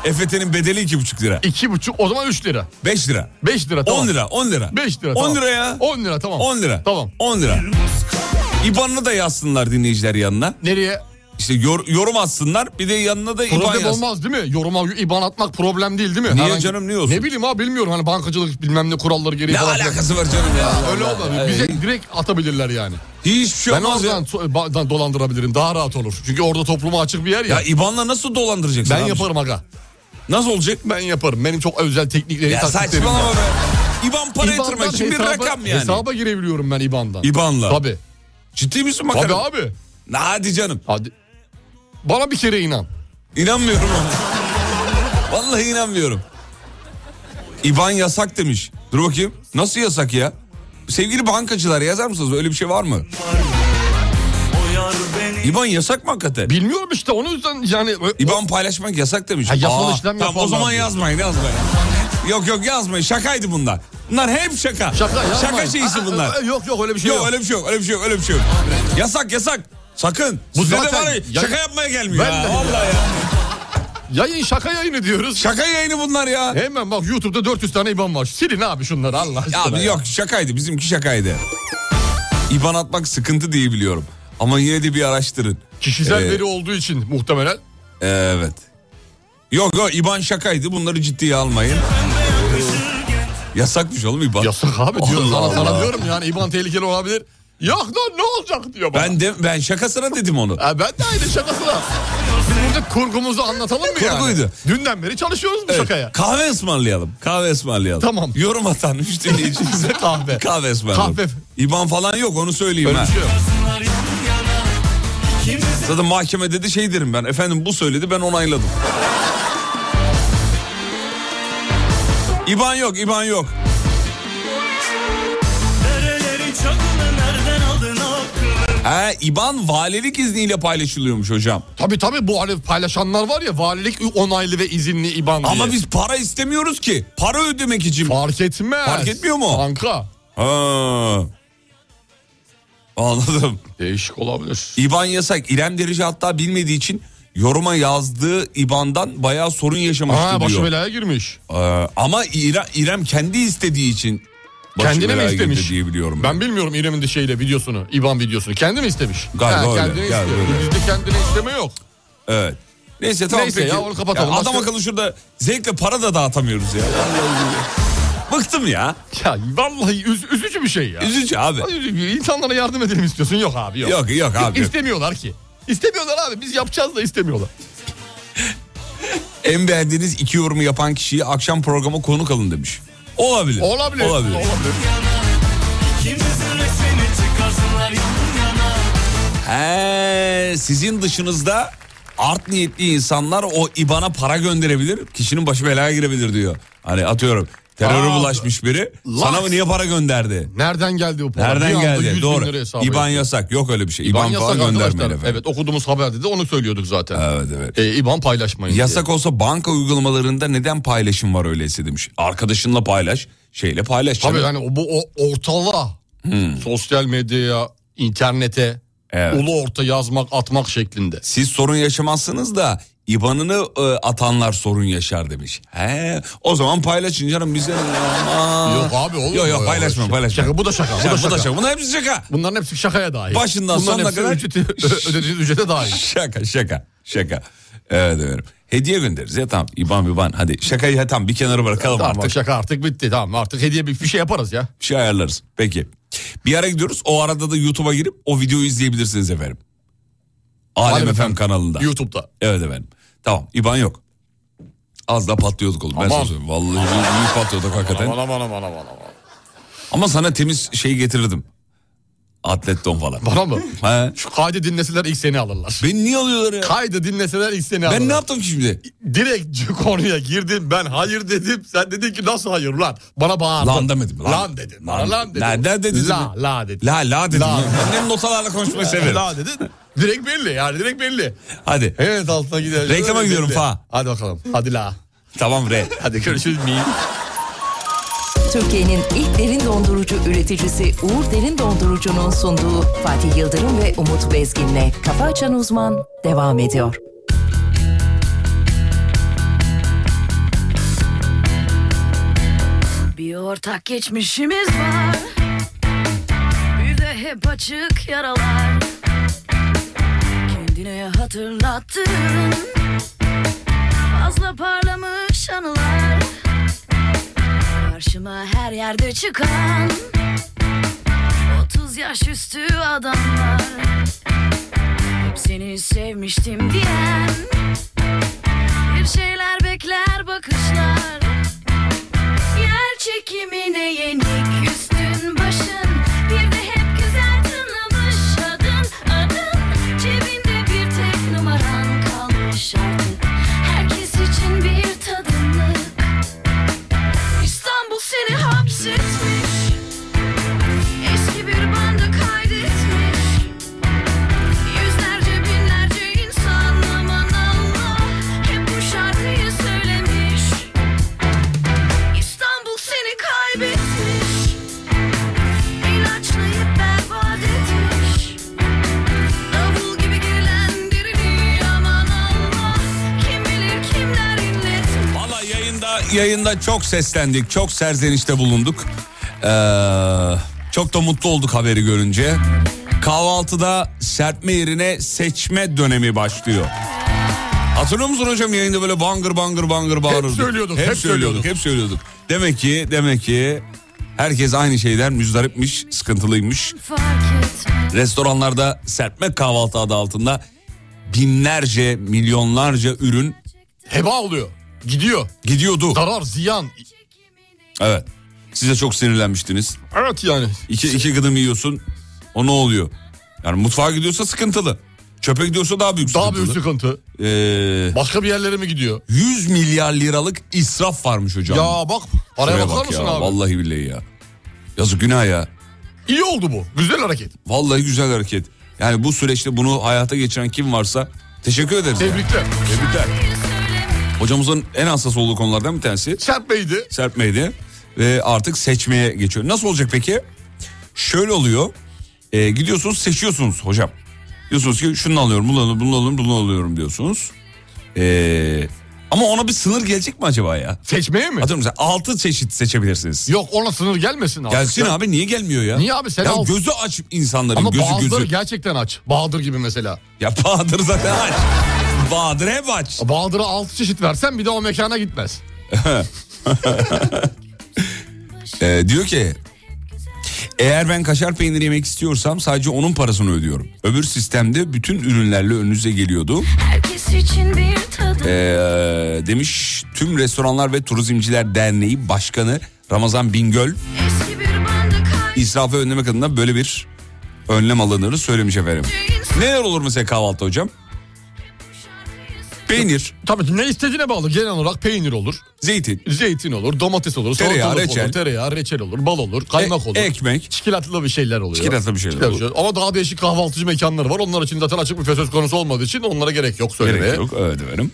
Speaker 4: EFT'nin bedeli 2,5 lira.
Speaker 5: 2,5 o zaman 3 lira.
Speaker 4: 5 lira.
Speaker 5: 5 lira tamam.
Speaker 4: 10 lira, 10 lira.
Speaker 5: 5 lira
Speaker 4: 10
Speaker 5: tamam.
Speaker 4: lira ya.
Speaker 5: 10 lira tamam.
Speaker 4: 10 lira.
Speaker 5: Tamam.
Speaker 4: 10 lira. İBAN'ını da yazsınlar dinleyiciler yanına.
Speaker 5: Nereye?
Speaker 4: İşte yor- yorum atsınlar. Bir de yanına da İBAN
Speaker 5: Problem
Speaker 4: yazsın.
Speaker 5: olmaz değil mi? Yoruma IBAN atmak problem değil değil mi?
Speaker 4: Niye canım, niye olsun?
Speaker 5: Ne bileyim abi bilmiyorum hani bankacılık bilmem ne kuralları gereği
Speaker 4: Ne
Speaker 5: falan filan.
Speaker 4: alakası var canım ya?
Speaker 5: Öyle olmaz. Bize direkt atabilirler yani.
Speaker 4: Hiçbir şey
Speaker 5: Ben
Speaker 4: olmaz ya.
Speaker 5: oradan so- ba- da- dolandırabilirim. Daha rahat olur. Çünkü orada topluma açık bir yer ya.
Speaker 4: Ya İBAN'la nasıl dolandıracaksın?
Speaker 5: ben
Speaker 4: abi?
Speaker 5: yaparım aga.
Speaker 4: Nasıl olacak?
Speaker 5: Ben yaparım. Benim çok özel teknikleri
Speaker 4: Ya
Speaker 5: taktiklerim
Speaker 4: saçmalama
Speaker 5: var.
Speaker 4: be. İBAN para
Speaker 5: İBAN'dan
Speaker 4: yatırmak için bir
Speaker 5: hesaba-
Speaker 4: rakam yani.
Speaker 5: Hesaba girebiliyorum ben İBAN'dan.
Speaker 4: İBAN'la.
Speaker 5: Tabii.
Speaker 4: Ciddi misin
Speaker 5: Tabii
Speaker 4: makara?
Speaker 5: abi.
Speaker 4: Hadi canım.
Speaker 5: Hadi. Bana bir kere inan.
Speaker 4: İnanmıyorum ona. Vallahi inanmıyorum. İban yasak demiş. Dur bakayım. Nasıl yasak ya? Sevgili bankacılar yazar mısınız? Öyle bir şey var mı? İban yasak mı hakikaten?
Speaker 5: Bilmiyorum işte onun yüzden yani...
Speaker 4: İban paylaşmak yasak demiş.
Speaker 5: Ha, yasal işlem
Speaker 4: tamam o
Speaker 5: yaparlar
Speaker 4: zaman
Speaker 5: diyor.
Speaker 4: yazmayın yazmayın. Yok yok yazmayın şakaydı bunlar. Bunlar hep şaka.
Speaker 5: Şaka yapmayın.
Speaker 4: şeysi
Speaker 5: Aa,
Speaker 4: bunlar.
Speaker 5: aa, Yok yok öyle bir şey yok.
Speaker 4: Yok öyle bir şey yok, öyle bir şey yok, öyle bir şey yok. Yasak yasak. Sakın.
Speaker 5: Bu
Speaker 4: Size de
Speaker 5: zaten-
Speaker 4: var ya,
Speaker 5: Ya-
Speaker 4: şaka yapmaya gelmiyor.
Speaker 5: Ben
Speaker 4: ha,
Speaker 5: de-
Speaker 4: Vallahi ya.
Speaker 5: Yayın şaka yayını diyoruz.
Speaker 4: Şaka yayını bunlar ya.
Speaker 5: Hemen bak YouTube'da 400 tane IBAN var. Silin abi şunları Allah
Speaker 4: Ya
Speaker 5: aşkına.
Speaker 4: abi yok şakaydı bizimki şakaydı. İban atmak sıkıntı diye biliyorum. Ama yine de bir araştırın.
Speaker 5: Kişisel
Speaker 4: Ee,
Speaker 5: veri olduğu için muhtemelen.
Speaker 4: Evet. Yok yok İban şakaydı bunları ciddiye almayın. Yasakmış oğlum İban.
Speaker 5: Yasak abi diyor.
Speaker 4: Allah
Speaker 5: Sana, sana
Speaker 4: Allah.
Speaker 5: diyorum yani IBAN tehlikeli olabilir. Yok lan ne olacak diyor bana.
Speaker 4: Ben de ben şakasına dedim onu.
Speaker 5: Ha, ben de aynı şakasına. Biz burada kurgumuzu anlatalım mı yani?
Speaker 4: Kurguydu.
Speaker 5: Dünden beri çalışıyoruz bu
Speaker 4: Evet,
Speaker 5: şakaya.
Speaker 4: Kahve ısmarlayalım. Kahve ısmarlayalım.
Speaker 5: Tamam.
Speaker 4: Yorum atan üç dinleyicimize
Speaker 5: Kahve.
Speaker 4: kahve ısmarlayalım.
Speaker 5: Kahve.
Speaker 4: İban falan yok onu söyleyeyim
Speaker 5: Öyle
Speaker 4: ha.
Speaker 5: bir şey yok.
Speaker 4: Zaten mahkemede de şey derim ben. Efendim bu söyledi ben onayladım. İban yok, İban yok.
Speaker 8: Nereleri çakını nereden aldın aklını
Speaker 4: He, İban valilik izniyle paylaşılıyormuş hocam.
Speaker 5: Tabii tabii bu hani paylaşanlar var ya valilik onaylı ve izinli IBAN diye.
Speaker 4: Ama biz para istemiyoruz ki. Para ödemek için.
Speaker 5: Fark etmez.
Speaker 4: Fark etmiyor mu?
Speaker 5: Kanka.
Speaker 4: Ha. Anladım.
Speaker 5: Değişik olabilir.
Speaker 4: İban yasak. İrem Derici hatta bilmediği için yoruma yazdığı İban'dan bayağı sorun yaşamıştı
Speaker 5: Ha başı
Speaker 4: diyor.
Speaker 5: belaya girmiş.
Speaker 4: Ee, ama İra- İrem kendi istediği için başı
Speaker 5: Kendine mi
Speaker 4: belaya girdi
Speaker 5: istemiş?
Speaker 4: diye biliyorum.
Speaker 5: Ben bilmiyorum İrem'in de şeyle videosunu, İBAN videosunu. Kendi mi istemiş?
Speaker 4: Galiba öyle,
Speaker 5: Kendini
Speaker 4: galiba
Speaker 5: istiyor.
Speaker 4: öyle.
Speaker 5: Bizde kendine isteme yok.
Speaker 4: Evet. Neyse tamam
Speaker 5: Neyse
Speaker 4: peki.
Speaker 5: ya, onu kapatalım.
Speaker 4: Ya adam
Speaker 5: Başka-
Speaker 4: akıllı şurada zevkle para da dağıtamıyoruz ya. Bıktım ya.
Speaker 5: Ya vallahi üz- üzücü bir şey ya.
Speaker 4: Üzücü abi.
Speaker 5: Ay, üzücü. İnsanlara yardım edelim istiyorsun. Yok abi yok.
Speaker 4: Yok yok abi. yok.
Speaker 5: İstemiyorlar ki. İstemiyorlar abi biz yapacağız da istemiyorlar.
Speaker 4: En beğendiğiniz iki yorumu yapan kişiyi akşam programa konuk alın demiş. Olabilir.
Speaker 5: Olabilir.
Speaker 4: Olabilir.
Speaker 8: İkimizin resmini çıkarsınlar yan yana
Speaker 4: He, sizin dışınızda art niyetli insanlar o IBAN'a para gönderebilir. Kişinin başı belaya girebilir diyor. Hani atıyorum teröre
Speaker 5: Aa,
Speaker 4: bulaşmış biri. Sana mı niye para gönderdi?
Speaker 5: Nereden geldi o para? Bir
Speaker 4: Nereden
Speaker 5: anda 100
Speaker 4: geldi?
Speaker 5: bin
Speaker 4: Doğru.
Speaker 5: lira hesaba
Speaker 4: İban
Speaker 5: yatıyor.
Speaker 4: yasak. Yok öyle bir şey.
Speaker 5: İBAN
Speaker 4: İban, falan
Speaker 5: yasak
Speaker 4: göndermeyin
Speaker 5: arkadaşlar.
Speaker 4: efendim.
Speaker 5: Evet okuduğumuz haberde de onu söylüyorduk zaten.
Speaker 4: Evet evet.
Speaker 5: E, İBAN paylaşmayın
Speaker 4: Yasak olsa banka uygulamalarında neden paylaşım var öyleyse demiş. Arkadaşınla paylaş, şeyle paylaş.
Speaker 5: Tabii
Speaker 4: canım.
Speaker 5: yani o- bu o, ortalığa, sosyal medyaya, internete,
Speaker 4: Hmm. Evet.
Speaker 5: ulu orta yazmak, atmak şeklinde.
Speaker 4: Siz sorun yaşamazsınız da IBAN'ını e, atanlar sorun yaşar demiş. He, o zaman paylaşın canım bize. Aman.
Speaker 5: Yok abi olur
Speaker 4: Yok
Speaker 5: mu
Speaker 4: yok
Speaker 5: ya?
Speaker 4: paylaşma
Speaker 5: Şaka-
Speaker 4: paylaşma.
Speaker 5: şaka- bu da şaka, bu da
Speaker 4: Şaka,
Speaker 5: şaka.
Speaker 4: Bunlar hepsi şaka.
Speaker 5: Bunların hepsi şakaya dahil.
Speaker 4: Başından
Speaker 5: Bunların
Speaker 4: sonuna
Speaker 5: hepsi
Speaker 4: kadar-
Speaker 5: ücreti, ö- ödediğiniz ücrete dahil.
Speaker 4: Şaka şaka şaka. Evet efendim. Hediye göndeririz ya tamam IBAN IBAN hadi şakayı ha, tamam bir kenara bırakalım
Speaker 5: Tamam
Speaker 4: artık.
Speaker 5: artık şaka artık bitti tamam artık hediye bir, bir şey yaparız ya.
Speaker 4: Bir şey ayarlarız. Peki. Bir ara gidiyoruz. O arada da YouTube'a girip o videoyu izleyebilirsiniz efendim. Alem
Speaker 5: Alem
Speaker 4: FM
Speaker 5: FM
Speaker 4: kanalında.
Speaker 5: YouTube'da.
Speaker 4: Evet efendim. Tamam. İban yok. Az da patlıyorduk oğlum. Ben
Speaker 5: Aman.
Speaker 4: sana söyleyeyim. Vallahi iyi, iyi patlıyorduk hakikaten.
Speaker 5: aman aman aman aman.
Speaker 4: Ama sana temiz şey getirirdim. Atlet don falan.
Speaker 5: Bana mı?
Speaker 4: He.
Speaker 5: Şu kaydı dinleseler ilk seni alırlar.
Speaker 4: Beni niye alıyorlar ya?
Speaker 5: Kaydı dinleseler ilk seni alırlar.
Speaker 4: ben ne yaptım ki şimdi?
Speaker 5: Direkt konuya girdim ben hayır dedim. Sen dedin ki nasıl hayır lan? Bana bağırdın.
Speaker 4: Lan demedim.
Speaker 5: Lan, dedim. Lan, lan dedim.
Speaker 4: Nereden dedin?
Speaker 5: La la dedim.
Speaker 4: La la dedim.
Speaker 5: La.
Speaker 4: Annem notalarla konuşmayı severim.
Speaker 5: La dedin. Direkt belli yani direkt belli.
Speaker 4: Hadi.
Speaker 5: Evet altına gidelim.
Speaker 4: Reklama gidiyorum fa.
Speaker 5: Hadi bakalım. Hadi la.
Speaker 4: Tamam re.
Speaker 5: Hadi görüşürüz mi?
Speaker 7: Türkiye'nin ilk derin dondurucu üreticisi Uğur Derin Dondurucu'nun sunduğu Fatih Yıldırım ve Umut Bezgin'le Kafa Açan Uzman devam ediyor.
Speaker 11: Bir ortak geçmişimiz var Bir de hep açık yaralar Kendine hatırlattığın Fazla parlamış anılar Karşıma her yerde çıkan 30 yaş üstü adamlar Hep seni sevmiştim diyen Bir şeyler bekler bakışlar Yer çekimine yenik üstün başın Bir de hep güzel tınlamış adın adın Cebinde bir tek numaran kalmış artık Herkes için bir tadımlık İstanbul seni hapsetmiş Eski bir banda kaydetmiş Yüzlerce binlerce insan aman Allah Hep bu şarkıyı söylemiş İstanbul seni kaybetmiş
Speaker 4: yayında çok seslendik, çok serzenişte bulunduk. Ee, çok da mutlu olduk haberi görünce. Kahvaltıda serpme yerine seçme dönemi başlıyor. Hatırlıyor musun hocam yayında böyle bangır bangır bangır bağırırdık.
Speaker 5: söylüyorduk, hep
Speaker 4: söylüyorduk, hep söylüyorduk. Demek ki, demek ki herkes aynı şeyden müzdaripmiş, sıkıntılıymış.
Speaker 11: Fark etmez
Speaker 4: Restoranlarda serpme kahvaltı adı altında binlerce, milyonlarca ürün
Speaker 5: heba oluyor. Gidiyor.
Speaker 4: Gidiyordu.
Speaker 5: Zarar, ziyan.
Speaker 4: Evet. Size çok sinirlenmiştiniz.
Speaker 5: Evet yani.
Speaker 4: İki, iki gıdım yiyorsun. O ne oluyor? Yani mutfağa gidiyorsa sıkıntılı. Çöpe gidiyorsa daha büyük
Speaker 5: Daha
Speaker 4: sıkıntılı.
Speaker 5: büyük sıkıntı.
Speaker 4: Ee,
Speaker 5: Başka bir yerlere mi gidiyor?
Speaker 4: 100 milyar liralık israf varmış hocam.
Speaker 5: Ya bak, araya
Speaker 4: Şuraya
Speaker 5: bakar
Speaker 4: bak
Speaker 5: mısın
Speaker 4: ya,
Speaker 5: abi?
Speaker 4: Vallahi billahi ya. Yazık günah ya.
Speaker 5: İyi oldu bu. Güzel hareket.
Speaker 4: Vallahi güzel hareket. Yani bu süreçte bunu hayata geçiren kim varsa teşekkür ederiz.
Speaker 5: Tebrikler.
Speaker 4: Tebrikler. Hocamızın en hassas olduğu konulardan bir tanesi.
Speaker 5: Serpmeydi.
Speaker 4: serpmeydi ve artık seçmeye geçiyor. Nasıl olacak peki? Şöyle oluyor. E, gidiyorsunuz seçiyorsunuz hocam. Diyorsunuz ki şunu alıyorum, bunu alıyorum, bunu alıyorum, bunu alıyorum diyorsunuz. E, ama ona bir sınır gelecek mi acaba ya?
Speaker 5: Seçmeye mi?
Speaker 4: Atıyorum mesela 6 çeşit seçebilirsiniz.
Speaker 5: Yok ona sınır gelmesin abi.
Speaker 4: Gelsin
Speaker 5: Ya-
Speaker 4: abi niye gelmiyor ya?
Speaker 5: Niye abi, sen
Speaker 4: ya
Speaker 5: al.
Speaker 4: gözü aç insanların
Speaker 5: Ama
Speaker 4: gözü
Speaker 5: Bahadır
Speaker 4: gözü.
Speaker 5: gerçekten aç. Bahadır gibi mesela.
Speaker 4: Ya Bahadır zaten aç. Bahadır hep aç.
Speaker 5: Bahadır'a 6 çeşit versen bir de o mekana gitmez.
Speaker 4: E, diyor ki eğer ben kaşar peyniri yemek istiyorsam sadece onun parasını ödüyorum. Öbür sistemde bütün ürünlerle önünüze geliyordu.
Speaker 11: herkes için bir tadı
Speaker 4: E, demiş tüm restoranlar ve turizmciler derneği başkanı Ramazan Bingöl
Speaker 11: Eski bir bandı kaydı
Speaker 4: israfı önlemek adına böyle bir önlem alındığını söylemiş efendim. Neler olur mesela kahvaltı hocam? Peynir,
Speaker 5: Tabii ne istediğine bağlı. Genel olarak peynir olur.
Speaker 4: zeytin,
Speaker 5: Zeytin olur, domates olur,
Speaker 4: Tereyağı,
Speaker 5: salatalık
Speaker 4: reçel.
Speaker 5: olur, tereyağı, reçel olur, bal olur, kaymak
Speaker 4: e-
Speaker 5: olur.
Speaker 4: ekmek.
Speaker 5: Çikolatlı bir şeyler oluyor.
Speaker 4: Çikolatlı bir şey şeyler olur.
Speaker 5: oluyor. Ama daha değişik kahvaltıcı mekanları var. Onlar için zaten açık bir söz konusu olmadığı için onlara gerek yok söylemeye.
Speaker 4: Gerek yok evet efendim.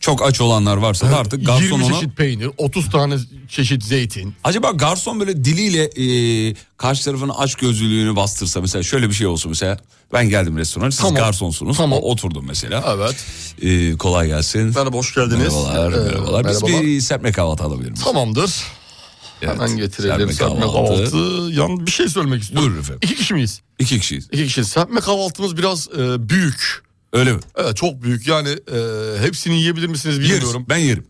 Speaker 4: Çok aç olanlar varsa da artık garson
Speaker 5: 20
Speaker 4: ona...
Speaker 5: çeşit peynir, 30 tane çeşit zeytin.
Speaker 4: Acaba garson böyle diliyle e, karşı tarafın aç gözlülüğünü bastırsa mesela şöyle bir şey olsun mesela ben geldim restorana siz
Speaker 5: Tamam.
Speaker 4: garsonsunuz
Speaker 5: Tamam.
Speaker 4: O- oturdum mesela
Speaker 5: Evet.
Speaker 4: E, kolay gelsin
Speaker 5: Merhaba, hoş geldiniz.
Speaker 4: merhabalar,
Speaker 5: Ee,
Speaker 4: merhabalar. biz
Speaker 5: merhabalar.
Speaker 4: bir serpme kahvaltı alabilir miyiz?
Speaker 5: Tamamdır.
Speaker 4: Evet,
Speaker 5: Hemen getirelim.
Speaker 4: serpme
Speaker 5: Serpme
Speaker 4: kahvaltı.
Speaker 5: kahvaltı. Yan bir şey söylemek istiyorum.
Speaker 4: Buyurun efendim.
Speaker 5: İki kişi miyiz?
Speaker 4: İki kişiyiz
Speaker 5: İki kişi. Serpme kahvaltımız biraz e, büyük.
Speaker 4: öyle mi?
Speaker 5: Evet çok büyük. Yani e, hepsini yiyebilir misiniz bilmiyorum.
Speaker 4: Yeriz ben yerim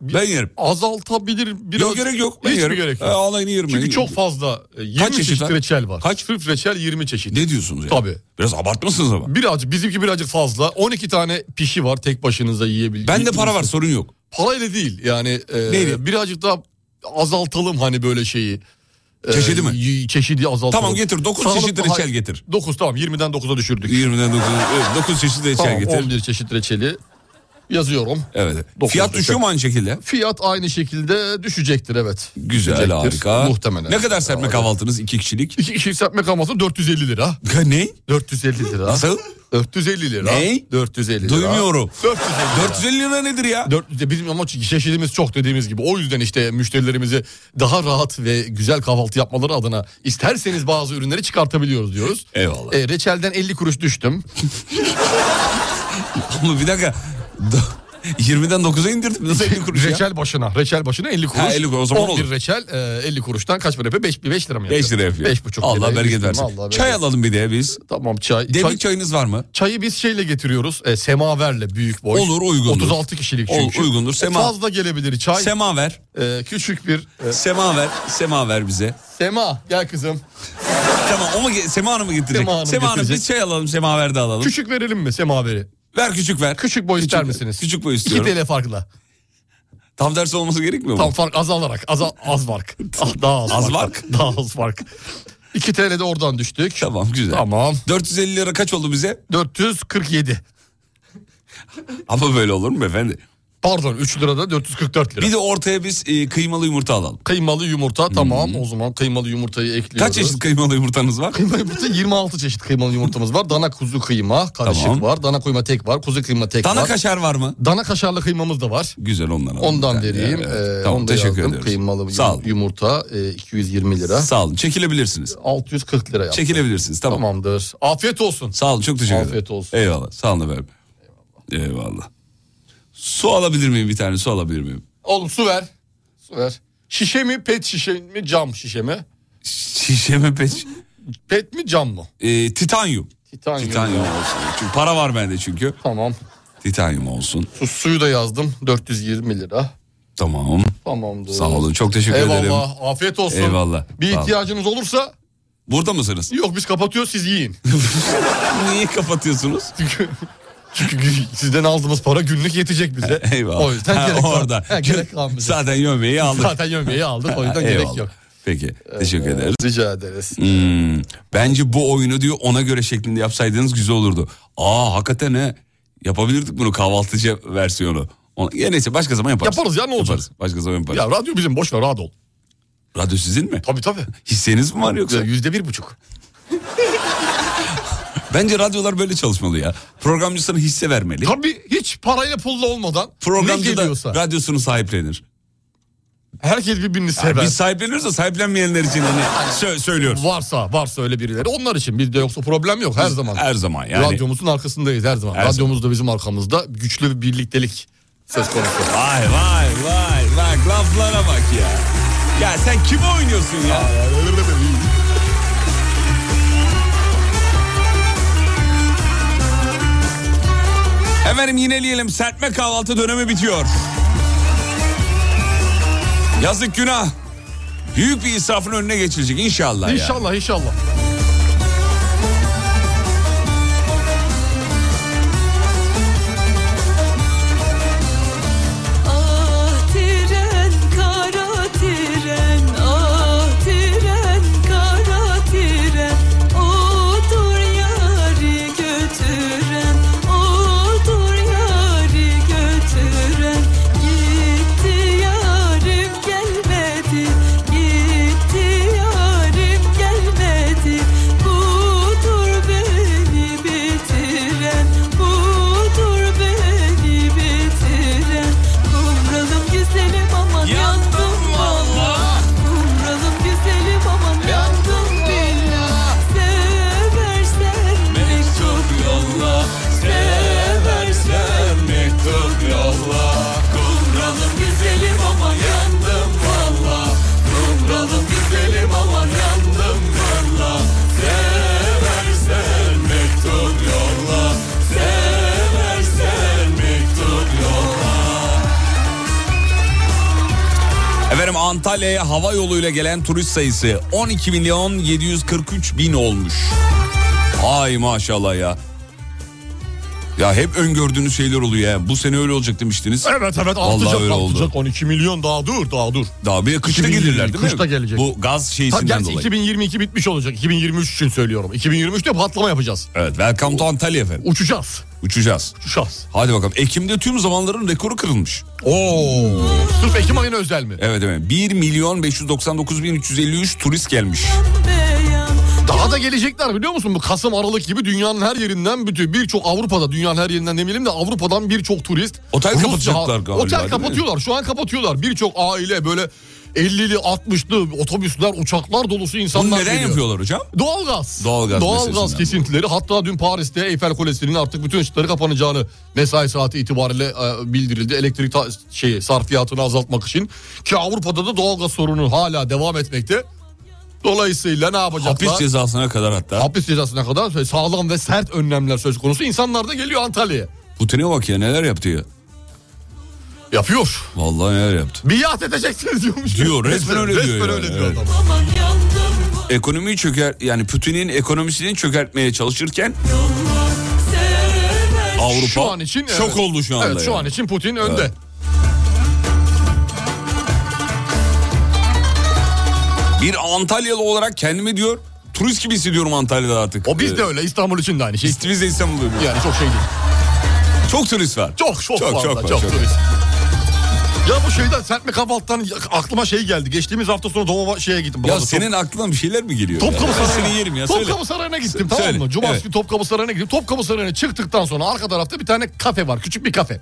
Speaker 4: ben yerim
Speaker 5: Azaltabilir biraz.
Speaker 4: Yok gerek yok ben
Speaker 5: Hiç mi
Speaker 4: yerim
Speaker 5: gerek yok?
Speaker 4: E, alayını yerim
Speaker 5: Çünkü
Speaker 4: Ben-
Speaker 5: çok fazla. e, 20
Speaker 4: Kaç çeşit
Speaker 5: çeşit
Speaker 4: var?
Speaker 5: reçel var.
Speaker 4: Kaç?
Speaker 5: Sırf reçel 20 çeşit.
Speaker 4: Ne diyorsunuz ya?
Speaker 5: Tabii.
Speaker 4: Biraz abartmasınız ama
Speaker 5: Birazcık bizimki birazcık fazla. 12 tane pişi var tek başınıza yiyebildiğiniz.
Speaker 4: Bende para var sorun yok
Speaker 5: Parayla değil yani. e,
Speaker 4: Neyle?
Speaker 5: Birazcık daha azaltalım hani böyle şeyi. E,
Speaker 4: Çeşidi mi?
Speaker 5: y- çeşidi azaltalım.
Speaker 4: Tamam getir 9
Speaker 5: Sağlıklı
Speaker 4: çeşit
Speaker 5: hay-
Speaker 4: reçel getir
Speaker 5: 9 tamam 20'den 9'a düşürdük.
Speaker 4: 20'den 9, 9 çeşit reçel
Speaker 5: tamam,
Speaker 4: getir
Speaker 5: 11 çeşit reçeli yazıyorum.
Speaker 4: Evet.
Speaker 5: Dokuz
Speaker 4: Fiyat
Speaker 5: reçel.
Speaker 4: düşüyor mu aynı şekilde?
Speaker 5: Fiyat aynı şekilde düşecektir evet.
Speaker 4: Güzel
Speaker 5: Düşecektir,
Speaker 4: harika.
Speaker 5: Muhtemelen.
Speaker 4: Ne kadar serpme
Speaker 5: Herhalde.
Speaker 4: kahvaltınız iki kişilik?
Speaker 5: İki kişi serpme kalması 450 lira.
Speaker 4: ne?
Speaker 5: 450 lira.
Speaker 4: Nasıl?
Speaker 5: 450 lira.
Speaker 4: Ne?
Speaker 5: 450 lira.
Speaker 4: Duymuyorum.
Speaker 5: 450 lira.
Speaker 4: 450 lira nedir ya?
Speaker 5: 400 bizim ama çeşidimiz çok dediğimiz gibi. O yüzden işte müşterilerimizi daha rahat ve güzel kahvaltı yapmaları adına isterseniz bazı ürünleri çıkartabiliyoruz diyoruz.
Speaker 4: Eyvallah.
Speaker 5: E, reçelden 50 kuruş düştüm.
Speaker 4: Ama bir dakika. Do- 20'den 9'a indirdim. Nasıl 50 kuruş ya?
Speaker 5: reçel başına. Reçel başına 50 kuruş.
Speaker 4: Ha, 50 kuruş, o zaman
Speaker 5: 11
Speaker 4: olur.
Speaker 5: reçel e, 50 kuruştan kaç para yapıyor? 5, 5 lira mı yapıyor?
Speaker 4: 5 lira yapıyor.
Speaker 5: 5,5 lira.
Speaker 4: Allah bereket
Speaker 5: Bilmiyorum,
Speaker 4: versin.
Speaker 5: Allah bereket
Speaker 4: Çay
Speaker 5: versin.
Speaker 4: alalım bir de biz.
Speaker 5: Tamam çay.
Speaker 4: Demlik
Speaker 5: çay-
Speaker 4: çayınız var mı?
Speaker 5: Çayı biz şeyle getiriyoruz. E, semaverle büyük boy.
Speaker 4: Olur, uygundur.
Speaker 5: 36 kişilik
Speaker 4: Ol-
Speaker 5: çünkü.
Speaker 4: uygundur.
Speaker 5: E,
Speaker 4: Sema-
Speaker 5: Fazla gelebilir çay.
Speaker 4: Sema ver.
Speaker 5: E, küçük bir e,
Speaker 4: Sema ver. Sema ver bize.
Speaker 5: Sema gel kızım.
Speaker 4: Tamam o mu ge- Sema Hanım mı getirecek?
Speaker 5: Sema Hanım getirecek.
Speaker 4: biz çay alalım Sema ver de alalım.
Speaker 5: Küçük verelim mi semaveri?
Speaker 4: ver küçük ver.
Speaker 5: Küçük boy ister misiniz?
Speaker 4: Küçük boy
Speaker 5: İki
Speaker 4: istiyorum.
Speaker 5: TL farkla.
Speaker 4: Tam tersi olması gerekmiyor mu?
Speaker 5: Tam fark azalarak. Az, az fark. Ah, Daha az,
Speaker 4: Az
Speaker 5: fark. Daha az fark. 2 TL de oradan düştük.
Speaker 4: Tamam güzel.
Speaker 5: Tamam.
Speaker 4: 450 lira kaç oldu bize?
Speaker 5: 447.
Speaker 4: Ama böyle olur mu efendi?
Speaker 5: Pardon 3 lirada 444 lira. Hmm.
Speaker 4: Bir de ortaya biz e, kıymalı yumurta alalım.
Speaker 5: Kıymalı yumurta tamam o zaman kıymalı yumurtayı ekliyoruz.
Speaker 4: Kaç çeşit kıymalı yumurtanız var?
Speaker 5: Kıymalı yumurta 26 çeşit kıymalı yumurtamız var. Dana kuzu kıyma karışık
Speaker 4: Tamam.
Speaker 5: var. Dana kıyma tek var. Kuzu kıyma tek
Speaker 4: Dana
Speaker 5: var.
Speaker 4: kaşar var mı?
Speaker 5: Dana kaşarlı kıymamız da var.
Speaker 4: Güzel ondan alalım.
Speaker 5: Ondan
Speaker 4: Yani,
Speaker 5: vereyim.
Speaker 4: evet.
Speaker 5: Ee,
Speaker 4: tamam
Speaker 5: onu da
Speaker 4: teşekkür
Speaker 5: yazdım.
Speaker 4: ediyoruz.
Speaker 5: Kıymalı yum-
Speaker 4: Sağ olun.
Speaker 5: yumurta e, 220 lira.
Speaker 4: Sağ olun. Çekilebilirsiniz.
Speaker 5: 640 lira yaptım.
Speaker 4: Çekilebilirsiniz. Tamam.
Speaker 5: Tamamdır. Afiyet olsun.
Speaker 4: Sağ olun. Çok teşekkür ederim.
Speaker 5: Afiyet olsun.
Speaker 4: Eyvallah. Sağ olun efendim. Eyvallah. Su alabilir miyim bir tane su alabilir miyim?
Speaker 5: Oğlum su ver. Su ver. Şişe mi pet şişe mi cam şişe mi?
Speaker 4: Şişe mi pet?
Speaker 5: Pet mi cam mı?
Speaker 4: Ee, titanyum.
Speaker 5: Titanyum.
Speaker 4: Titanyum olsun. Çünkü para var bende çünkü.
Speaker 5: Tamam.
Speaker 4: Titanyum olsun.
Speaker 5: Su, suyu da yazdım 420 lira.
Speaker 4: Tamam.
Speaker 5: Tamamdır.
Speaker 4: Sağ olun. Çok teşekkür
Speaker 5: Eyvallah.
Speaker 4: ederim.
Speaker 5: Afiyet olsun.
Speaker 4: Eyvallah.
Speaker 5: Bir
Speaker 4: Sağ olun.
Speaker 5: ihtiyacınız olursa
Speaker 4: Burada mısınız?
Speaker 5: yok biz kapatıyoruz siz yiyin.
Speaker 4: Niye kapatıyorsunuz?
Speaker 5: Çünkü gü- sizden aldığımız para günlük yetecek bize.
Speaker 4: Eyvallah.
Speaker 5: O yüzden
Speaker 4: Ha,
Speaker 5: gerek yok.
Speaker 4: orada.
Speaker 5: Ha, gerek kalmadı.
Speaker 4: Zaten yönmeyi aldık.
Speaker 5: Zaten yemeği aldık o yüzden gerek
Speaker 4: Eyvallah.
Speaker 5: yok.
Speaker 4: Peki. Teşekkür ederiz.
Speaker 5: Rica ederiz.
Speaker 4: Hmm, bence bu oyunu diyor ona göre şeklinde yapsaydınız güzel olurdu. Aa hakikaten he. Yapabilirdik bunu kahvaltıcı versiyonu. Ona, ya neyse başka zaman yaparız.
Speaker 5: Yaparız ya, ne olacak?
Speaker 4: Yaparız. Başka zaman yaparız.
Speaker 5: Ya radyo bizim boş ver rahat ol.
Speaker 4: Radyo sizin mi?
Speaker 5: Tabii tabii.
Speaker 4: Hisseniz mi var yoksa?
Speaker 5: Yüzde bir buçuk.
Speaker 4: Bence radyolar böyle çalışmalı ya. Programcısına hisse vermeli.
Speaker 5: Tabii hiç parayla pulla olmadan ne
Speaker 4: Programcı da
Speaker 5: geliyorsa.
Speaker 4: radyosunu sahiplenir.
Speaker 5: Herkes birbirini
Speaker 4: Yani
Speaker 5: sever.
Speaker 4: biz sahipleniyoruz da sahiplenmeyenler için hani sö- söylüyoruz.
Speaker 5: Varsa varsa öyle birileri onlar için bizde yoksa problem yok her zaman.
Speaker 4: Her zaman yani.
Speaker 5: Radyomuzun arkasındayız her zaman.
Speaker 4: Her
Speaker 5: Radyomuz da bizim arkamızda güçlü bir birliktelik söz konusu.
Speaker 4: Vay vay vay bak laflara bak ya. Ya sen kime oynuyorsun ya? Efendim yineleyelim sertme kahvaltı dönemi bitiyor. Yazık günah. Büyük bir israfın önüne geçilecek inşallah, ya.
Speaker 5: inşallah inşallah.
Speaker 2: Ah tren kara tren ah tren kara tren otur yari götüren otur yari götüren gitti yarim gelmedi gitti yarim gelmedi budur beni bitiren budur beni bitiren kumralım güzelim aman yandım valla kumralım güzelim aman yandım billah seversen mektup yolla seversen mektup yolla kumralım güzelim aman yandım valla kumralım güzelim aman yandım valla seversen mektup yolla seversen mektup yolla
Speaker 4: Efendim Antalya'ya hava yoluyla gelen turist sayısı 12 milyon 743 bin olmuş. Ay maşallah ya. Ya hep öngördüğünüz şeyler oluyor ya. Bu sene öyle olacak demiştiniz.
Speaker 5: Evet evet
Speaker 4: Vallahi
Speaker 5: artacak
Speaker 4: öyle oldu.
Speaker 5: artacak 12 milyon daha dur daha dur.
Speaker 4: Daha bir kışta
Speaker 5: 2020
Speaker 4: gelirler değil mi?
Speaker 5: kışta gelecek.
Speaker 4: Bu gaz
Speaker 5: Ta,
Speaker 4: şeysinden
Speaker 5: gerçi
Speaker 4: dolayı.
Speaker 5: 2022 bitmiş olacak 2023 için söylüyorum. 2023'te patlama yapacağız.
Speaker 4: Evet welcome to Antalya efendim.
Speaker 5: Uçacağız.
Speaker 4: Uçacağız.
Speaker 5: Uçacağız.
Speaker 4: Hadi bakalım. Ekim'de tüm zamanların rekoru kırılmış.
Speaker 5: Oo. Sırf Ekim ayına özel mi?
Speaker 4: Evet evet. 1 milyon 599 bin 353 turist gelmiş.
Speaker 5: Daha da gelecekler biliyor musun? Bu Kasım Aralık gibi dünyanın her yerinden bütün birçok Avrupa'da dünyanın her yerinden demeyelim de Avrupa'dan birçok turist.
Speaker 4: Otel kapatacaklar galiba, değil mi?
Speaker 5: Otel kapatıyorlar şu an kapatıyorlar. Birçok aile böyle 50'li 60'lı otobüsler uçaklar dolusu insanlar
Speaker 4: Bunu neden
Speaker 5: geliyor.
Speaker 4: yapıyorlar hocam?
Speaker 5: Doğalgaz.
Speaker 4: Doğalgaz meselesinden.
Speaker 5: kesintileri. Hatta dün Paris'te Eyfel Kulesi'nin artık bütün ışıkları kapanacağını mesai saati itibariyle e, bildirildi. Elektrik ta- şeyi sarfiyatını azaltmak için. Ki Avrupa'da da doğalgaz sorunu hala devam etmekte. Dolayısıyla ne yapacaklar?
Speaker 4: Hapis cezasına kadar hatta.
Speaker 5: Hapis cezasına kadar sağlam ve sert önlemler söz konusu. İnsanlar da geliyor Antalya'ya.
Speaker 4: Putin'e bak ya neler yaptı ya.
Speaker 5: Yapıyor.
Speaker 4: Vallahi neler yaptı.
Speaker 5: Biat edeceksiniz diyormuş.
Speaker 4: Diyor, resmen öyle diyor
Speaker 5: Resmen
Speaker 4: yani,
Speaker 5: öyle diyor
Speaker 4: evet.
Speaker 5: adam.
Speaker 4: ekonomiyi çöker yani Putin'in ekonomisini çökertmeye çalışırken Avrupa
Speaker 5: Şu an için
Speaker 4: şok
Speaker 5: evet.
Speaker 4: oldu şu anda.
Speaker 5: Evet şu
Speaker 4: yani.
Speaker 5: an için Putin önde.
Speaker 4: Evet. Bir Antalyalı olarak kendimi diyor turist gibi hissediyorum Antalya'da artık.
Speaker 5: O biz de
Speaker 4: Ee,
Speaker 5: öyle İstanbul için de aynı şey.
Speaker 4: biz de İstanbul'da yapıyoruz.
Speaker 5: Yani çok şey değil.
Speaker 4: Çok turist var.
Speaker 5: Çok çok
Speaker 4: Çok,
Speaker 5: fazla,
Speaker 4: çok
Speaker 5: çok,
Speaker 4: var, çok var.
Speaker 5: turist. Ya bu şeyden sertme kahvaltıdan aklıma şey geldi. Geçtiğimiz hafta sonu Doğu şeye gittim.
Speaker 4: Ya
Speaker 5: Bazı
Speaker 4: senin aklına bir şeyler mi geliyor?
Speaker 5: Top-
Speaker 4: ya?
Speaker 5: Topkapı
Speaker 4: Ben
Speaker 5: Sarayı'na.
Speaker 4: seni yerim ya. söyle.
Speaker 5: Topkapı Sarayı'na gittim tamam
Speaker 4: söyle,
Speaker 5: mı? Cumartesi
Speaker 4: evet.
Speaker 5: günü Topkapı Sarayı'na gittim. Topkapı Sarayı'na çıktıktan sonra arka tarafta bir tane kafe var. Küçük bir kafe.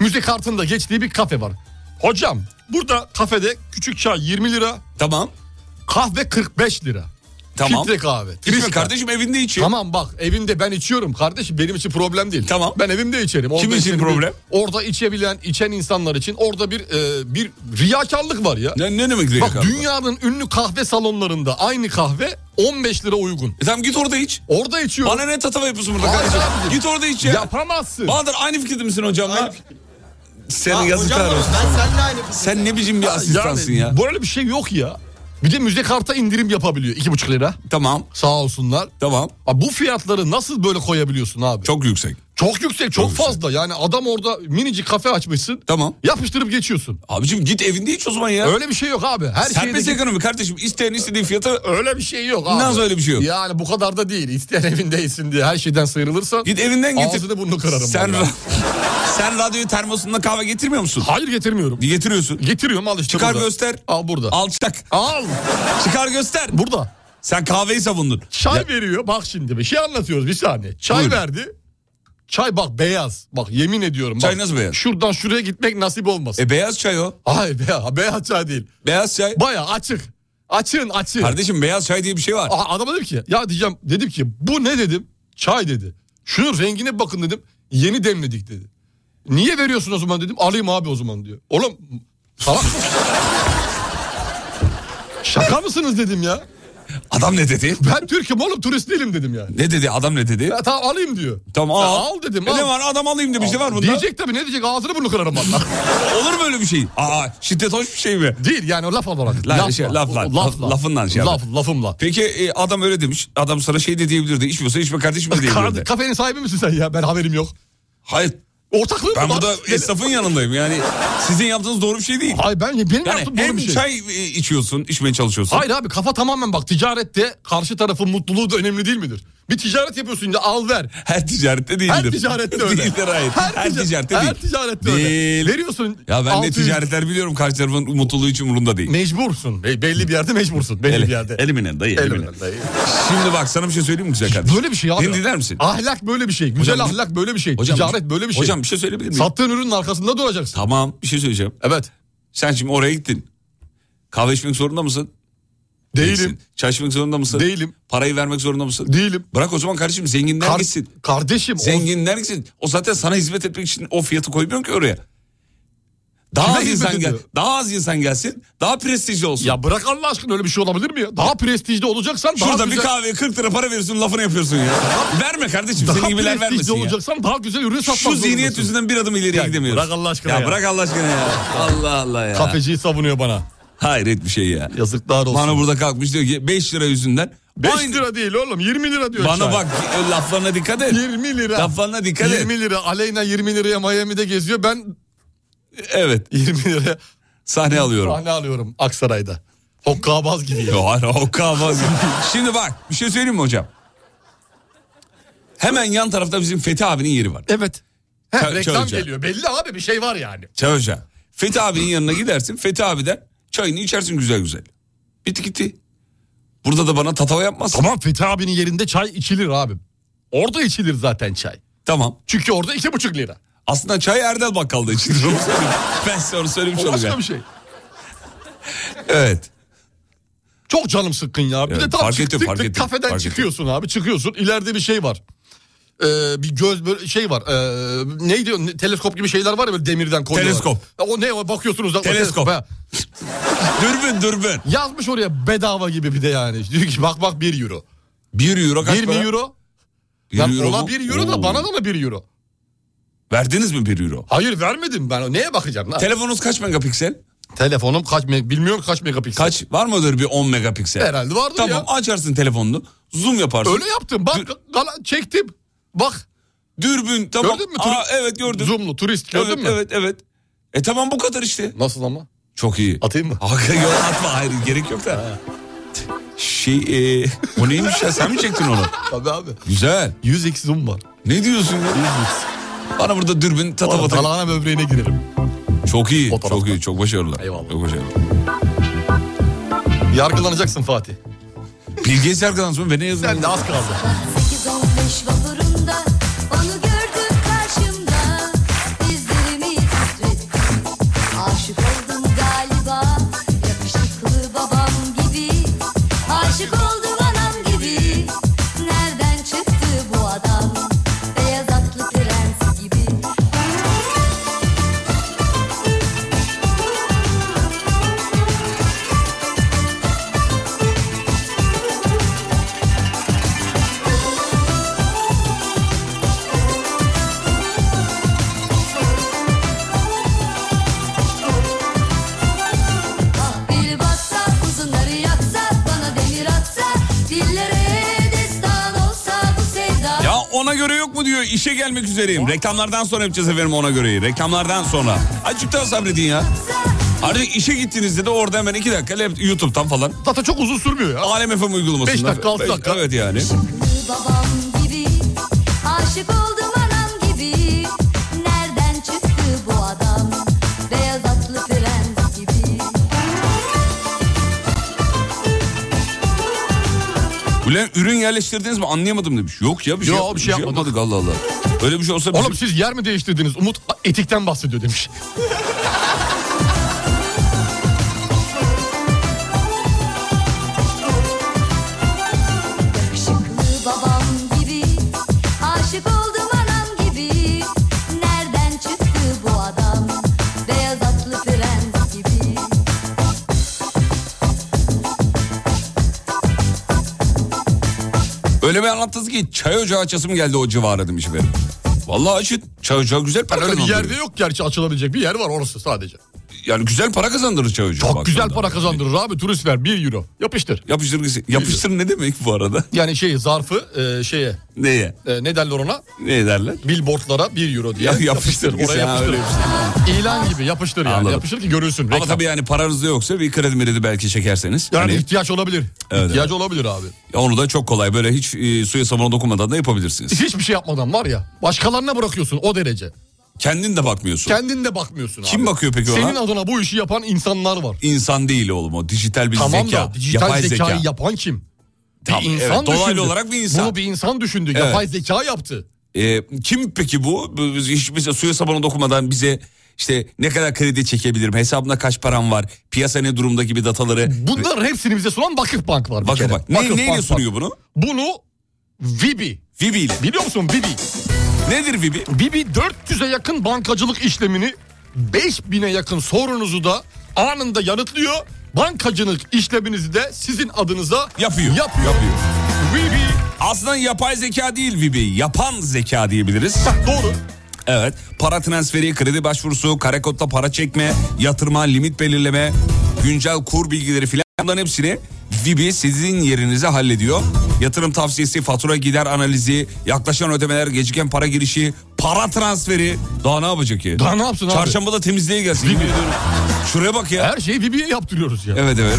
Speaker 5: Müze kartında geçtiği bir kafe var. Hocam burada kafede küçük çay 20 lira,
Speaker 4: Tamam.
Speaker 5: kahve 45 lira.
Speaker 4: Tamam.
Speaker 5: Filtre kahve.
Speaker 4: İçmez kardeşim, evinde içiyor.
Speaker 5: Tamam bak evinde ben içiyorum kardeşim benim için problem değil. Tamam. Ben evimde içerim.
Speaker 4: Kim için
Speaker 5: içerim.
Speaker 4: problem?
Speaker 5: Orada içebilen, içen insanlar için orada bir e, bir riyakarlık var ya.
Speaker 4: Ne, ne demek
Speaker 5: Bak
Speaker 4: riyakarlık?
Speaker 5: dünyanın ünlü kahve salonlarında aynı kahve 15 lira uygun.
Speaker 4: E tamam git orada iç.
Speaker 5: Orada içiyorum.
Speaker 4: Bana ne tatava yapıyorsun burada
Speaker 5: Hayır
Speaker 4: kardeşim?
Speaker 5: abicim.
Speaker 4: Git orada iç ya.
Speaker 5: Yapamazsın.
Speaker 4: Bahadır aynı fikirde misin hocamla? Senin
Speaker 9: Aa,
Speaker 4: yazıklar
Speaker 9: hocam,
Speaker 4: olsun.
Speaker 9: Ben seninle aynı fikirde.
Speaker 4: Sen ne biçim bir asistansın
Speaker 5: yani,
Speaker 4: ya.
Speaker 5: Böyle bir şey yok ya. Bir de müze karta indirim yapabiliyor 2,5 lira.
Speaker 4: Tamam
Speaker 5: Sağ olsunlar.
Speaker 4: tamam.
Speaker 5: Abi bu fiyatları nasıl böyle koyabiliyorsun abi?
Speaker 4: Çok yüksek.
Speaker 5: Çok yüksek, çok, fazla. Yani adam orada minicik kafe açmışsın.
Speaker 4: Tamam.
Speaker 5: Yapıştırıp geçiyorsun.
Speaker 4: Abicim git evinde iç o zaman ya.
Speaker 5: Öyle bir şey yok abi. Her
Speaker 4: Serbest
Speaker 5: şeydeki-
Speaker 4: ekonomi kardeşim. İsteyen istediği fiyata
Speaker 5: Öyle bir şey yok abi.
Speaker 4: Nasıl öyle bir şey yok?
Speaker 5: Yani bu kadar da değil. İsteyen evindeysin diye her şeyden sıyrılırsan.
Speaker 4: Git evinden getir.
Speaker 5: Ağzını burnunu kırarım
Speaker 4: Sen,
Speaker 5: vallahi.
Speaker 4: sen radyoyu termosunda kahve getirmiyor musun?
Speaker 5: Hayır getirmiyorum.
Speaker 4: Getiriyorsun.
Speaker 5: Getiriyorum al işte
Speaker 4: Çıkar
Speaker 5: burada.
Speaker 4: göster.
Speaker 5: Al burada.
Speaker 4: Alçak.
Speaker 5: Al.
Speaker 4: Çıkar göster.
Speaker 5: Burada.
Speaker 4: Sen kahveyi savundun.
Speaker 5: Çay veriyor. Bak şimdi bir şey anlatıyoruz bir saniye. Çay
Speaker 4: Buyurun.
Speaker 5: verdi. Çay bak beyaz. Bak yemin ediyorum.
Speaker 4: Çay
Speaker 5: bak,
Speaker 4: nasıl beyaz?
Speaker 5: Şuradan şuraya gitmek nasip olmasın.
Speaker 4: E beyaz çay o.
Speaker 5: Hayır beyaz, beyaz çay değil.
Speaker 4: Beyaz çay.
Speaker 5: Baya açık. Açın açın.
Speaker 4: Kardeşim beyaz çay diye bir şey var.
Speaker 5: Aa, adama dedim ki ya diyeceğim dedim ki bu ne dedim? Çay dedi. Şunun rengine bir bakın dedim. Yeni demledik dedi. Niye veriyorsun o zaman dedim. Alayım abi o zaman diyor. Oğlum salak mısın? Şaka mısınız dedim ya.
Speaker 4: Adam ne dedi?
Speaker 5: Ben Türk'üm oğlum turist değilim dedim yani.
Speaker 4: Ne dedi? Adam ne dedi?
Speaker 5: Ya tamam alayım diyor.
Speaker 4: Tamam
Speaker 5: Ya,
Speaker 4: al.
Speaker 5: al dedim
Speaker 4: E
Speaker 5: al.
Speaker 4: ne var adam alayım demiş ne var bunda?
Speaker 5: Diyecek tabii ne diyecek ağzını bunu kırarım valla.
Speaker 4: Olur mu öyle bir şey? Aa şiddet hoş bir şey mi?
Speaker 5: Değil yani o laf olarak.
Speaker 4: Lan, şey, lafla,
Speaker 5: O-
Speaker 4: laf- lafından şey
Speaker 5: Laf, lafımla.
Speaker 4: Peki e, adam öyle demiş. Adam sana şey de diyebilirdi. İçmiyorsa içme kardeşim de diyebilirdi.
Speaker 5: Kardeş, kafenin sahibi misin sen ya ben haberim yok.
Speaker 4: Hayır.
Speaker 5: Ortaklığım
Speaker 4: Ben
Speaker 5: var.
Speaker 4: burada
Speaker 5: Benim-
Speaker 4: esnafın yanındayım. Yani sizin yaptığınız doğru bir şey değil.
Speaker 5: Hayır ben benim
Speaker 4: Yani
Speaker 5: yaptığım doğru
Speaker 4: hem
Speaker 5: bir şey.
Speaker 4: çay e, içiyorsun, içmeye çalışıyorsun.
Speaker 5: Hayır abi kafa tamamen bak ticarette karşı tarafın mutluluğu da önemli değil midir? Bir ticaret yapıyorsun ya al ver.
Speaker 4: Her ticarette değildir.
Speaker 5: Her ticarette öyle.
Speaker 4: değildir hayır. Her,
Speaker 5: tica-
Speaker 4: ticarette değil.
Speaker 5: Her ticarette öyle.
Speaker 4: Değil.
Speaker 5: Veriyorsun.
Speaker 4: Ya ben de
Speaker 5: 600
Speaker 4: ticaretler biliyorum karşı tarafın mutluluğu hiç umurunda değil.
Speaker 5: Mecbursun. Be- belli bir yerde mecbursun. Belli bir yerde.
Speaker 4: Elimine dayı elimine.
Speaker 5: Elimden dayı.
Speaker 4: Şimdi bak sana bir şey söyleyeyim mi güzel kardeşim?
Speaker 5: Böyle bir şey abi.
Speaker 4: Beni dinler misin?
Speaker 5: Ahlak böyle bir şey. Güzel
Speaker 4: Hocam-
Speaker 5: ahlak böyle bir şey.
Speaker 4: Hocam-
Speaker 5: ticaret böyle bir şey.
Speaker 4: Hocam bir şey söyleyebilir miyim?
Speaker 5: Sattığın ürünün arkasında duracaksın.
Speaker 4: Tamam bir şey söyleyeceğim.
Speaker 5: Evet.
Speaker 4: Sen şimdi oraya gittin. Kahve içmek zorunda mısın?
Speaker 5: Değilim.
Speaker 4: Değilsin. Çay içmek zorunda mısın?
Speaker 5: Değilim.
Speaker 4: Parayı vermek zorunda mısın?
Speaker 5: Değilim.
Speaker 4: Bırak o zaman kardeşim zenginler
Speaker 5: Kar-
Speaker 4: gitsin.
Speaker 5: kardeşim. o-
Speaker 4: Zenginler gitsin. O zaten sana hizmet etmek için o fiyatı koymuyorsun ki oraya. Daha
Speaker 5: Kime
Speaker 4: az
Speaker 5: hizmet
Speaker 4: insan gel,
Speaker 5: ediyor?
Speaker 4: daha az insan gelsin, daha prestijli olsun.
Speaker 5: Ya bırak Allah aşkına öyle bir şey olabilir mi ya? Daha prestijli olacaksan daha
Speaker 4: Şurada
Speaker 5: güzel.
Speaker 4: bir kahveye 40 lira para veriyorsun, lafını yapıyorsun ya. Verme kardeşim,
Speaker 5: daha
Speaker 4: senin gibiler
Speaker 5: prestijli
Speaker 4: vermesin ya.
Speaker 5: olacaksan daha güzel ürün satmak
Speaker 4: Şu zihniyet
Speaker 5: zorundasın.
Speaker 4: yüzünden bir adım ileriye
Speaker 5: Ya
Speaker 4: gidemiyoruz.
Speaker 5: bırak Allah aşkına
Speaker 4: ya.
Speaker 5: ya.
Speaker 4: bırak Allah aşkına ya. Allah Allah ya.
Speaker 5: Kafeciyi savunuyor bana.
Speaker 4: Hayret bir şey ya.
Speaker 5: Yazıklar olsun.
Speaker 4: Bana burada kalkmış diyor ki 5 lira yüzünden.
Speaker 5: 5
Speaker 4: Aynı-
Speaker 5: lira değil oğlum 20 lira diyor.
Speaker 4: Bana
Speaker 5: çay.
Speaker 4: bak e, laflarına dikkat et.
Speaker 5: 20 lira.
Speaker 4: Laflarına dikkat et.
Speaker 5: 20 lira. Aleyna 20 liraya Miami'de geziyor. Ben
Speaker 4: Evet
Speaker 5: 20 liraya
Speaker 4: sahne alıyorum.
Speaker 5: sahne alıyorum Aksaray'da. Hokkabaz gibi ya.
Speaker 4: Yo, hayır, o kalmaz. Şimdi bak bir şey söyleyeyim mi hocam? Hemen yan tarafta bizim Fethi abinin yeri var.
Speaker 5: Evet. He,
Speaker 4: Çay-
Speaker 5: reklam
Speaker 4: çay ocağı.
Speaker 5: geliyor. Belli abi bir şey var yani.
Speaker 4: Çay Hoca. Fethi abinin yanına gidersin. Fethi abiden çayını içersin güzel güzel. Bitti gitti. Burada da bana tatava yapmazsın.
Speaker 5: Tamam Fethi abinin yerinde çay içilir abim. Orada içilir zaten çay.
Speaker 4: Tamam.
Speaker 5: Çünkü orada iki buçuk lira.
Speaker 4: Aslında çay Erdal Bakkal'da içilir. Onu söyleyeyim. ben size onu söylemiş
Speaker 5: O başka
Speaker 4: olacağım.
Speaker 5: bir şey.
Speaker 4: Evet.
Speaker 5: Çok canım sıkkın ya. Bir
Speaker 4: Evet,
Speaker 5: de tam
Speaker 4: fark
Speaker 5: çıktık,
Speaker 4: ettim, fark
Speaker 5: tık,
Speaker 4: ettim,
Speaker 5: kafeden
Speaker 4: fark
Speaker 5: çıkıyorsun abi çıkıyorsun. İleride bir şey var. Ee, bir göz böyle şey var. Ee, neydi o? Ne- teleskop gibi şeyler var ya böyle demirden koyuyorlar.
Speaker 4: Teleskop.
Speaker 5: Ya O ne o bakıyorsunuz. da- o
Speaker 4: Teleskop.
Speaker 5: ha.
Speaker 4: Dürbün dürbün.
Speaker 5: Yazmış oraya bedava gibi bir de yani. Diyor ki bak bak 1 euro.
Speaker 4: 1 euro kaç
Speaker 5: 20
Speaker 4: para?
Speaker 5: euro.
Speaker 4: Bir
Speaker 5: Lan
Speaker 4: euro mu?
Speaker 5: ona 1 euro
Speaker 4: Oo.
Speaker 5: da bana da mı 1 euro?
Speaker 4: Verdiniz mi 1 euro?
Speaker 5: Hayır vermedim ben. Neye bakacağım lan?
Speaker 4: Telefonunuz kaç megapiksel?
Speaker 5: Telefonum kaç me- bilmiyorum kaç megapiksel.
Speaker 4: Kaç? Var mıdır bir 10 megapiksel?
Speaker 5: Herhalde vardır
Speaker 4: Tamam
Speaker 5: ya.
Speaker 4: açarsın telefonunu. Zoom yaparsın.
Speaker 5: Öyle yaptım. Bak
Speaker 4: Dur.
Speaker 5: gala- çektim. Bak
Speaker 4: Dürbün tamam.
Speaker 5: Gördün mü?
Speaker 4: Aa, evet gördüm.
Speaker 5: zoomlu turist gördün
Speaker 4: evet,
Speaker 5: mü?
Speaker 4: Evet evet. E tamam bu kadar işte.
Speaker 5: Nasıl ama?
Speaker 4: Çok iyi.
Speaker 5: Atayım mı?
Speaker 4: Hakikaten yok atma hayır gerek yok da. Şey e, o neymiş ya sen mi çektin onu?
Speaker 5: Tabii abi.
Speaker 4: Güzel.
Speaker 5: 100x zoom var.
Speaker 4: Ne diyorsun ya? Bana burada dürbün
Speaker 5: Oğlum,
Speaker 4: tatavata.
Speaker 5: Dalağına böbreğine girerim.
Speaker 4: Çok iyi.
Speaker 5: O taraftan.
Speaker 4: Çok iyi. Çok başarılı.
Speaker 5: Eyvallah.
Speaker 4: Çok başarılı.
Speaker 5: Yargılanacaksın Fatih.
Speaker 4: Bilge Serkan'dan sonra ve ne yazdın?
Speaker 5: Sen de az kaldı.
Speaker 2: 8-15 vapurunda onu gördüm karşımda Dizlerimi titrettim Aşık oldum galiba Yakışıklı babam gibi Aşık oldum anam
Speaker 4: ona göre yok mu diyor. İşe gelmek üzereyim. Reklamlardan sonra yapacağız efendim ona göreyi. Reklamlardan sonra. Azıcık daha sabredin ya. Artık işe gittiğinizde de orada hemen iki dakika lap- YouTube'dan falan.
Speaker 5: Zaten çok uzun sürmüyor ya.
Speaker 4: Alem FM uygulamasında.
Speaker 5: Beş dakika, altı
Speaker 4: Beş-
Speaker 5: dakika.
Speaker 4: Evet yani.
Speaker 6: babam gibi Aşık oldum anam gibi Nereden çıktı bu adam Beyaz atlı prens gibi
Speaker 4: Ulan ürün yerleştirdiniz mi anlayamadım demiş. Yok ya bir şey,
Speaker 5: Yok,
Speaker 4: yap-
Speaker 5: bir şey yapmadık.
Speaker 4: Allah Allah. Öyle bir şey olsa...
Speaker 5: Oğlum siz yer mi değiştirdiniz? Umut etikten bahsediyor demiş.
Speaker 6: Yakışıklı babam gibi Aşık oldum anam gibi Nereden çıktı bu adam Beyaz atlı prens gibi
Speaker 4: Öyle bir anlattınız ki çay ocağı açasım geldi o civara demiş efendim. Vallahi açın. Çay ocağı güzel para
Speaker 5: Öyle bir
Speaker 4: kazandırır.
Speaker 5: yerde yok gerçi açılabilecek bir yer var orası sadece.
Speaker 4: Yani güzel para kazandırır çay ocağı.
Speaker 5: Çok
Speaker 4: baktığında.
Speaker 5: güzel para kazandırır abi turist ver 1 euro. Yapıştır.
Speaker 4: Yapıştır, yapıştır ne demek bu arada?
Speaker 5: Yani şey zarfı e, şeye
Speaker 4: Neye?
Speaker 5: e, ne derler ona?
Speaker 4: Ne derler?
Speaker 5: Billboardlara 1 euro diye.
Speaker 4: Ya yapıştır
Speaker 5: Oraya
Speaker 4: gitsin, ha,
Speaker 5: yapıştır.
Speaker 4: öyle şey.
Speaker 5: İlan gibi yapıştır yani.
Speaker 4: Anladım.
Speaker 5: Yapıştır ki görülsün.
Speaker 4: Ama
Speaker 5: reklam.
Speaker 4: tabii yani paranız da yoksa bir kredi meredi belki çekerseniz.
Speaker 5: Yani
Speaker 4: Hani
Speaker 5: ihtiyaç olabilir.
Speaker 4: Evet,
Speaker 5: ihtiyaç olabilir abi.
Speaker 4: onu da çok kolay böyle hiç e, suya sabuna dokunmadan da yapabilirsiniz.
Speaker 5: Hiçbir şey yapmadan var ya. Başkalarına bırakıyorsun o derece.
Speaker 4: Kendin de bakmıyorsun.
Speaker 5: Kendin de bakmıyorsun abi.
Speaker 4: Kim bakıyor peki ona?
Speaker 5: Senin adına bu işi yapan insanlar var.
Speaker 4: İnsan değil oğlum o. Dijital bir
Speaker 5: tamam
Speaker 4: zeka.
Speaker 5: da dijital
Speaker 4: yapay
Speaker 5: zekayı
Speaker 4: zeka.
Speaker 5: yapan kim?
Speaker 4: Tamam,
Speaker 5: bir insan
Speaker 4: evet, dolaylı
Speaker 5: düşündü.
Speaker 4: olarak bir insan.
Speaker 5: Bunu bir insan düşündü.
Speaker 4: Evet.
Speaker 5: Yapay zeka yaptı.
Speaker 4: E, kim peki bu? Bu- Hiç mesela suya sabuna dokunmadan bize işte ne kadar kredi çekebilirim? Hesabımda kaç param var? Piyasa ne durumda gibi dataları.
Speaker 5: Bunların hepsini bize sunan Vakıf Bank var bir
Speaker 4: Bakın
Speaker 5: kere.
Speaker 4: bak. Ne,
Speaker 5: Vakıfbank
Speaker 4: neyle
Speaker 5: var.
Speaker 4: sunuyor bunu?
Speaker 5: Bunu Vibi.
Speaker 4: Vibi ile.
Speaker 5: Biliyor musun Vibi?
Speaker 4: Nedir Vibi?
Speaker 5: Vibi 400'e yakın bankacılık işlemini 5000'e yakın sorunuzu da anında yanıtlıyor. Bankacılık işleminizi de sizin adınıza
Speaker 4: Yapıyor.
Speaker 5: Yapıyor.
Speaker 4: Yapıyor.
Speaker 5: Vibi.
Speaker 4: Aslında yapay zeka değil Vibi. Yapan zeka diyebiliriz.
Speaker 5: Bak doğru.
Speaker 4: Evet. Para transferi, kredi başvurusu, karekotta para çekme, yatırma, limit belirleme, güncel kur bilgileri filan bunların hepsini Vibi sizin yerinize hallediyor. Yatırım tavsiyesi, fatura gider analizi, yaklaşan ödemeler, geciken para girişi, para transferi. Daha ne yapacak ki?
Speaker 5: Daha ne yapsın abi?
Speaker 4: Çarşamba da temizliğe gelsin. yemin ediyorum. Şuraya bak ya.
Speaker 5: Her şeyi Vibi'ye yaptırıyoruz ya.
Speaker 4: Evet evet.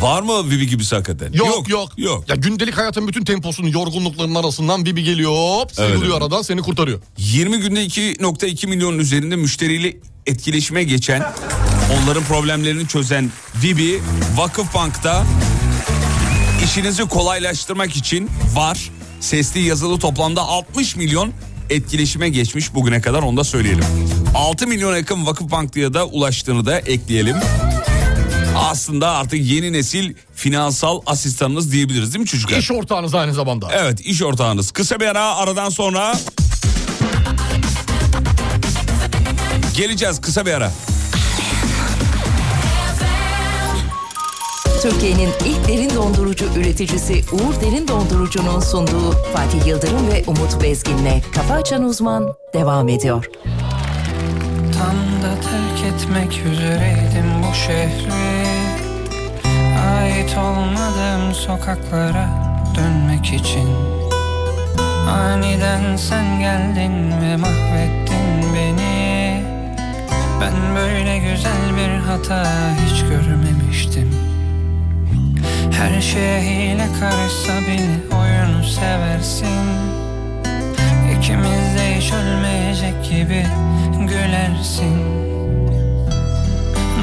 Speaker 4: Var mı Vibi gibisi hakikaten?
Speaker 5: Yok yok. yok.
Speaker 4: Yok.
Speaker 5: Ya gündelik hayatın bütün temposunun yorgunluklarının arasından Vibi geliyor hop
Speaker 4: Evet,
Speaker 5: sıyrılıyor
Speaker 4: evet.
Speaker 5: aradan seni kurtarıyor.
Speaker 4: 20 günde 2.2 milyonun üzerinde müşteriyle etkileşime geçen, onların problemlerini çözen Vibi, Vakıfbank'ta işinizi kolaylaştırmak için var. Sesli yazılı toplamda 60 milyon etkileşime geçmiş bugüne kadar onu da söyleyelim. 6 milyona yakın Vakıfbank'lıya da ulaştığını da ekleyelim. Aslında artık yeni nesil finansal asistanınız diyebiliriz değil mi çocuklar?
Speaker 5: İş ortağınız aynı zamanda.
Speaker 4: Evet iş ortağınız. Kısa bir ara aradan sonra... Geleceğiz kısa bir ara.
Speaker 7: Türkiye'nin ilk derin dondurucu üreticisi Uğur Derin Dondurucu'nun sunduğu Fatih Yıldırım ve Umut Bezgin'le Kafa Açan Uzman devam ediyor.
Speaker 12: Tam da terk etmek üzereydim bu şehri Ait olmadığım sokaklara dönmek için Aniden sen geldin ve mahvettin beni Ben böyle güzel bir hata hiç görmemiştim Her şeye hile karışsa bile oyunu seversin İkimiz de hiç ölmeyecek gibi gülersin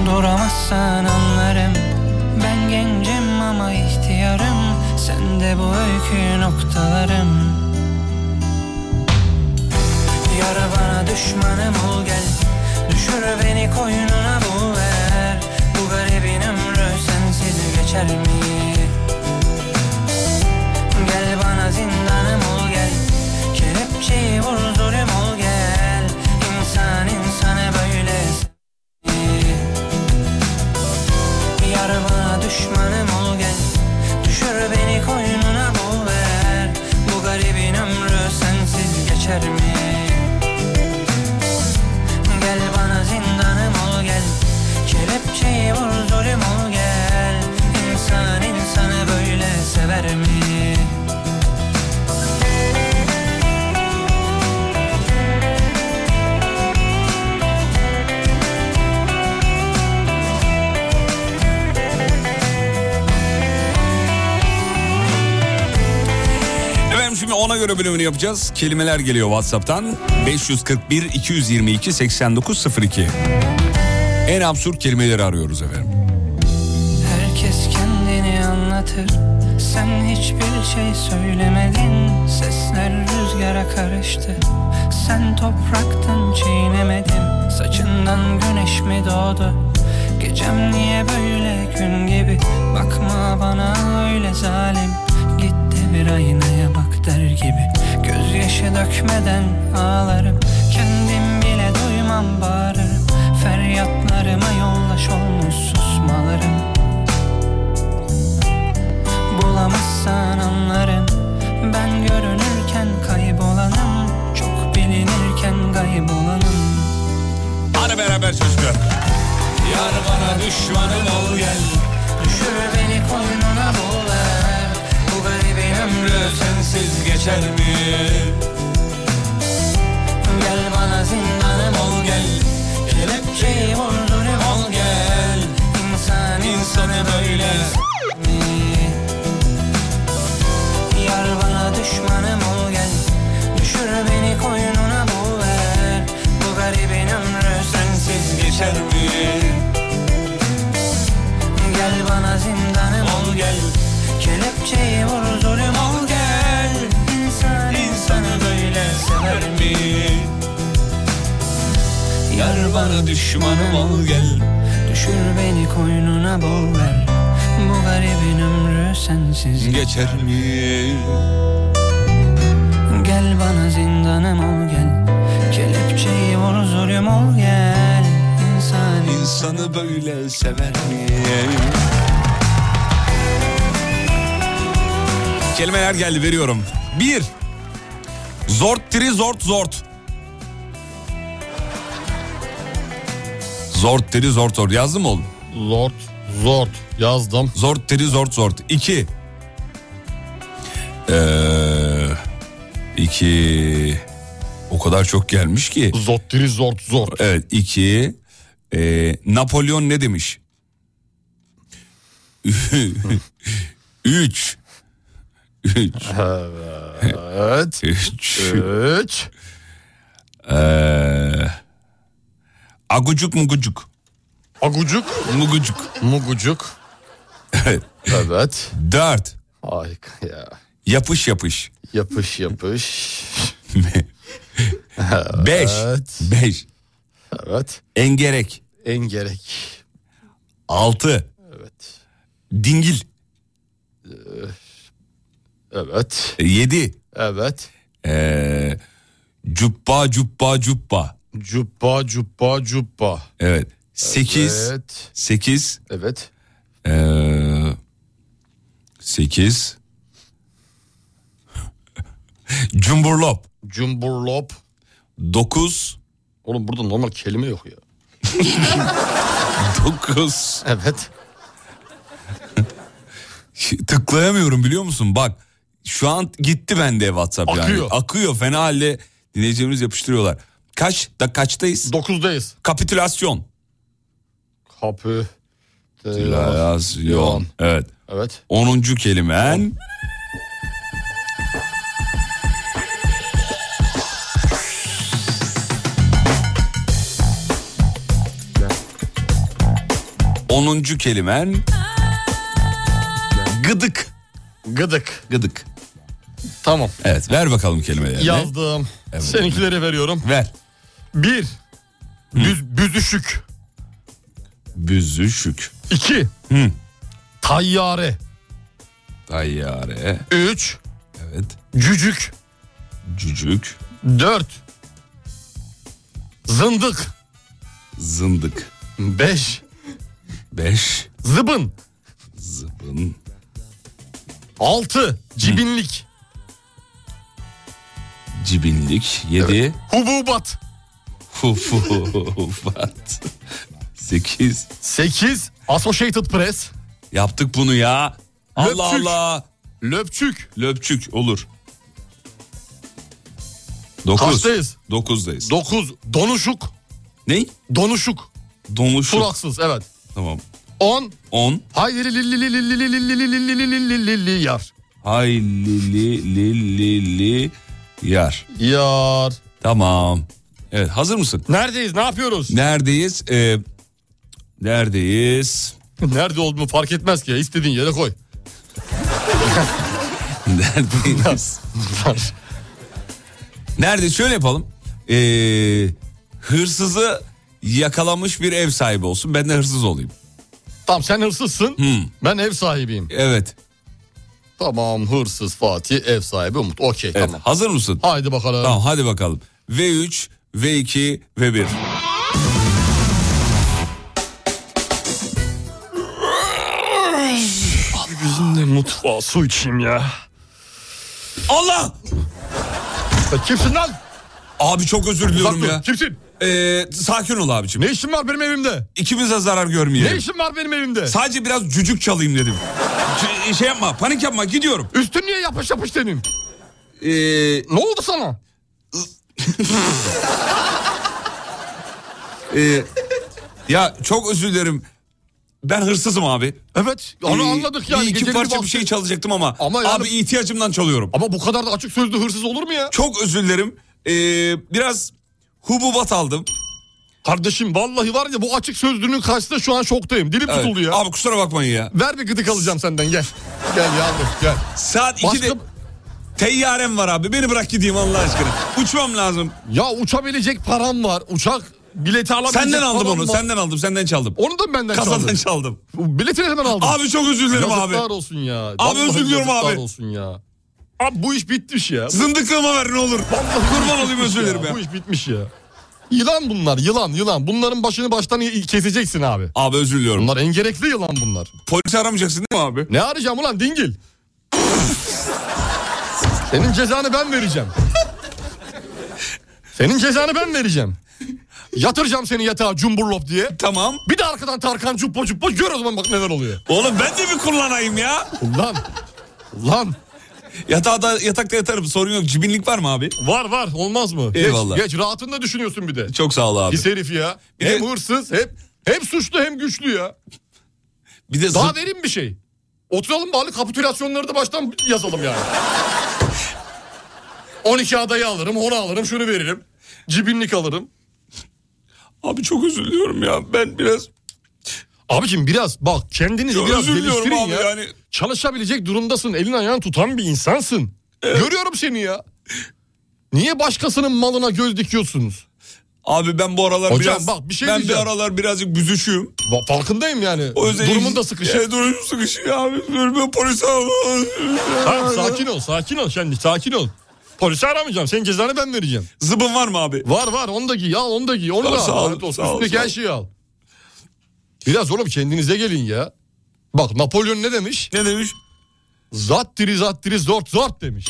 Speaker 12: Duramazsan anlarım Ben gencim ama ihtiyarım Sen de bu öykü noktalarım Yara bana düşmanım ol gel Düşür beni koynuna bu ver Bu garibin ömrü sensiz geçer mi? Gel bana zindanım ol gel Kelepçeyi vur zulüm ol gel İnsan insana böyle sevdi. Yar bana düşmanım ol gel Düşür beni koynuna bu ver Bu garibin ömrü sensiz geçer mi? Gel bana zindanım ol gel Kelepçeyi vur zulüm ol gel İnsan insanı böyle sever mi?
Speaker 4: ona göre bölümünü yapacağız. Kelimeler geliyor WhatsApp'tan. 541 222 8902. En absürt kelimeleri arıyoruz efendim.
Speaker 12: Herkes kendini anlatır Sen hiçbir şey söylemedin Sesler rüzgara karıştı Sen topraktan çiğnemedin Saçından güneş mi doğdu Gecem niye böyle gün gibi Bakma bana öyle zalim Git de bir aynaya bak der gibi Gözyaşı dökmeden ağlarım Kendim bile duymam bağırırım Feryatlarıma yollaş olmuş susmalarım Bulamazsan anlarım Ben görünürken kaybolanım Çok bilinirken kaybolanım
Speaker 4: Hadi beraber çocuklar.
Speaker 12: Yar bana düşmanım ol gel Düşür beni koynuna boğular Bu garibin ömrü sensiz geçer mi? Gel bana zindanım ol gel Kelepçeyi vurdurum ol gel İnsan insanı böyle mi? Yar bana düşmanım ol gel Düşür beni koynuna boğular Bu garibin ömrü sensiz geçer mi? Gel bana zindanım ol gel Kelepçeyi vur zulüm ol gel İnsan insanı böyle sever mi? Yar bana düşmanım ol gel Düşür beni koynuna boğver Bu garibin ömrü sensiz
Speaker 4: Geçer mi?
Speaker 12: Gel bana zindanım ol gel Kelepçeyi vur zulüm ol gel İnsan
Speaker 4: insanı böyle sever mi? Kelimeler geldi veriyorum. Bir. Zort tri zort zort. Zort tri zort zort. Yazdın mı oğlum? Zort zort. Yazdım. Zort tri zort zort. İki. Ee, iki. O kadar çok gelmiş ki. Zort tri zort zort. Evet iki. Ee, Napolyon ne demiş? Üç. Üç. Evet. Üç. Üç. Ee, agucuk mugucuk. Agucuk? Mugucuk. Mugucuk. Evet. Evet. Dört. Harika ya. Yapış yapış. Yapış yapış. Beş. Beş. Evet. Engerek. Engerek. Altı. Evet. Dingil. Evet. E, Yedi. Evet. Ee, cuppa cuppa cuppa. Cuppa cuppa cuppa. Evet. Sekiz.
Speaker 5: Evet.
Speaker 4: Sekiz. Evet. Ee, sekiz. Cumburlop.
Speaker 5: Cumburlop.
Speaker 4: Dokuz.
Speaker 5: Oğlum burada normal kelime yok ya.
Speaker 4: Dokuz. Evet. Tıklayamıyorum biliyor musun? Bak şu an gitti bende WhatsApp
Speaker 5: Akıyor.
Speaker 4: yani. Akıyor. Fena halde dinleyicilerimiz yapıştırıyorlar. Kaç? Da kaçtayız? Dokuzdayız. Kapitülasyon.
Speaker 5: Kapı.
Speaker 4: Kapitülasyon. Evet. Evet. Onuncu kelimen. Onuncu kelimen. Gıdık. Gıdık. Gıdık. Tamam. Evet ver bakalım kelimeleri.
Speaker 5: Yazdım.
Speaker 4: Evet.
Speaker 5: Seninkileri veriyorum.
Speaker 4: Ver.
Speaker 5: Bir. Büz, büzüşük.
Speaker 4: Büzüşük.
Speaker 5: İki.
Speaker 4: Hı.
Speaker 5: Tayyare.
Speaker 4: Tayyare.
Speaker 5: Üç.
Speaker 4: Evet.
Speaker 5: Cücük.
Speaker 4: Cücük.
Speaker 5: Dört. Zındık.
Speaker 4: Zındık.
Speaker 5: Beş.
Speaker 4: Beş.
Speaker 5: Zıbın.
Speaker 4: Zıbın.
Speaker 5: Altı. Cibinlik.
Speaker 4: Cibinlik. Yedi.
Speaker 5: Hububat.
Speaker 4: Hufubat. Sekiz.
Speaker 5: Sekiz. Associated Press.
Speaker 4: Yaptık bunu ya. Allah
Speaker 5: Löpçük.
Speaker 4: Allah.
Speaker 5: Löpçük.
Speaker 4: Löpçük olur. Dokuz.
Speaker 5: Kaçtayız?
Speaker 4: Dokuzdayız.
Speaker 5: Dokuz. Donuşuk.
Speaker 4: Ne?
Speaker 5: Donuşuk.
Speaker 4: Donuşuk.
Speaker 5: Suraksız evet.
Speaker 4: Tamam.
Speaker 5: On.
Speaker 4: On.
Speaker 5: Haydi li li li li li li li li li li li li li li li li yar.
Speaker 4: Hayli li li li li yar. Yar. Tamam. Evet hazır mısın?
Speaker 5: Neredeyiz? Ne yapıyoruz?
Speaker 4: Neredeyiz? Ee, neredeyiz?
Speaker 5: Nerede olduğunu fark etmez ki. ya, İstediğin yere koy.
Speaker 4: Neredeyiz? Nerede? Şöyle yapalım. Ee, hırsızı yakalamış bir ev sahibi olsun. Ben de hırsız olayım. Hmm.
Speaker 5: Tamam sen hırsızsın. Ben ev sahibiyim.
Speaker 4: Evet.
Speaker 5: Tamam hırsız Fatih ev sahibi Umut. Okey
Speaker 4: Evet,
Speaker 5: tamam.
Speaker 4: Hazır mısın?
Speaker 5: Haydi bakalım.
Speaker 4: Tamam hadi bakalım. V3, V2, V1.
Speaker 5: Abi bizim de mutfağa su içeyim ya.
Speaker 4: Allah!
Speaker 5: E, kimsin lan?
Speaker 4: Abi çok özür diliyorum
Speaker 5: dur,
Speaker 4: ya.
Speaker 5: Kimsin?
Speaker 4: Ee, sakin ol abicim.
Speaker 5: Ne işin var benim evimde?
Speaker 4: İkimiz de zarar görmeyelim.
Speaker 5: Ne işin var benim evimde?
Speaker 4: Sadece biraz cücük çalayım dedim. C- şey yapma panik yapma gidiyorum.
Speaker 5: Üstün niye yapış yapış dedim?
Speaker 4: Ee,
Speaker 5: ne oldu sana?
Speaker 4: Ee, ya çok özür dilerim. Ben hırsızım abi.
Speaker 5: Evet onu
Speaker 4: Ee,
Speaker 5: anladık yani.
Speaker 4: bir iki
Speaker 5: Geceleri
Speaker 4: parça bir
Speaker 5: bastı.
Speaker 4: şey çalacaktım ama,
Speaker 5: Ama yani-
Speaker 4: abi ihtiyacımdan çalıyorum.
Speaker 5: Ama bu kadar da açık sözlü hırsız olur mu ya?
Speaker 4: Çok özür dilerim. Ee, biraz hububat aldım.
Speaker 5: Kardeşim vallahi var ya bu açık sözlünün karşısında şu an şoktayım. Dilim
Speaker 4: Evet.
Speaker 5: tutuldu ya.
Speaker 4: Abi kusura bakmayın ya.
Speaker 5: Ver bir gıdık alacağım senden gel. Gel yavrum gel.
Speaker 4: Saat 2'de teyyarem var abi. Beni bırak gideyim Allah aşkına. Uçmam lazım.
Speaker 5: Ya uçabilecek param var. Uçak bileti alabilecek
Speaker 4: Senden aldım
Speaker 5: param
Speaker 4: onu.
Speaker 5: var.
Speaker 4: Senden aldım. Senden çaldım.
Speaker 5: Onu da benden
Speaker 4: Kasadan
Speaker 5: çaldın.
Speaker 4: çaldım.
Speaker 5: Biletini hemen aldım.
Speaker 4: Abi çok özür dilerim abi.
Speaker 5: Yazıklar olsun ya.
Speaker 4: Abi
Speaker 5: Vallahi
Speaker 4: özür diliyorum
Speaker 5: yazıklar
Speaker 4: abi.
Speaker 5: olsun ya. Abi bu iş bitmiş ya.
Speaker 4: Zındıklığıma ver ne olur.
Speaker 5: Vallahi
Speaker 4: Kurban
Speaker 5: bu iş
Speaker 4: olayım
Speaker 5: bitmiş
Speaker 4: özür dilerim ya.
Speaker 5: Bu iş bitmiş ya. Yılan bunlar yılan yılan. Bunların başını baştan y- keseceksin abi.
Speaker 4: Abi özür diliyorum.
Speaker 5: Bunlar en gerekli yılan bunlar.
Speaker 4: Polisi aramayacaksın değil mi abi?
Speaker 5: Ne arayacağım ulan dingil? Senin cezanı ben vereceğim. Senin cezanı ben vereceğim. Yatıracağım seni yatağa cumburlop diye.
Speaker 4: Tamam.
Speaker 5: Bir de arkadan Tarkan cuppa cuppa gör o zaman bak neler oluyor.
Speaker 4: Oğlum ben de mi kullanayım ya?
Speaker 5: Ulan. Ulan.
Speaker 4: Yatağda, yatakta yatarım sorun yok. Cibinlik var mı abi?
Speaker 5: Var var olmaz mı?
Speaker 4: Eyvallah.
Speaker 5: Geç, geç rahatında düşünüyorsun bir de.
Speaker 4: Çok sağ ol abi.
Speaker 5: Pis herif ya.
Speaker 4: Bir
Speaker 5: hem
Speaker 4: de-
Speaker 5: hırsız hep hem suçlu hem güçlü ya.
Speaker 4: Bir de
Speaker 5: Daha
Speaker 4: zın-
Speaker 5: vereyim bir şey. Oturalım bari kapitülasyonları da baştan yazalım yani. 12 adayı alırım, onu alırım, şunu veririm. Cibinlik alırım.
Speaker 4: Abi çok özür diliyorum ya. Ben biraz...
Speaker 5: Abicim biraz bak kendinizi
Speaker 4: Ya
Speaker 5: biraz
Speaker 4: özür diliyorum
Speaker 5: geliştirin
Speaker 4: abi
Speaker 5: ya.
Speaker 4: yani.
Speaker 5: Çalışabilecek durumdasın, elin ayağını tutan bir insansın. Görüyorum seni ya. Niye başkasının malına göz dikiyorsunuz?
Speaker 4: Abi ben bu aralar
Speaker 5: Hocam
Speaker 4: biraz...
Speaker 5: bak bir şey
Speaker 4: ben
Speaker 5: diyeceğim.
Speaker 4: bir aralar birazcık büzüşüyüm.
Speaker 5: Va- Farkındayım yani.
Speaker 4: O yüzden-
Speaker 5: Durumun da sıkışık.
Speaker 4: Evet, durumum sıkışık abi. Ben polis
Speaker 5: Tamam,
Speaker 4: aramam.
Speaker 5: sakin ol, sakin ol şimdi, sakin ol. Polisi aramayacağım, senin cezanı ben vereceğim.
Speaker 4: Zıbın var mı abi?
Speaker 5: Var var onu da giy al onu da giy onu da
Speaker 4: Tamam,
Speaker 5: al.
Speaker 4: sağ ol,
Speaker 5: Lanet olsun.
Speaker 4: sağ ol,
Speaker 5: Üstündeki
Speaker 4: sağ ol.
Speaker 5: her şeyi al. Biraz oğlum kendinize gelin ya. Bak Napolyon ne demiş?
Speaker 4: Ne demiş?
Speaker 5: Zattiri zattiri zort zort demiş.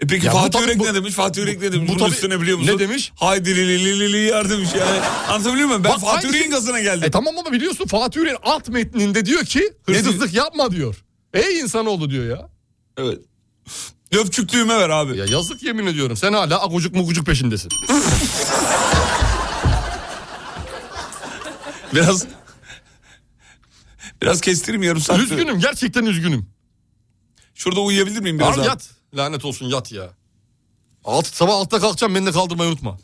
Speaker 4: E peki
Speaker 5: Ya bu
Speaker 4: Fatih
Speaker 5: tabii-
Speaker 4: Yürek
Speaker 5: bu-
Speaker 4: ne demiş? Fatih Yürek ne demiş?
Speaker 5: bu
Speaker 4: Bunun
Speaker 5: tabii-
Speaker 4: üstüne biliyor musun?
Speaker 5: ne demiş?
Speaker 4: Haydi li li li li li yar demiş yani. Anlatabiliyor muyum? Ben
Speaker 5: Bak,
Speaker 4: Fatih
Speaker 5: aynı
Speaker 4: Yürek'in
Speaker 5: şey-
Speaker 4: gazına geldim.
Speaker 5: E tamam ama biliyorsun Fatih Yürek'in alt metninde diyor ki hırsızlık yapma diyor. Ey insanoğlu diyor ya.
Speaker 4: Evet. Löpçüklüğüme ver abi.
Speaker 5: Ya yazık yemin ediyorum sen hala agucuk mugucuk peşindesin.
Speaker 4: Biraz... Biraz kestireyim yarım saat.
Speaker 5: üzgünüm gerçekten üzgünüm.
Speaker 4: Şurada uyuyabilir miyim biraz
Speaker 5: Al
Speaker 4: abi?
Speaker 5: yat. Lanet olsun yat ya. Alt, sabah altta kalkacağım beni de kaldırmayı unutma.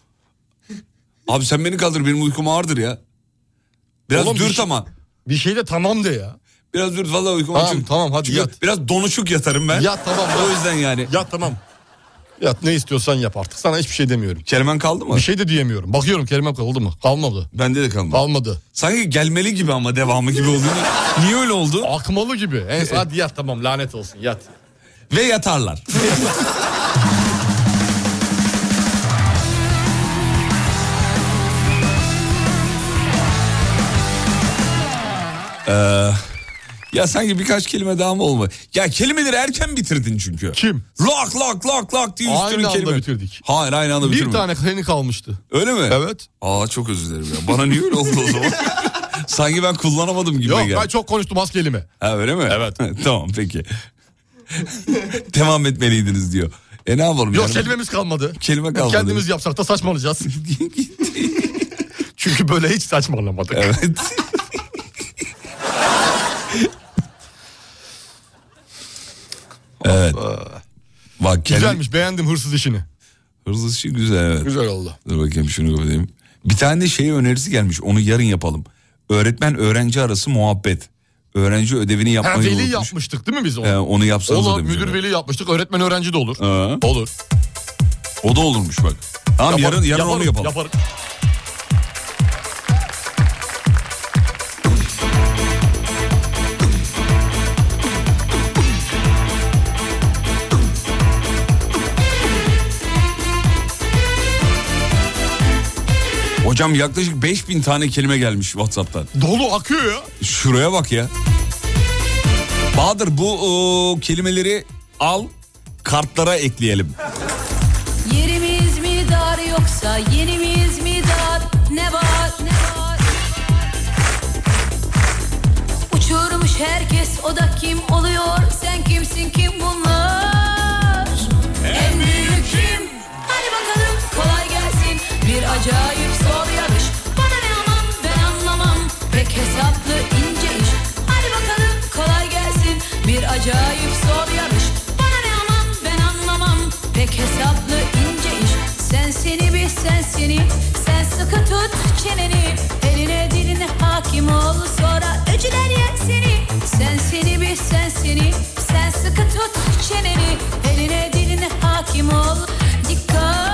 Speaker 4: Abi sen beni kaldır benim uykum ağırdır ya. Biraz
Speaker 5: Oğlum bir
Speaker 4: dürt
Speaker 5: şey-
Speaker 4: ama.
Speaker 5: Bir şey de tamam de ya.
Speaker 4: Biraz dürt vallahi uykum
Speaker 5: Tamam,
Speaker 4: çünkü-
Speaker 5: tamam, hadi
Speaker 4: çünkü
Speaker 5: yat.
Speaker 4: Biraz donuşuk yatarım ben.
Speaker 5: Yat, tamam,
Speaker 4: O
Speaker 5: yat.
Speaker 4: yüzden yani.
Speaker 5: Yat tamam. Yat ne istiyorsan yap artık. Sana hiçbir şey demiyorum.
Speaker 4: Kelimen kaldı mı?
Speaker 5: Bir şey de diyemiyorum. Bakıyorum kelimem kaldı mı? Kalmadı.
Speaker 4: Bende de kalmadı.
Speaker 5: Kalmadı.
Speaker 4: Sanki gelmeli gibi ama devamı gibi oldu. Niye öyle oldu?
Speaker 5: Akmalı gibi. En son- hadi yat tamam lanet olsun yat.
Speaker 4: Ve yatarlar. Ee, ya sanki birkaç kelime daha mı olma? Ya kelimeleri erken bitirdin çünkü.
Speaker 5: Kim?
Speaker 4: Lock lock lock lock diye üstüne
Speaker 5: Aynı anda
Speaker 4: kelime.
Speaker 5: bitirdik.
Speaker 4: Hayır aynı anda
Speaker 5: Bir
Speaker 4: bitirmedik.
Speaker 5: tane seni kalmıştı.
Speaker 4: Öyle mi?
Speaker 5: Evet.
Speaker 4: Aa çok özür dilerim ya. Bana niye öyle oldu o zaman? sanki ben kullanamadım gibi
Speaker 5: Yok
Speaker 4: geldi.
Speaker 5: ben çok konuştum az kelime.
Speaker 4: Ha öyle mi? Evet. tamam peki. Devam etmeliydiniz diyor. E ne yapalım?
Speaker 5: Yok
Speaker 4: yani?
Speaker 5: kelimemiz kalmadı.
Speaker 4: Kelime kalmadı.
Speaker 5: Kendimiz yapsak da saçmalayacağız. Çünkü böyle hiç saçmalamadık.
Speaker 4: Evet. Evet. Bak kendi-
Speaker 5: Güzelmiş beğendim hırsız işini.
Speaker 4: Hırsız işi güzel evet.
Speaker 5: Güzel oldu.
Speaker 4: Dur bakayım şunu kapatayım. Bir tane de şey önerisi gelmiş onu yarın yapalım. Öğretmen öğrenci arası muhabbet. Öğrenci ödevini
Speaker 5: Ha,
Speaker 4: yapmayı
Speaker 5: veli
Speaker 4: unutmuş.
Speaker 5: yapmıştık değil mi biz onu?
Speaker 4: Ee, onu yapsanız
Speaker 5: Ola,
Speaker 4: da demiş
Speaker 5: müdür veli yapmıştık öğretmen öğrenci de olur.
Speaker 4: Ee?
Speaker 5: Olur.
Speaker 4: O da olurmuş bak. Tamam
Speaker 5: Yaparım,
Speaker 4: yarın, yarın onu
Speaker 5: yaparım,
Speaker 4: yapalım.
Speaker 5: yaparım.
Speaker 4: Hocam yaklaşık 5000 tane kelime gelmiş Whatsapp'tan.
Speaker 5: Dolu akıyor ya.
Speaker 4: Şuraya bak ya. Bahadır bu o, kelimeleri al kartlara ekleyelim.
Speaker 6: Yerimiz mi dar yoksa yenimiz mi dar? Ne var ne var? Uçurmuş herkes o da kim oluyor? Sen kimsin kim bunlar? En büyük kim? Hadi bakalım kolay gelsin bir acayip zor yarış. Bana ne aman ben anlamam pek hesaplı ince iş. Hadi bakalım kolay gelsin bir acayip zor yarış. Bana ne aman ben anlamam pek hesaplı ince iş. Sen seni bir sen seni sen sıkı tut çeneni eline diline hakim ol sonra öcüler yer seni. Sen seni bir sen seni sen sıkı tut çeneni eline diline hakim ol dikkat.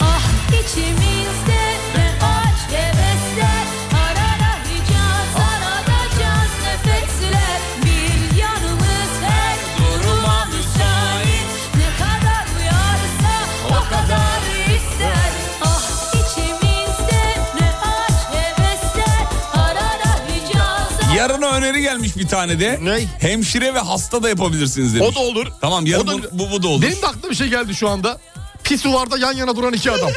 Speaker 6: Ah içimizde ne aç hevesler Arara hicaz arada caz nefesler Bir yanımız her duruma müsait Ne kadar uyarsa o kadar ister Ah içimizde ne aç hevesler Arara hicaz
Speaker 4: Yarına öneri gelmiş bir tane de. Ne? Hemşire ve hasta da yapabilirsiniz demiş.
Speaker 5: O da olur.
Speaker 4: Tamam yarın
Speaker 5: O
Speaker 4: bu,
Speaker 5: da-
Speaker 4: bu, bu da olur.
Speaker 5: Benim de aklıma bir şey geldi şu anda. Pisuvarda yan yana duran iki adam.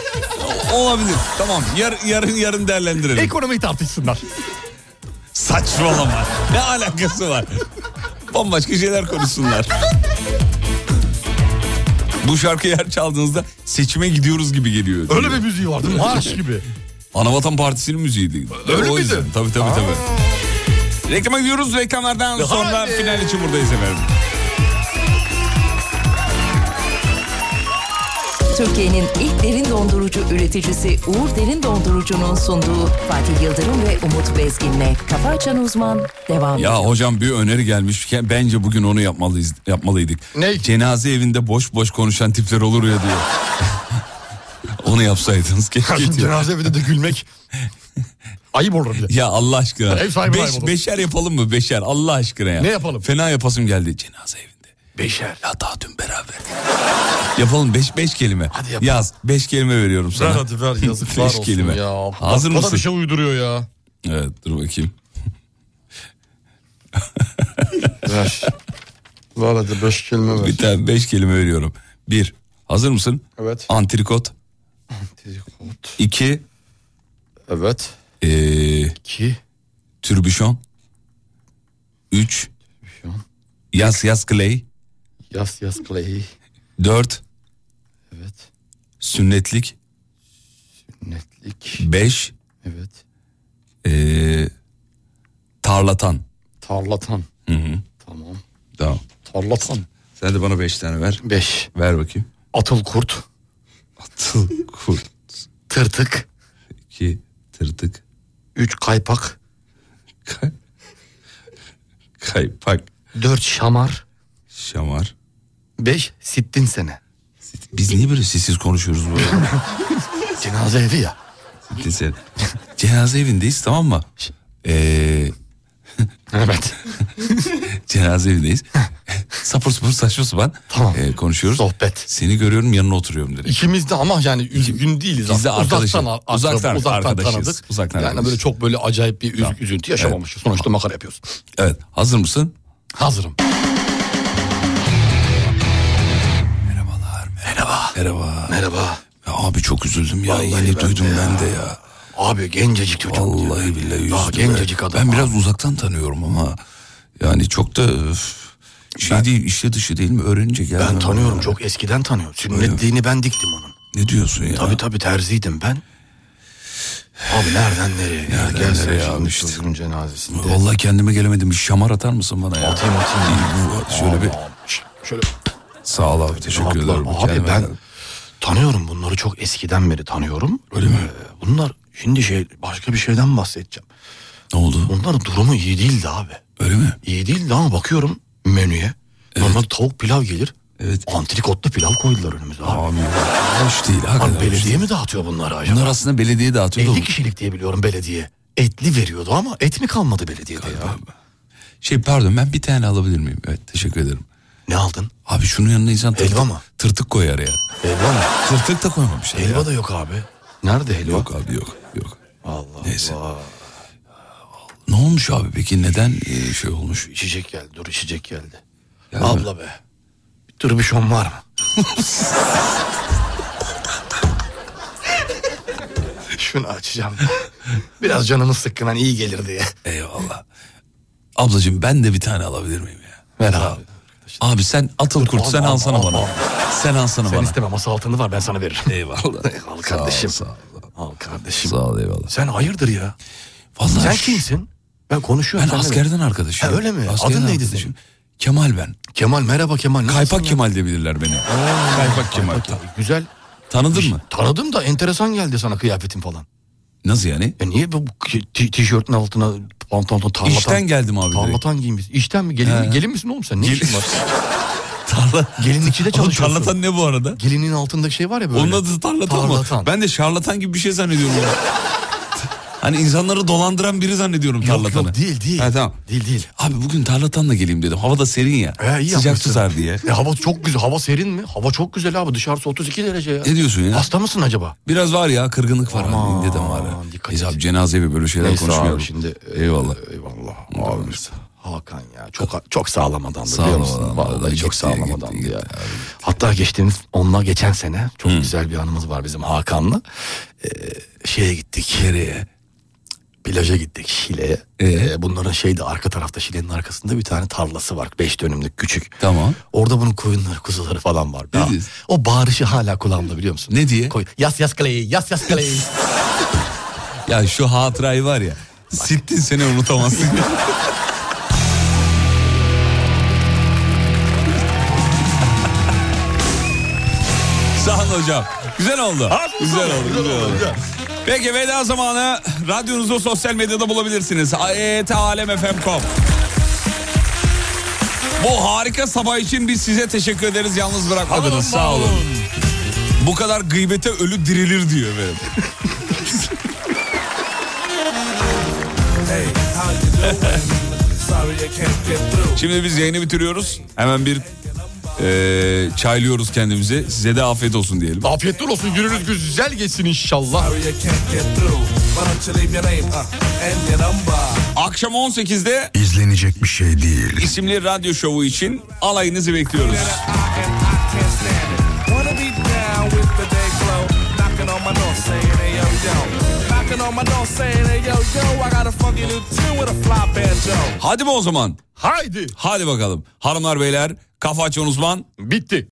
Speaker 4: Olabilir. Tamam yar, yarın yarın değerlendirelim.
Speaker 5: Ekonomiyi tartışsınlar.
Speaker 4: Saçmalama. ne alakası var? Bambaşka şeyler konuşsunlar. Bu şarkıyı her çaldığınızda seçime gidiyoruz gibi geliyor.
Speaker 5: Öyle bir müziği vardı marş gibi.
Speaker 4: Anavatan Partisi'nin müziğiydi.
Speaker 5: Öyle
Speaker 4: o
Speaker 5: miydi?
Speaker 4: yüzden. Tabii tabii tabii. Reklama gidiyoruz. Reklamlardan sonra
Speaker 5: Hadi.
Speaker 4: final için buradayız efendim.
Speaker 7: Türkiye'nin ilk derin dondurucu üreticisi Uğur Derin Dondurucu'nun sunduğu Fatih Yıldırım ve Umut Bezgin'le Kafa Açan Uzman devam ediyor.
Speaker 4: Ya hocam bir öneri gelmiş. Ya Bence bugün onu yapmalıyız, yapmalıydık. Ne? Cenaze evinde boş boş konuşan tipler olur ya diyor. onu yapsaydınız keşke.
Speaker 5: Şimdi
Speaker 4: diyor.
Speaker 5: cenaze evinde de gülmek. Ayıp olur bir de.
Speaker 4: Ya Allah aşkına.
Speaker 5: Ev sahibi
Speaker 4: Beş-
Speaker 5: kaybolur.
Speaker 4: beşer yapalım mı beşer Allah aşkına ya.
Speaker 5: Ne yapalım?
Speaker 4: Fena yapasım geldi cenaze evinde. Beşer. Hatta dün beraber. yapalım beş, beş kelime. Hadi
Speaker 5: yapalım.
Speaker 4: Yaz beş kelime veriyorum sana.
Speaker 5: Ver hadi ver yazıklar
Speaker 4: beş
Speaker 5: olsun
Speaker 4: kelime.
Speaker 5: ya.
Speaker 4: Hazır
Speaker 5: Bak, O da
Speaker 4: mısın?
Speaker 5: bir şey uyduruyor ya.
Speaker 4: Evet dur bakayım.
Speaker 5: Ver. Ver hadi beş kelime ver.
Speaker 4: Bir tane beş kelime veriyorum. Bir. Hazır mısın?
Speaker 5: Evet.
Speaker 4: Antrikot. Antrikot. İki.
Speaker 5: Evet.
Speaker 4: Ee,
Speaker 5: İki.
Speaker 4: Türbüşon. Üç. Yas yas clay.
Speaker 5: Yas yas clay.
Speaker 4: Dört. Evet. Sünnetlik. Sünnetlik. Beş.
Speaker 5: Evet.
Speaker 4: Ee, tarlatan.
Speaker 5: Tarlatan.
Speaker 4: Hı hı.
Speaker 5: Tamam.
Speaker 4: Tamam.
Speaker 5: Tarlatan.
Speaker 4: Sen de bana beş tane ver.
Speaker 5: Beş.
Speaker 4: Ver bakayım.
Speaker 5: Atıl kurt.
Speaker 4: Atıl kurt.
Speaker 5: Tırtık.
Speaker 4: İki. Tırtık.
Speaker 5: Üç kaypak.
Speaker 4: Kaypak.
Speaker 5: Dört şamar.
Speaker 4: Şamar.
Speaker 5: Beş sittin sene.
Speaker 4: Biz niye böyle sessiz konuşuyoruz böyle?
Speaker 5: Cenaze evi ya.
Speaker 4: Sittin sene. Cenaze evindeyiz tamam mı? Ee,
Speaker 5: Evet.
Speaker 4: cenaze evindeyiz. sapır sapır saçma sapan ee, konuşuyoruz. Sohbet. Seni görüyorum yanına oturuyorum direkt.
Speaker 5: İkimiz de ama yani üzgün değiliz.
Speaker 4: Biz de
Speaker 5: aslında.
Speaker 4: arkadaşız.
Speaker 5: Uzaktan, akrab-
Speaker 4: Uzaktan
Speaker 5: uzaktan,
Speaker 4: arkadaşız.
Speaker 5: tanıdık.
Speaker 4: Uzaktan
Speaker 5: yani
Speaker 4: arkadaşız.
Speaker 5: böyle çok böyle acayip bir üz-
Speaker 4: Tamam.
Speaker 5: üzüntü yaşamamışız.
Speaker 4: Evet.
Speaker 5: Sonuçta makara yapıyoruz.
Speaker 4: Evet hazır mısın?
Speaker 5: Hazırım.
Speaker 4: Merhaba. Merhaba. Merhaba. Ya abi çok üzüldüm ya. Yeni duydum ben de ya.
Speaker 5: Abi gencecik çocuk.
Speaker 4: Vallahi billahi üzüldüm.
Speaker 5: gencecik adam
Speaker 4: Ben biraz uzaktan tanıyorum ama Yani çok da öf, şey değil işte dışı değil mi öğrenecek yani.
Speaker 13: Ben tanıyorum çok eskiden tanıyorum. Sünnetliğini ben diktim onun.
Speaker 4: Ne diyorsun ya?
Speaker 13: Tabii tabii terziydim ben. Abi nereden nereye?
Speaker 4: Nereden
Speaker 13: Gel sen
Speaker 4: nereye
Speaker 13: şimdi
Speaker 4: abi işte.
Speaker 13: çocuğun cenazesinde.
Speaker 4: Vallahi kendime gelemedim bir şamar atar mısın bana ya? Atayım atayım. şöyle bir.
Speaker 13: Şöyle.
Speaker 4: Sağ ol abi teşekkür ederim.
Speaker 13: Abi ben tanıyorum bunları çok eskiden beri tanıyorum. Öyle mi? Bunlar şimdi şey başka bir şeyden bahsedeceğim.
Speaker 4: Ne oldu?
Speaker 13: Bunların durumu iyi değildi abi.
Speaker 4: Öyle mi?
Speaker 13: İyi değildi ama bakıyorum menüye. Normal tavuk pilav gelir.
Speaker 4: Evet.
Speaker 13: Antrikotlu pilav koydular önümüze abi.
Speaker 4: Abi hoş değil. hakikaten hoş
Speaker 13: belediye
Speaker 4: değil.
Speaker 13: mi dağıtıyor bunları acaba?
Speaker 4: Bunlar aslında belediye dağıtıyor da
Speaker 13: 50
Speaker 4: bu-
Speaker 13: kişilik diye biliyorum belediye. Etli veriyordu ama et mi kalmadı belediyede ya?
Speaker 4: Şey pardon ben bir tane alabilir miyim? Evet teşekkür ederim.
Speaker 13: Ne aldın?
Speaker 4: Abi şunun yanına insan tırtık,
Speaker 13: Helva mı?
Speaker 4: tırtık koyar ya.
Speaker 13: Helva mı?
Speaker 4: Tırtık da koymamışlar
Speaker 13: Helva
Speaker 4: ya.
Speaker 13: da yok abi. Nerede helva?
Speaker 4: Yok abi yok yok. Allah Neyse. Ne olmuş abi peki neden e, şey olmuş?
Speaker 13: İçecek geldi dur içecek geldi. Abla be. Bir tırbüşon var mı? Şunu açacağım. Biraz canımız sıkkın hani iyi gelir diye.
Speaker 4: Eyvallah. Ablacığım ben de bir tane alabilir miyim ya? Ver abi. Abi sen atıl kurt sen alsana bana. Sen alsana
Speaker 13: Sen
Speaker 4: bana.
Speaker 13: isteme masa altını var ben sana veririm.
Speaker 4: Eyvallah.
Speaker 13: Al kardeşim.
Speaker 4: Sağ ol,
Speaker 13: Al kardeşim.
Speaker 4: Sağ ol eyvallah.
Speaker 13: Sen hayırdır ya?
Speaker 4: Vallahi
Speaker 13: Sen
Speaker 4: şu-
Speaker 13: kimsin? Ben konuşuyorum.
Speaker 4: Ben
Speaker 13: sen
Speaker 4: askerden
Speaker 13: benim.
Speaker 4: arkadaşım.
Speaker 13: Ha, öyle mi?
Speaker 4: Askerden
Speaker 13: Adın neydi
Speaker 4: arkadaşım.
Speaker 13: senin?
Speaker 4: Kemal ben.
Speaker 13: Kemal merhaba Kemal.
Speaker 4: Kaypak Kemal de bilirler beni. Kaypak Kemal.
Speaker 13: Güzel.
Speaker 4: Tanıdın mı?
Speaker 13: Tanıdım da enteresan geldi sana kıyafetin falan.
Speaker 4: Nasıl yani?
Speaker 13: E niye bu ki- ti- tişörtün altına pantolon tarlatan?
Speaker 4: İşten geldim abi direkt.
Speaker 13: Tarlatan giymiş. İşten mi? Gelin,
Speaker 4: He.
Speaker 13: gelin misin oğlum sen? Ne
Speaker 4: Gelin-
Speaker 13: işin var?
Speaker 4: Tarla.
Speaker 13: Gelinlikçide
Speaker 4: Oğlum
Speaker 13: çalışıyorsun.
Speaker 4: tarlatan ne bu arada?
Speaker 13: Gelinin altındaki şey var ya böyle.
Speaker 4: Onun adı tarlatan, mı? Ben de şarlatan gibi bir şey zannediyorum. onu. hani insanları dolandıran biri zannediyorum tarlatanı.
Speaker 13: yok, değil, değil.
Speaker 4: Ha, tamam.
Speaker 13: Değil değil.
Speaker 4: Abi bugün tarlatanla geleyim dedim. Hava da serin ya.
Speaker 13: He, iyi
Speaker 4: Sıcak
Speaker 13: yapmışsın.
Speaker 4: tutar diye.
Speaker 13: E, hava çok güzel. Hava serin mi? Hava çok güzel abi. Dışarısı 32 derece ya.
Speaker 4: Ne diyorsun ya?
Speaker 13: Hasta mısın acaba?
Speaker 4: Biraz var ya kırgınlık var. Aman, dedim var. ya. Neyse abi cenaze ve böyle şeyler
Speaker 13: Neyse abi,
Speaker 4: konuşmayalım.
Speaker 13: şimdi, e,
Speaker 4: Eyvallah.
Speaker 13: Eyvallah. Abi, Hakan ya çok çok sağlam adamdı
Speaker 4: Sağlam
Speaker 13: biliyor musun?
Speaker 4: adam,
Speaker 13: Vallahi çok sağlam adamdı ya. Hatta geçtiğimiz onunla geçen sene çok güzel bir anımız var bizim Hakan'la. Ee, şeye gittik. Nereye? Plaja gittik Şile'ye. Ee, bunların şeyde arka tarafta Şile'nin arkasında bir tane tarlası var. Beş dönümlük küçük.
Speaker 4: Tamam.
Speaker 13: Orada bunun koyunları kuzuları falan var. Ya, o bağırışı hala kulağımda biliyor musun?
Speaker 4: Ne diye?
Speaker 13: Koy, yas yas kaleyi yas yas kaleyi.
Speaker 4: Ya şu hatırayı var ya. Sittin seni unutamazsın. Sağ olun hocam. Güzel oldu. Güzel oldu. Güzel oldu. Peki veda zamanı radyonuzu sosyal medyada bulabilirsiniz. E aetealemfm.com Bu harika sabah için biz size teşekkür ederiz. Yalnız bırakmadınız. Sağ olun. Bu kadar gıybete ölü dirilir diyor efendim. Şimdi biz yayını bitiriyoruz. Hemen bir eee, çaylıyoruz kendimizi. Size de afiyet olsun diyelim.
Speaker 5: Afiyetler olsun gününüz güzel geçsin inşallah.
Speaker 4: Akşam 18'de
Speaker 14: İzlenecek bir şey değil.
Speaker 4: isimli radyo şovu için alayınızı bekliyoruz.
Speaker 2: Wanna be down with the day glow. Knocking on my door saying, hey yo yo. Knocking on my door saying, hey yo yo. I got a funky new tune with a fly banjo.
Speaker 4: Hadi mi o zaman?
Speaker 5: Haydi.
Speaker 4: Hadi bakalım. Hanımlar beyler kafa açan uzman
Speaker 5: bitti.